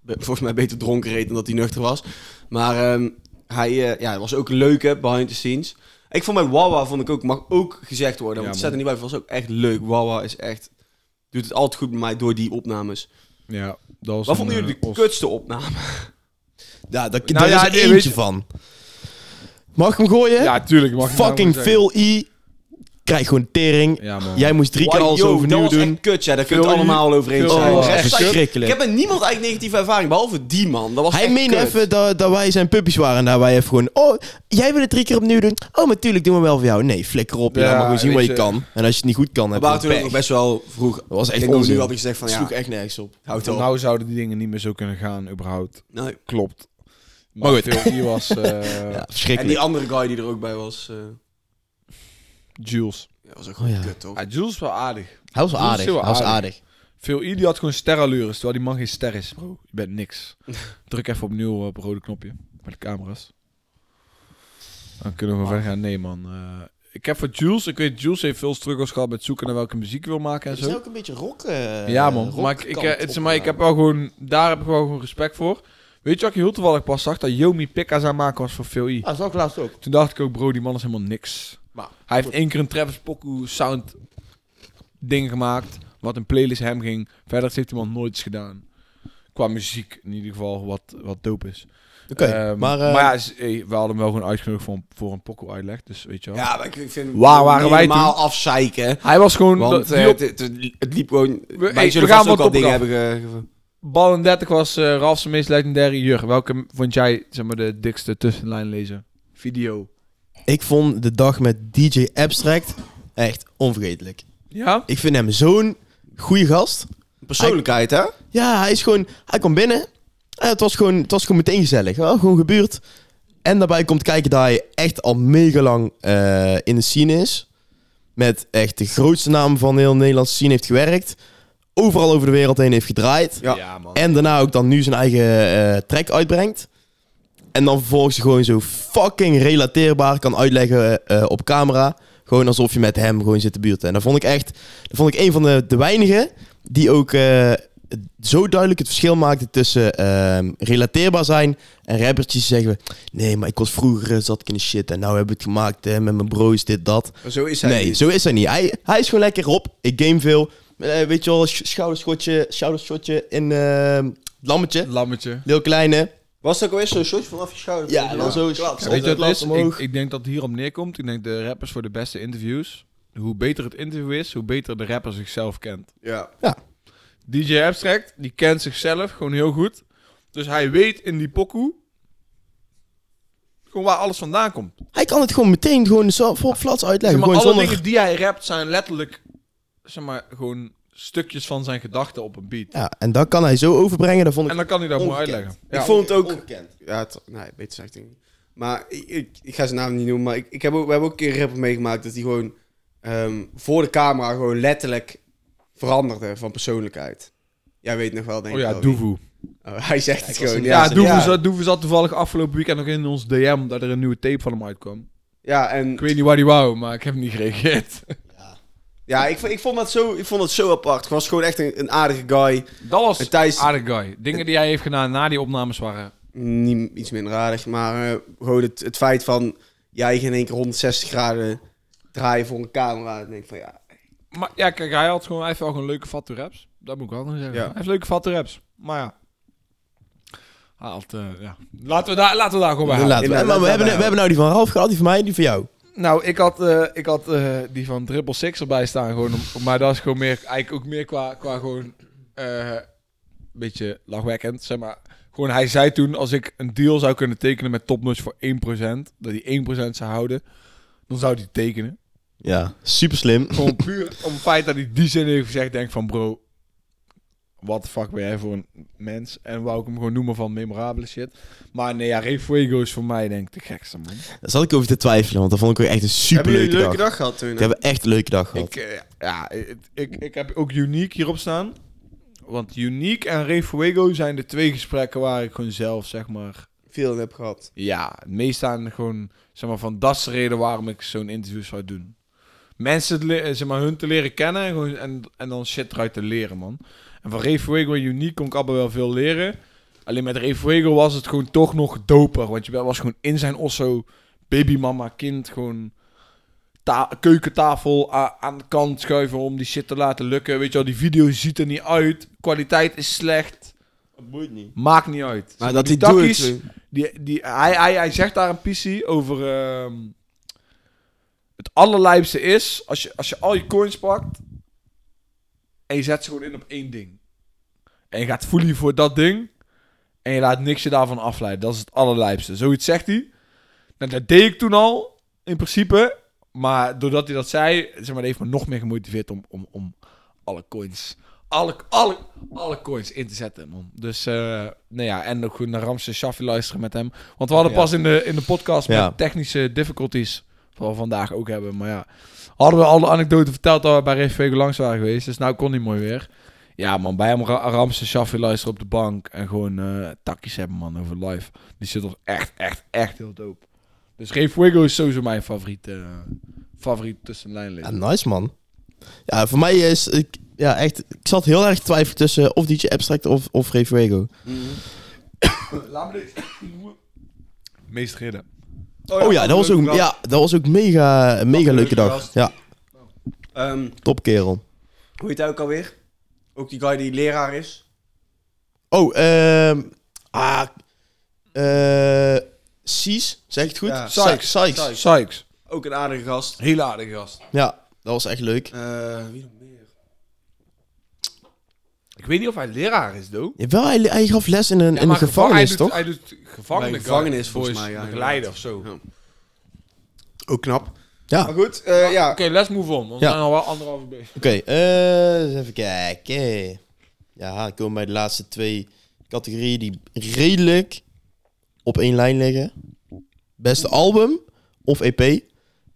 be- volgens mij beter dronken reed dan dat hij nuchter was. Maar ehm, hij eh, ja, was ook een leuke behind the scenes. Ik vond bij Wawa, vond ik ook, mag ook gezegd worden. Ja, want man. het staat er niet bij, was ook echt leuk. Wawa is echt, doet het altijd goed bij mij door die opnames. Ja, dat was Wat vonden jullie eh, de kutste opname? Ja, daar, Nou daar ja, nee, is er weet eentje je- van. Mag ik hem gooien? Ja, tuurlijk. Mag ik nou Fucking gewoon zeggen. veel i. Krijg gewoon tering. Ja, man. Jij moest drie keer Wow, alles yo, overnieuw dat was doen. echt kut, ja. Daar kun je Veel het allemaal je- over eens veel zijn. je- Dat was Oh, echt- verschrikkelijk. Ik heb met niemand eigenlijk negatieve ervaring, behalve die man. Dat was Hij echt meende kut. even dat, dat wij zijn puppies waren. En dat wij even gewoon... Oh, jij wil het drie keer opnieuw doen? Oh, natuurlijk doen we wel voor jou. Nee, flikker op. Ja, Ja, maar gewoon zien wat weet je je. kan. En als je het niet goed kan, We heb je waren toen gewoon ook nog pech. best wel vroeg. Dat was Ik echt denk dat we onzin. nu hadden gezegd van, Het ja, sloeg echt nergens op. houdt Want op. Nou zouden die dingen niet meer zo kunnen gaan, überhaupt. Nee. Klopt. Maar goed. Veel hier was eh, Ja, En verschrikkelijk. die andere guy die er ook bij was, eh Jules. ja, was ook Oh, ja. kut, toch? Ah, Jules wel aardig. Hij was wel Dat is aardig. Hij heel was aardig. aardig. Veel I die had gewoon sterallures, terwijl die man geen ster is, bro. Je bent niks. Druk even opnieuw op het rode knopje, met de camera's. Dan kunnen we verder gaan. Nee, man. eh, ik heb voor Jules, ik weet, Jules heeft veel struggles gehad met zoeken naar welke muziek hij wil maken en Er zo. is ook een beetje rock. eh, Ja, man. rockkant Maar ik, ik, eh, het is- op, maar ik eh. heb wel gewoon... Daar heb ik wel gewoon respect voor. Weet je wat ik heel toevallig pas zag? Dat Yomi Pickers aan maken was voor Phil I. Ah, dat zag ik laatst ook. Toen dacht ik ook, bro, die man is helemaal niks. Maar- Hij heeft één keer een Travis Poku sound ding gemaakt. Wat een playlist hem ging. Verder heeft die man nooit iets gedaan. Qua muziek in ieder geval, wat, wat dope is. Oké, Ehm, maar... eh, ja, is- eh, we hadden hem wel gewoon uitgenodigd voor een, voor een Poku uitleg. Dus weet je wel. Ja, maar ik vind hem Waar waren wij helemaal afzeiken. Ehm, Hij was gewoon... dat- Want die eh, op- het, het, het liep gewoon... hey, wij zullen we gaan vast ook wat al dingen op- hebben ge- ge- Bal en 30 was eh Ralf zijn meest legendaire jurk. Welke vond jij zeg maar, de dikste tussenlijn lezen? Video. Ik vond de dag met DJ Abstract echt onvergetelijk. Ja? Ik vind hem zo'n goede gast. Persoonlijkheid, hè? Ja, hij is gewoon... Hij kwam binnen. En het was gewoon, het was gewoon meteen gezellig. Ja, gewoon gebeurd. En daarbij komt kijken dat hij echt al mega lang eh, in de scene is. Met echt de grootste naam van heel Nederlandse scene heeft gewerkt. Overal over de wereld heen heeft gedraaid. Ja. man. En daarna ook dan nu zijn eigen eh, track uitbrengt. En dan vervolgens gewoon zo fucking relateerbaar kan uitleggen eh, op camera. Gewoon alsof je met hem gewoon zit te buurten. En dat vond ik echt... Dat vond ik een van de, de weinigen die ook eh, zo duidelijk het verschil maakte tussen ehm, relateerbaar zijn en rappertjes die zeggen... Nee, maar ik was vroeger eh, zat ik in de shit en nou heb ik het gemaakt hè, met mijn broers, dit, dat. Zo is hij nee, niet. zo is hij niet. Hij, hij is gewoon lekker op. Ik game veel. Eh, weet je wel, sch- schouderschotje, schouderschotje in ehm lammetje. Lammetje. Heel kleine. Was het ook alweer zo'n shotje vanaf je schouder? Ja, en dan zo Klap. Weet je wat het is? Ik, omhoog. ik denk dat het hierop neerkomt. Ik denk de rappers voor de beste interviews. Hoe beter het interview is, hoe beter de rapper zichzelf kent. Ja. DJ Abstract, die kent zichzelf gewoon heel goed. Dus hij weet in die pokoe... gewoon waar alles vandaan komt. Hij kan het gewoon meteen gewoon zo vol flats Zeg uitleggen. maar, gewoon alle zonder... dingen die hij rapt zijn letterlijk... zeg maar, gewoon stukjes van zijn gedachten op een beat. Ja, en dat kan hij zo overbrengen. Dat vond En ik... dan kan hij dat mooi Ongekend. uitleggen. Ik vond het ook... Ja, het, nee, beter zegt ik niet. Maar ik, ik, ik ga zijn naam niet noemen, maar ik, ik heb ook, we hebben ook een keer een rapper meegemaakt dat hij gewoon ehm, voor de camera gewoon letterlijk veranderde van persoonlijkheid. Jij weet nog wel, denk Oh ik. ja, wel wie. Doevoe. Oh, hij zegt het gewoon. Dus, Ja, Doevoe, ja. Zat, Doevoe zat toevallig afgelopen weekend nog in ons DM... dat er een nieuwe tape van hem uitkwam. Ja, en Ik weet niet waar die wou, maar ik heb niet gereageerd. ja, ik, vo- ik, vond dat zo, ik vond dat zo apart. Hij was gewoon echt een, een aardige guy. Dat was En Thijs- aardig guy. Dingen die hij heeft gedaan na die opnames waren... Niet, iets minder aardig, maar eh, gewoon het, het feit van jij in één keer 160 graden draaien voor een camera. En ik denk van ja, Maar ja, kijk, hij had gewoon, hij heeft wel gewoon leuke fatu raps. Dat moet ik wel nog zeggen. Ja. Hij heeft leuke fatu raps. Maar ja. Hij had, eh, ja. Laten we daar, laten we daar gewoon bij houden. Laten we, Inderdaad, maar we, laten hebben, we we hebben nou die van Ralf gehad, die van mij en die van jou. Nou, ik had, eh, ik had eh, die van Triple Six erbij staan. Gewoon om, maar dat is gewoon meer, eigenlijk ook meer qua, qua gewoon... eh beetje lachwekkend, zeg maar. Gewoon, hij zei toen, als ik een deal zou kunnen tekenen met Topnotch voor 1%, dat hij 1% zou houden, dan zou hij tekenen. Ja, super slim. Gewoon puur om het feit dat hij die zin heeft gezegd, denk ik van bro, wat fuck ben jij voor een mens? En wou ik hem gewoon noemen van memorabele shit. Maar nee, ja, Ray Fuego is voor mij denk ik de gekste man. Daar zat ik over te twijfelen, want dat vond ik ook echt een super hebben jullie leuke een leuke dag. dag, gehad toen? We hebben echt een leuke dag Ik, gehad. eh, ja, het- ik, ik heb ook Unique hierop staan. Want Unique en Ray Fuego zijn de twee gesprekken waar ik gewoon zelf, zeg maar... Veel heb gehad. Ja, het meest aan gewoon, zeg maar, van dat is de reden waarom ik zo'n interview zou doen. Mensen, te le- eh, zeg maar, hun te leren kennen en, gewoon, en, en dan shit eruit te leren, man. En van Ray Fuego en Unique kon ik allemaal wel veel leren. Alleen met Ray Fuego was het gewoon toch nog doper. Want je was gewoon in zijn osso, babymama, kind, gewoon ta- keukentafel a- aan de kant schuiven om die shit te laten lukken. Weet je wel, die video ziet er niet uit. Kwaliteit is slecht. Maakt niet uit. Maar Zeg dat die hij doet, takkies, eh. die, die, hij, hij, hij zegt daar een PC over... ehm, het allerlijpste is, als je, als je al je coins pakt... en je zet ze gewoon in op één ding. En je gaat fully voor dat ding... en je laat niks je daarvan afleiden. Dat is het allerlijpste. Zoiets zegt hij. Nou, dat deed ik toen al, in principe. Maar doordat hij dat zei, zeg maar, dat heeft me nog meer gemotiveerd om, om, om alle coins. Alle, alle, alle coins in te zetten, man. Dus, eh nou ja, en ook goed naar Ramses Shaffi luisteren met hem. Want we hadden pas in de, in de podcast Ja. met technische difficulties, wat we vandaag ook hebben. Maar ja, hadden we al de anekdote verteld dat we bij Reefvego langs waren geweest. Dus nou kon hij mooi weer. Ja, man, bij hem Ra- Ramses Shaffi luisteren op de bank. En gewoon eh takjes hebben, man, over live. Die zit toch echt, echt, echt heel dope. Dus Ray Fuego is sowieso mijn favoriet, eh, favoriet tussenlijn Ja, nice man. Ja, voor mij is... Ik, ja, echt, ik zat heel erg te twijfelen tussen of DJ Abstract of, of Ray Fuego. Laat me dit. Meest ridden. Oh ja, dat was ook, ja, dat was ook mega, een mega leuke leuke dag. gast. Ja, Ehm, top kerel. hoe heet hij ook alweer? Ook die guy die leraar is. Oh, ehm... Ah... eh Sies, zeg ik het goed? Ja. Sykes. Sykes. Sykes. Sykes. Ook een aardige gast. Heel aardige gast. Ja, dat was echt leuk. Eh, wie nog meer? Ik weet niet of hij leraar is, doe. Jawel, hij, hij gaf les in een, in een gevangenis, toch? Hij doet gevangenis. Bij een gevangenis, volgens mij, ja, Begeleider of inderdaad. zo. Ja. Ook knap. Ja. Maar goed, eh, ja. Oké, let's move on. want We Ja. zijn al wel anderhalve uur bezig. Oké, eh, eens even kijken. Ja, dan komen we bij de laatste twee categorieën die redelijk op één lijn liggen. Beste album of EP.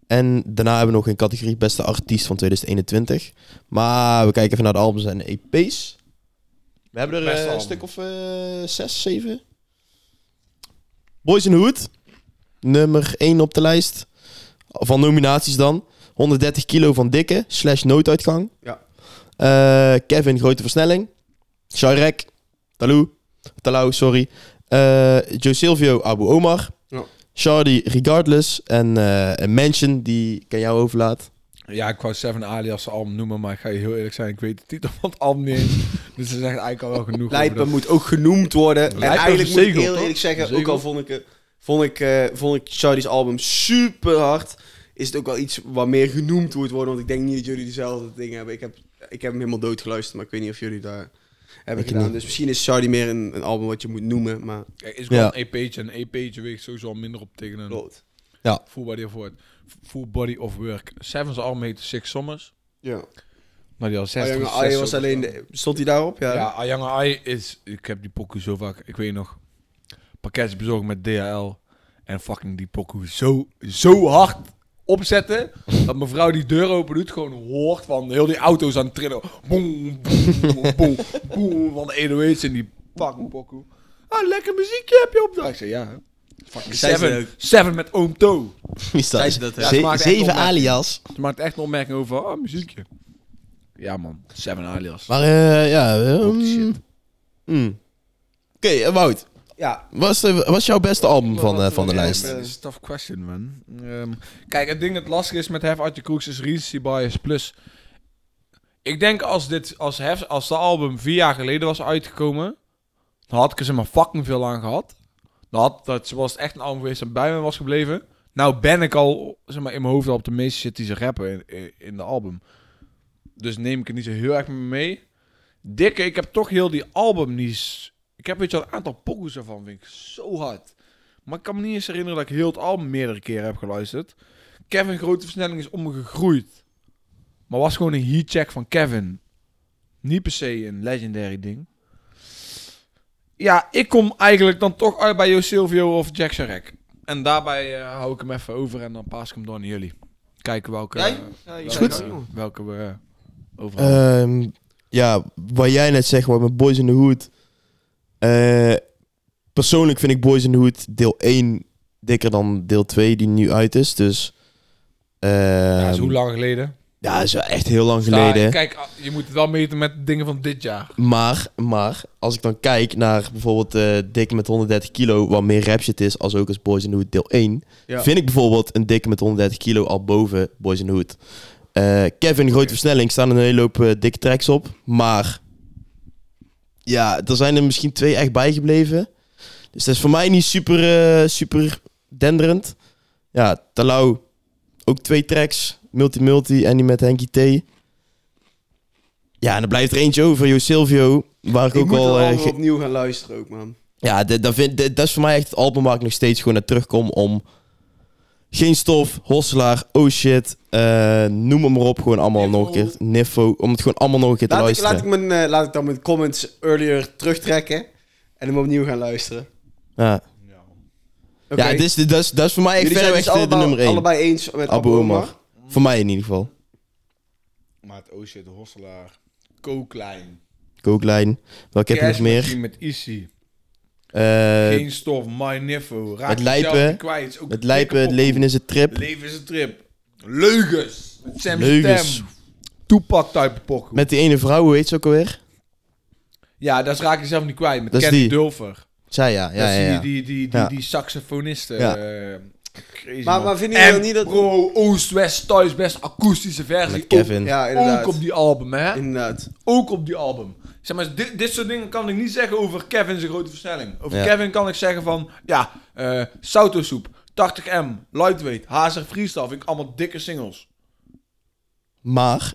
En daarna hebben we nog een categorie beste artiest van 2021. Maar we kijken even naar de albums en EP's. We hebben er Beste eh, een album. stuk of eh, zes, zeven. Boys in the Hood. Nummer 1 op de lijst. Van nominaties dan. 130 kilo van dikke, slash nooduitgang. Ja. Eh, Kevin, grote versnelling. Shirek, Talou, Talou, sorry. Eh Joe Silvio, Abu Omar. Ja. Shardy, Regardless. En eh een Mansion, die ik aan jou overlaat. Ja, ik wou Seven Alias album noemen, maar ik ga je heel eerlijk zijn, ik weet de titel van het album niet eens. Dus dat is echt eigenlijk al wel genoeg. over Lijpen dat. moet ook genoemd worden. En Lijpen eigenlijk is moet ik verzegeld, heel toch? eerlijk zeggen, ook Verzegeld. al vond ik, eh, vond ik, eh, vond ik Shardy's album super hard, is het ook wel iets wat meer genoemd moet worden. Want ik denk niet dat jullie dezelfde dingen hebben. Ik heb, ik heb hem helemaal dood geluisterd, maar ik weet niet of jullie daar hebben gedaan. Dus misschien is Shardy meer een, een album wat je moet noemen, maar Kijk, is gewoon Ja. een EP'tje en een EP'tje weegt sowieso al minder op tegen een klopt. full body of work. Full body of work. Seven's album heet Six Summers. Ja. Nou, Maar die al 60 Ayang of ah, Aye 60 Ah, was of alleen... zo. De, stond hij daarop? Ja. Ja, Ayang Ai is... Ik heb die pokoe zo vaak... Ik weet nog... Pakketjes bezorgd met DHL. En fucking die pokoe zo, zo hard opzetten... dat mevrouw die deur open doet gewoon hoort van heel die auto's aan het trillen. Boom, boom, boom, boom. Van de 108's in die fucking pokoe. Ah, lekker muziekje heb je op. Ik zei, ja. Fucking Zij is Seven. leuk. Seven met Oom Toe. Wie is dat? Zij is dat, hè? Ze- Ja, het maakt echt zeven opmerking. alias. Ze maakt echt een opmerking over... Ah, muziekje. Ja, man. Seven alias. Maar eh, ja... ehm, Holy shit. mm. Oké, eh, Wout. Ja. Wat is was jouw beste album van, eh, van de Ja, lijst? eh, Dat is een tough question, man. Ehm, kijk, het ding dat lastig is met Have At Your Crooks is recency bias. Plus, ik denk als dit, als Have, als dat album vier jaar geleden was uitgekomen, dan had ik er zeg maar fucking veel aan gehad. Dan had dat, was het echt een album geweest dat bij me was gebleven. Nou ben ik al, zeg maar, in mijn hoofd al op de meeste shit die ze rappen in, in, in de album. Dus neem ik het niet zo heel erg mee. Dikke, ik heb toch heel die album niet... s- Ik heb weet je wel, een aantal pokoes ervan, vind ik zo hard. Maar ik kan me niet eens herinneren dat ik heel het album meerdere keren heb geluisterd. Kevin Grote Versnelling is omgegroeid. Maar was gewoon een heatcheck van Kevin. Niet per se een legendary ding. Ja, ik kom eigenlijk dan toch uit bij Jo Silvio of Jack Sharek. En daarbij eh, hou ik hem even over en dan pas ik hem door naar jullie. Kijken welke... Jij? eh, Is welke- goed. Welke we eh, overal... Ehm, ja, wat jij net zegt, wat met Boys in the Hood. Eh, persoonlijk vind ik Boys in the Hood deel 1 dikker dan deel 2 die nu uit is. Dus, ehm, ja, is hoe lang geleden? Ja, is wel echt heel lang Ja, geleden. kijk, ah, je moet het wel meten met de dingen van dit jaar. Maar, maar, als ik dan kijk naar bijvoorbeeld eh Dikke met 130 kilo, wat meer rap shit is als ook als Boys in the Hood deel 1, Ja. vind ik bijvoorbeeld een Dikke met 130 kilo al boven Boys in the Hood. Eh, Kevin, Grote Versnelling, staan een hele hoop eh, dikke tracks op, maar ja, er zijn er misschien twee echt bijgebleven. Dus dat is voor mij niet super, eh, super denderend. Ja, Talau, ook twee tracks, Multi Multi en die met Henky T. Ja, en dan blijft er eentje over, Jo Silvio, waar ik, Ik ook moet al... al eh, ge- opnieuw gaan luisteren ook, man. ja, dit- dat, vind, dit- dat is voor mij echt het album waar ik nog steeds gewoon naar terugkom om... Geen stof, hosselaar, oh shit, eh, noem hem maar op, gewoon allemaal nog een keer. Niffo, om het gewoon allemaal nog een keer te Laat ik, luisteren. laat, ik mijn, eh, laat ik dan mijn comments earlier terugtrekken en hem opnieuw gaan luisteren. Ja, Oké. ja dit is, dit- dat, is, dat is voor mij echt Jullie verder zijn weg dus de, de allemaal, nummer 1. allebei eens met Abu Abu Omar. Omar. Voor mij in ieder geval. Maar het Ocean, de Hosselaar, Kooklijn. Kooklijn. Welke heb je nog meer? Met Issy. Eh, Geen stof, My Niffo. Raak het jezelf lijpen, niet kwijt. Is ook het een lijpen, het dikke leven is een pokoe. trip. Leven is een trip. Leugens. Met Sam Leugens. Stem. Toepak type pokoe. Met die ene vrouw, hoe heet ze ook alweer? Ja, dat raak je zelf niet kwijt. Met Dat is Kenny die. Dulfer. Zij ja, dat ja, ja. is die- ja. die, die, die, Ja. die saxofonisten. Ja. eh, crazy Maar- man. maar vinden jullie En niet dat- Bro, Oost-West thuis best akoestische versie. Met Kevin. Ook, Ja, inderdaad. ook op die album, hè? Inderdaad. ook op die album. Zeg maar, dit, dit soort dingen kan ik niet zeggen over Kevin zijn grote versnelling. Over Ja. Kevin kan ik zeggen van, ja, eh Sautosoep, 80M, Lightweight, Hazer Freestyle, vind ik allemaal dikke singles. Maar,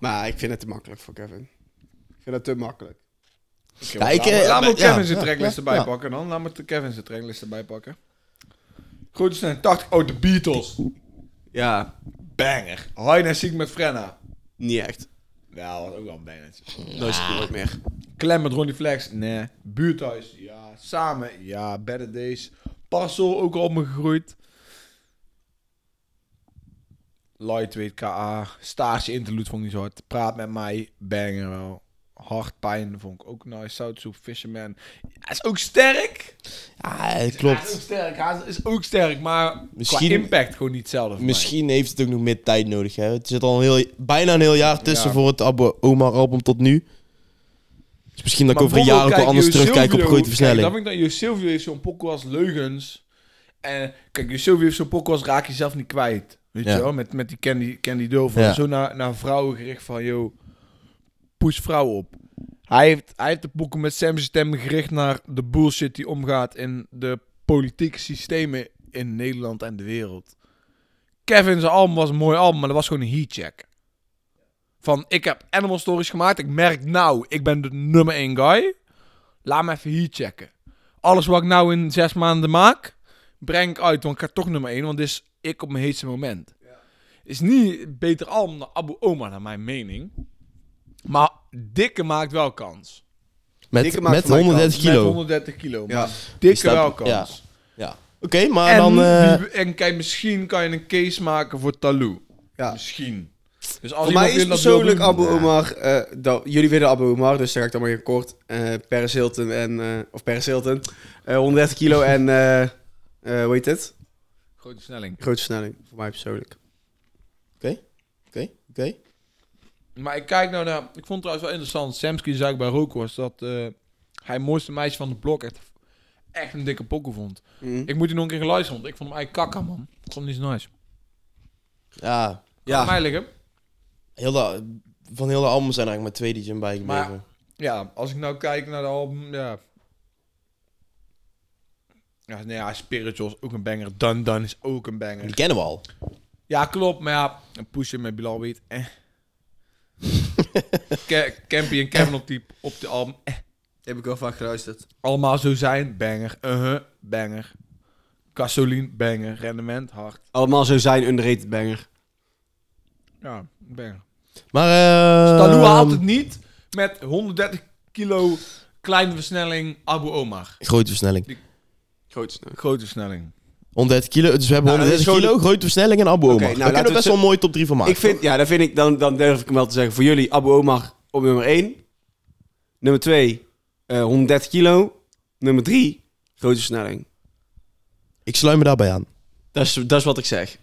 Maar ik vind het te makkelijk voor Kevin. Ik vind het te makkelijk. Ja, ik, laat, eh, me- laat me ook ja, Kevin zijn ja, tracklist ja, erbij ja. pakken dan. Laat me de Kevin zijn tracklist erbij pakken. Grote versnelling, 80, oh, de Beatles. Ja, Banger. High en Ziek met Frenna. niet echt. Ja, was ook wel een bangertje. Luister Ah. ik nooit meer. Klem met Ronnie Flex. Nee. Buurthuis. Ja. Samen. Ja. Better Days. Parcel ook al op me gegroeid. Lightweight KA. Stage interlude vond ik niet zo hard. Praat met mij. Banger wel. Hartpijn vond ik ook nice. Zoutsoep, Fisherman. Hij is ook sterk. Ja, Hij is ook klopt. sterk. Hij is ook sterk, maar Misschien- qua impact gewoon niet hetzelfde. voor Misschien heeft het ook nog meer tijd nodig. Hè? Het zit al een heel, bijna een heel jaar tussen Ja. voor het Abba Omar album tot nu. Dus misschien dat ik Maar over een Bobo, jaar ook wel kijk, anders Jo terugkijk op Silvio- grote Kijk, versnelling. dat vind ik dat Jo Silvio heeft zo'n pokoe als Leugens. En kijk, Jo Silvio heeft zo'n pokoe als Raak jezelf niet kwijt. Weet Ja. je wel? Met, met die Candy, candy Dover. Ja. Zo naar, naar vrouwen gericht van, yo, poes vrouw op. Hij heeft, hij heeft de pokoe met Sam zijn stem gericht naar de bullshit die omgaat in de politieke systemen in Nederland en de wereld. Kevin zijn album was een mooi album, maar dat was gewoon een heatcheck. Van, ik heb Animal Stories gemaakt. Ik merk nou, ik ben de nummer één guy. Laat me even hier checken. Alles wat ik nou in zes maanden maak, breng ik uit. Want ik ga toch nummer één, want dit is ik op mijn heetste moment. Is niet beter album dan Abu Oma, naar mijn mening. Maar Dikke maakt wel kans. Met, Dikke maakt met voor mij 130 Met kilo. 130 kilo. Ja. Maar Dikke staat- wel kans. ja. Ja. Oké, maar En, dan... eh, wie- en kijk, misschien kan je een case maken voor Talou. Ja. Misschien. Dus als Voor mij iemand is wil dat wil persoonlijk doen- Abu Omar... eh, dat, jullie willen Abu Omar, dus daar ga ik dan maar in kort. Eh Paris Hilton en... eh, of Paris Hilton. eh, 130 kilo en... eh eh, hoe heet het? Grote versnelling. Grote versnelling, voor mij persoonlijk. Oké, oké. Maar ik kijk nou naar... Ik vond het trouwens wel interessant. Samsky zei ik bij Roko was dat eh, hij het mooiste meisje van de blok echt, echt een dikke pokkel vond. Mhm. Ik moet die nog een keer geluisterd, want ik vond hem eigenlijk kakka, man. Ik vond hem niet zo nice. Ja, Laat mij liggen. heel dat, van heel de album zijn er eigenlijk maar twee die zijn bijgebleven. Maar- Ja, als ik nou kijk naar de album, ja... Ja, nee, ja, Spiritual is ook een banger. Dun Dun is ook een Die banger. kennen we al. Ja, klopt, maar ja... Een pushen met Bilal Beat, eh. Ke- Campy en Kevin op die, op die album, eh. Heb ik wel vaak geluisterd. Allemaal zo zijn, banger. Uh-huh, banger. Gasoline, banger. Rendement, hard. Allemaal zo zijn underrated banger. Ja, banger. Maar eh... Talou haalt het niet met 130 kilo kleine versnelling Abu Omar. Grote versnelling. Grote versnelling. Grote versnelling. 130 kilo, dus we hebben Nou, dat is 130 kilo, grote versnelling en Abu Omar. nou, Daar laten kunnen we we het best wel een mooie top 3 van maken. Ik vind, ja, dan, vind ik, dan, dan durf ik hem wel te zeggen. Voor jullie Abu Omar op nummer 1. Nummer 2, 130 kilo. Nummer 3, grote versnelling. Ik sluit me daarbij aan. Dat is, dat is wat ik zeg.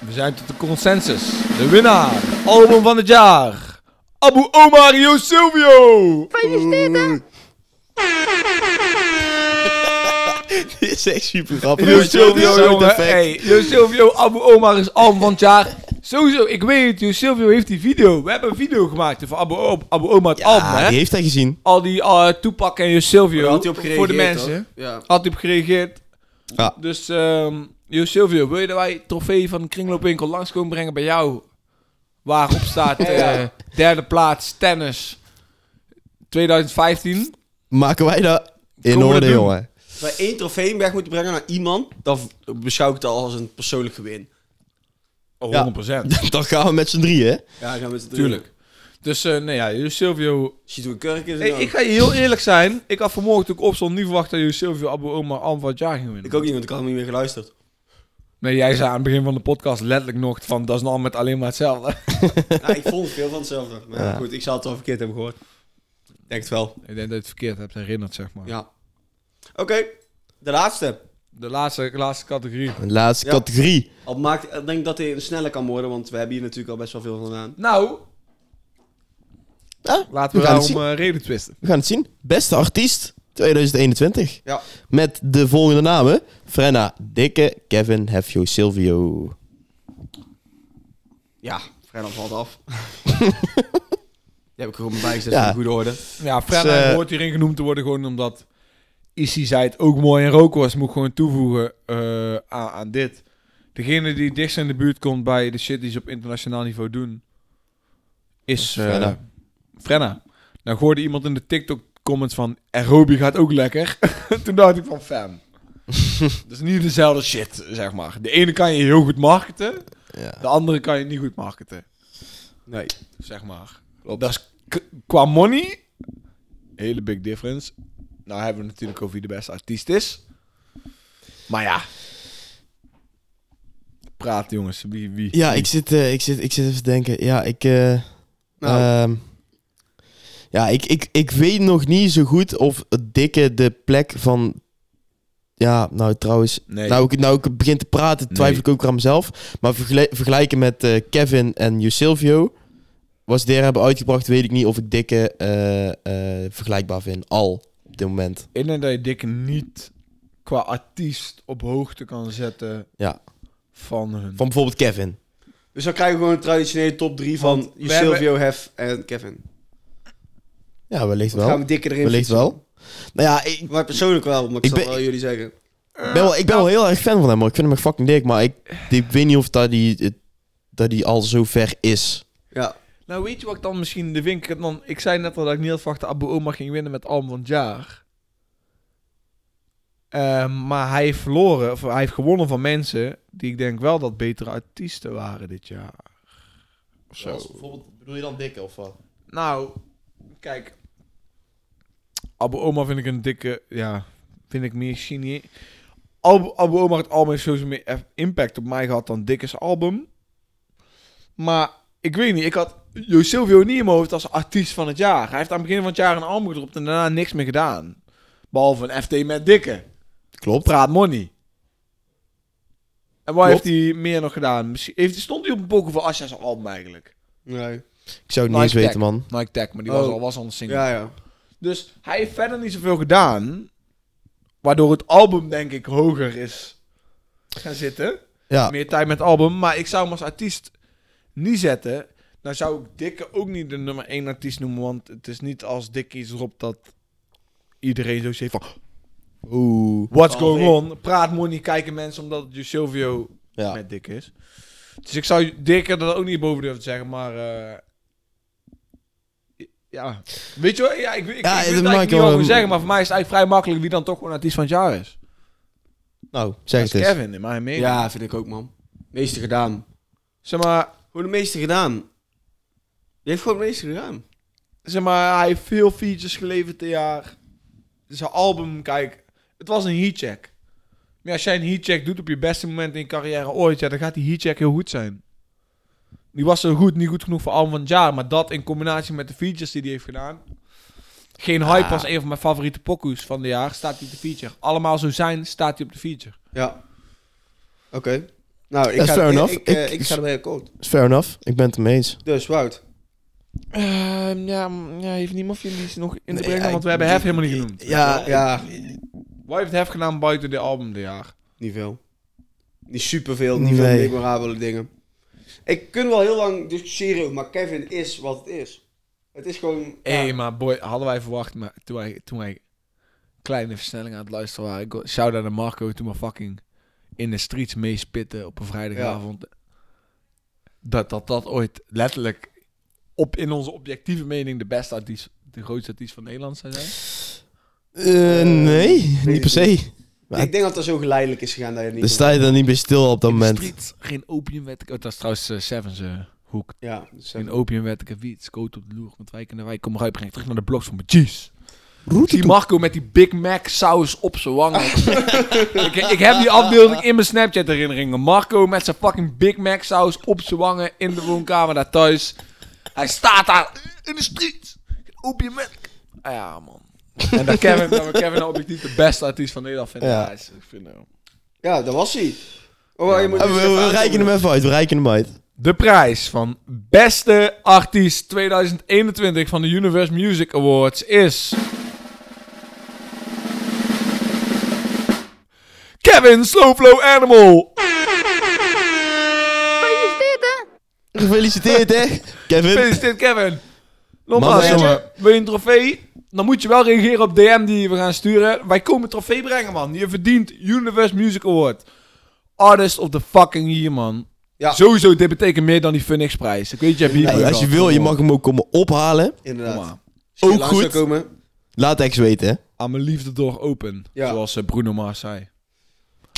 We zijn tot de consensus. De winnaar. Album van het jaar. Abu Omar Yo Silvio. Dit is echt super grappig. Yo Silvio, jongen. Hey, Yo Silvio, Abu Omar is album van het jaar. Sowieso, ik weet het. Yo Silvio heeft die video. We hebben een video gemaakt van Abu, O- Abu Omar het album, hè? Ah, die heeft hij gezien. al die eh Toepak en Yo Silvio voor de mensen. Ja. Had hij op gereageerd. Ja. Dus ehm Yo Silvio, wil je dat wij het trofee van de kringloopwinkel langs komen brengen bij jou? Waarop staat eh, derde plaats tennis 2015. Maken wij dat in Komen we orde, dat doen? jongen. Als wij één trofee weg moeten brengen naar iemand, dan v- beschouw ik het al als een persoonlijk gewin. Oh, Ja. 100%. Dan gaan we met z'n drieën, hè. Ja, gaan we het Tuurlijk. Dus eh, nee ja, Yo Silvio Ziet hoe kurk is. Hey, ik ga je heel eerlijk zijn. Ik had vanmorgen toen ik opstond niet verwacht dat je Silvio Abu Omar Alm van het jaar ging winnen. ook niet, want ik had hem niet meer geluisterd. Nee, jij zei aan het begin van de podcast letterlijk nog van dat is nou met alleen maar hetzelfde. ja, ik vond veel van hetzelfde. Maar Ja. goed, ik zal het wel verkeerd hebben gehoord. Denk het wel. ik denk dat je het verkeerd hebt herinnerd, zeg maar. Ja. Oké, de laatste. De laatste, laatste categorie. De laatste Ja. categorie. Al maakt, ik denk dat hij een snelle kan worden, want we hebben hier natuurlijk al best wel veel gedaan. Nou, Ja, laten we gaan het daarom eh, reden twisten. We gaan het zien. Beste artiest 2021. Ja. Met de volgende namen. Frenna Dikke, Kevin, Hefjo, Silvio. Ja, vrijdag valt af. die heb ik gewoon bij gezet Ja. in goede orde. Ja, Dus, Frenna eh, hoort hierin genoemd te worden gewoon omdat Issy zei het ook mooi en rook was. Moet ik gewoon toevoegen eh, aan, aan dit. Degene die het dichtst in de buurt komt bij de shit die ze op internationaal niveau doen, is eh, Frenna. Frenna. Nou hoorde iemand in de TikTok comments van Aerobie gaat ook lekker. Toen dacht ik van fan. Dat is niet dezelfde shit, zeg maar. De ene kan je heel goed marketen, Ja. de andere kan je niet goed marketen Nee. zeg maar. Dat is k- qua money, hele big difference. Nou hebben we natuurlijk over wie de beste artiest is. Maar ja. Praat jongens, wie... wie Ja, ik zit, eh, ik, zit, ik zit even te denken. Ja, ik... eh, Nou, ehm, Ja, ik, ik, ik weet nog niet zo goed of Dikke de plek van... Ja, nou trouwens, Nee. nou, ik, nou ik begin te praten, twijfel Nee. ik ook aan mezelf. Maar vergele- vergelijken met eh, Kevin en Jusilvio, was die er hebben uitgebracht, weet ik niet of ik Dikke eh, eh, vergelijkbaar vind. Al, op dit moment. Ik denk dat je Dikke niet qua artiest op hoogte kan zetten Ja. van hun. Van bijvoorbeeld Kevin. Dus dan krijgen we gewoon een traditionele top 3 van we Silvio, Hef en Kevin. Ja, wellicht Dan gaan we wel. dikker erin Wellicht fietsen. wel. Nou ja, ik Maar persoonlijk wel, maar ik, Ik zal ben- wel jullie zeggen. ben wel, ik ben wel heel erg fan van hem, hoor. Ik vind hem echt fucking dik, maar ik, ik weet niet of dat hij dat die al zo ver is. Ja, Nou, weet je wat ik dan misschien de winkel heb? Dan, ik zei net al dat ik niet had verwacht dat Abu Omar ging winnen met Alm van het jaar. Ehm, maar hij heeft verloren, of hij heeft gewonnen van mensen die ik denk wel dat betere artiesten waren dit jaar. Of zo. Bijvoorbeeld, bedoel je dan Dikke of wat? Nou, kijk. Abu Omar vind ik een dikke, ja, vind ik meer Chini. Abu, Abu Omar het album heeft sowieso meer eff- impact op mij gehad dan Dikkes album. Maar ik weet niet, ik had Jo Silvio niet in mijn hoofd als artiest van het jaar. Hij heeft aan het begin van het jaar een album gedropt en daarna niks meer gedaan. Behalve een FT met Dikke. Klopt. Praat money. En wat Klopt. heeft hij meer nog gedaan? Misschien, heeft, stond hij op een poker voor Asja's album eigenlijk? nee. Ik zou het Nike niet eens Tech. weten, man. Nike Tech, maar die Oh. was, al, was al een single. ja, ja. Dus hij heeft verder niet zoveel gedaan. Waardoor het album, denk ik, hoger is gaan zitten. Ja, Meer tijd met het album. Maar ik zou hem als artiest niet zetten. Nou zou ik Dikke ook niet de nummer 1 artiest noemen. Want het is niet als Dikke iets erop dat iedereen zo zegt van... oeh. What's Van going on? Praat moet niet kijken mensen omdat het dus Silvio Ja. met Dikke is. Dus ik zou Dikke dat ook niet boven durven te zeggen. Maar... eh, ja, weet je wel, ja, ik, ik, ik weet het dat eigenlijk niet maakt wel wat ik een- moet zeggen, maar voor mij is het eigenlijk vrij makkelijk wie dan toch gewoon artiest van het jaar is. Nou, zeg Dat het is eens. Kevin in mijn mening. Ja, vind ik ook, man. Meeste gedaan. Zeg, maar, Gewoon de meeste gedaan. Die heeft gewoon de meeste gedaan. zeg maar, hij heeft veel features geleverd dit jaar. Zijn album, kijk, het was een heatcheck. Maar als jij een heatcheck doet op je beste moment in je carrière ooit, ja, dan gaat die heatcheck heel goed zijn. Die was zo goed, niet goed genoeg voor album van het jaar, maar dat in combinatie met de features die hij heeft gedaan. Geen hype was een van mijn favoriete pokoes van het jaar, staat hij op de feature. Allemaal zo zijn, staat hij op de feature. Ja. Oké. Nou, ik That's ga, fair ik, enough. Ik, eh, Ik- ik ga ermee akkoord. Fair enough. Ik ben het ermee eens. Dus, Wout. Ehm, ja, ja, heeft niemand van die nog in te brengen? ja, Want want we we hebben ik- hebben Hef Hef helemaal niet genoemd. Ja, Ja, Wat heeft Hef gedaan buiten dit album dit jaar? niet veel. Niet superveel, niet Nee. veel memorabele dingen. Ik kan wel heel lang discussiëren over, maar Kevin is wat het is. Het is gewoon... Hé, ja. maar boy, hadden wij verwacht, maar toen wij, toen wij kleine versnelling aan het luisteren waren. ik go- Shout out naar Marco, toen we fucking in de streets meespitten op een vrijdagavond. Dat, dat dat ooit letterlijk op, in onze objectieve mening de beste artiest, de grootste artiest van Nederland zou zijn. Eh, nee, niet ik per se. maar- Ik denk dat dat zo geleidelijk is gegaan dat je het niet... Dan sta je er niet bij stil op dat In de moment. streets, geen opium werd ik... Oh, dat is trouwens eh, Seven's eh, hoek. Ja, dus, eh, In opium werd ik een wiet, scoot op de loer, want wijk en de wijk, kom eruit, breng ik terug naar de blogs van mijn G's. Die Marco met die Big Mac saus op zijn wangen. ik, ik heb die afbeelding in mijn Snapchat herinneringen. Marco met zijn fucking Big Mac saus op zijn wangen in de woonkamer daar thuis. Hij staat daar in de street. Opium met. Ah ja, man. En dat Kevin, dat we Kevin objectief de beste artiest van Nederland vinden. Ja. Ja, is- ik vind, eh, ja, dat was hij. Oh, je moet Ah, dus we, even we reiken aankomen. hem even uit, we reiken hem uit. De prijs van beste artiest 2021 van de Universe Music Awards is... Kevin Slowflow Animal. Gefeliciteerd, hè? Kevin. Gefeliciteerd Kevin. Maar Nogmaals weet je- jongen, wil je een trofee? Dan moet je wel reageren op DM die we gaan sturen. Wij komen een trofee brengen man. Je verdient Universe Music Award. Artist of the fucking year man. Ja. Sowieso, dit betekent meer dan die Phoenix prijs. Ik weet je, hebt hier Hey, als je wil, je mag hem ook komen ophalen. Inderdaad. Kom maar. Als je Ook langs zou goed. Komen, Laat X weten, hè? aan mijn liefde door open. Ja. Zoals eh, Bruno Mars zei.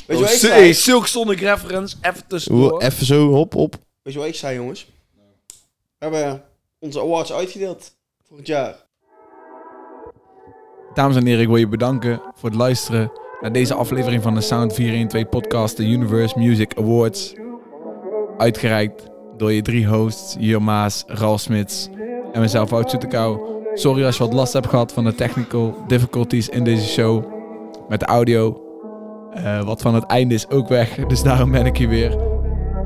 Weet je, wat Oh, ik si- zei? hey, Silk Sonic reference, even Hoe- tussendoor. Even zo, hop, hop. Weet je wat ik zei, jongens? We hebben onze awards uitgedeeld voor het jaar. Dames en heren, ik wil je bedanken voor het luisteren naar deze aflevering van de Sound 412 podcast, de Universe Music Awards. Uitgereikt door je drie hosts, Jur Maas, Ralf Smits en mezelf, Wout Zoetekou. Sorry als je wat last hebt gehad van de technical difficulties in deze show. Met de audio. Eh, wat van het einde is ook weg. Dus daarom ben ik hier weer.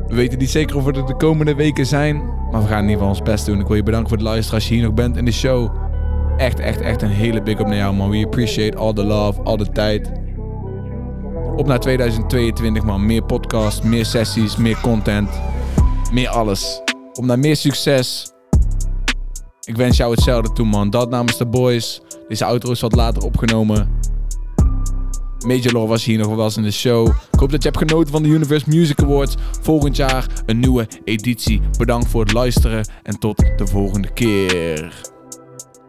We weten niet zeker of we er de komende weken zijn. Maar we gaan in ieder geval ons best doen. Ik wil je bedanken voor het luisteren als je hier nog bent in de show. Echt, echt, echt een hele big up naar jou, man. We appreciate all the love, all the tijd. Op naar 2022, man. Meer podcasts, meer sessies, meer content. Meer alles. Op naar meer succes. Ik wens jou hetzelfde toe, man. Dat namens de boys. Deze outro is wat later opgenomen. Major Law was hier nog wel eens in de show. Ik hoop dat je hebt genoten van de Universe Music Awards. Volgend jaar een nieuwe editie. Bedankt voor het luisteren en tot de volgende keer.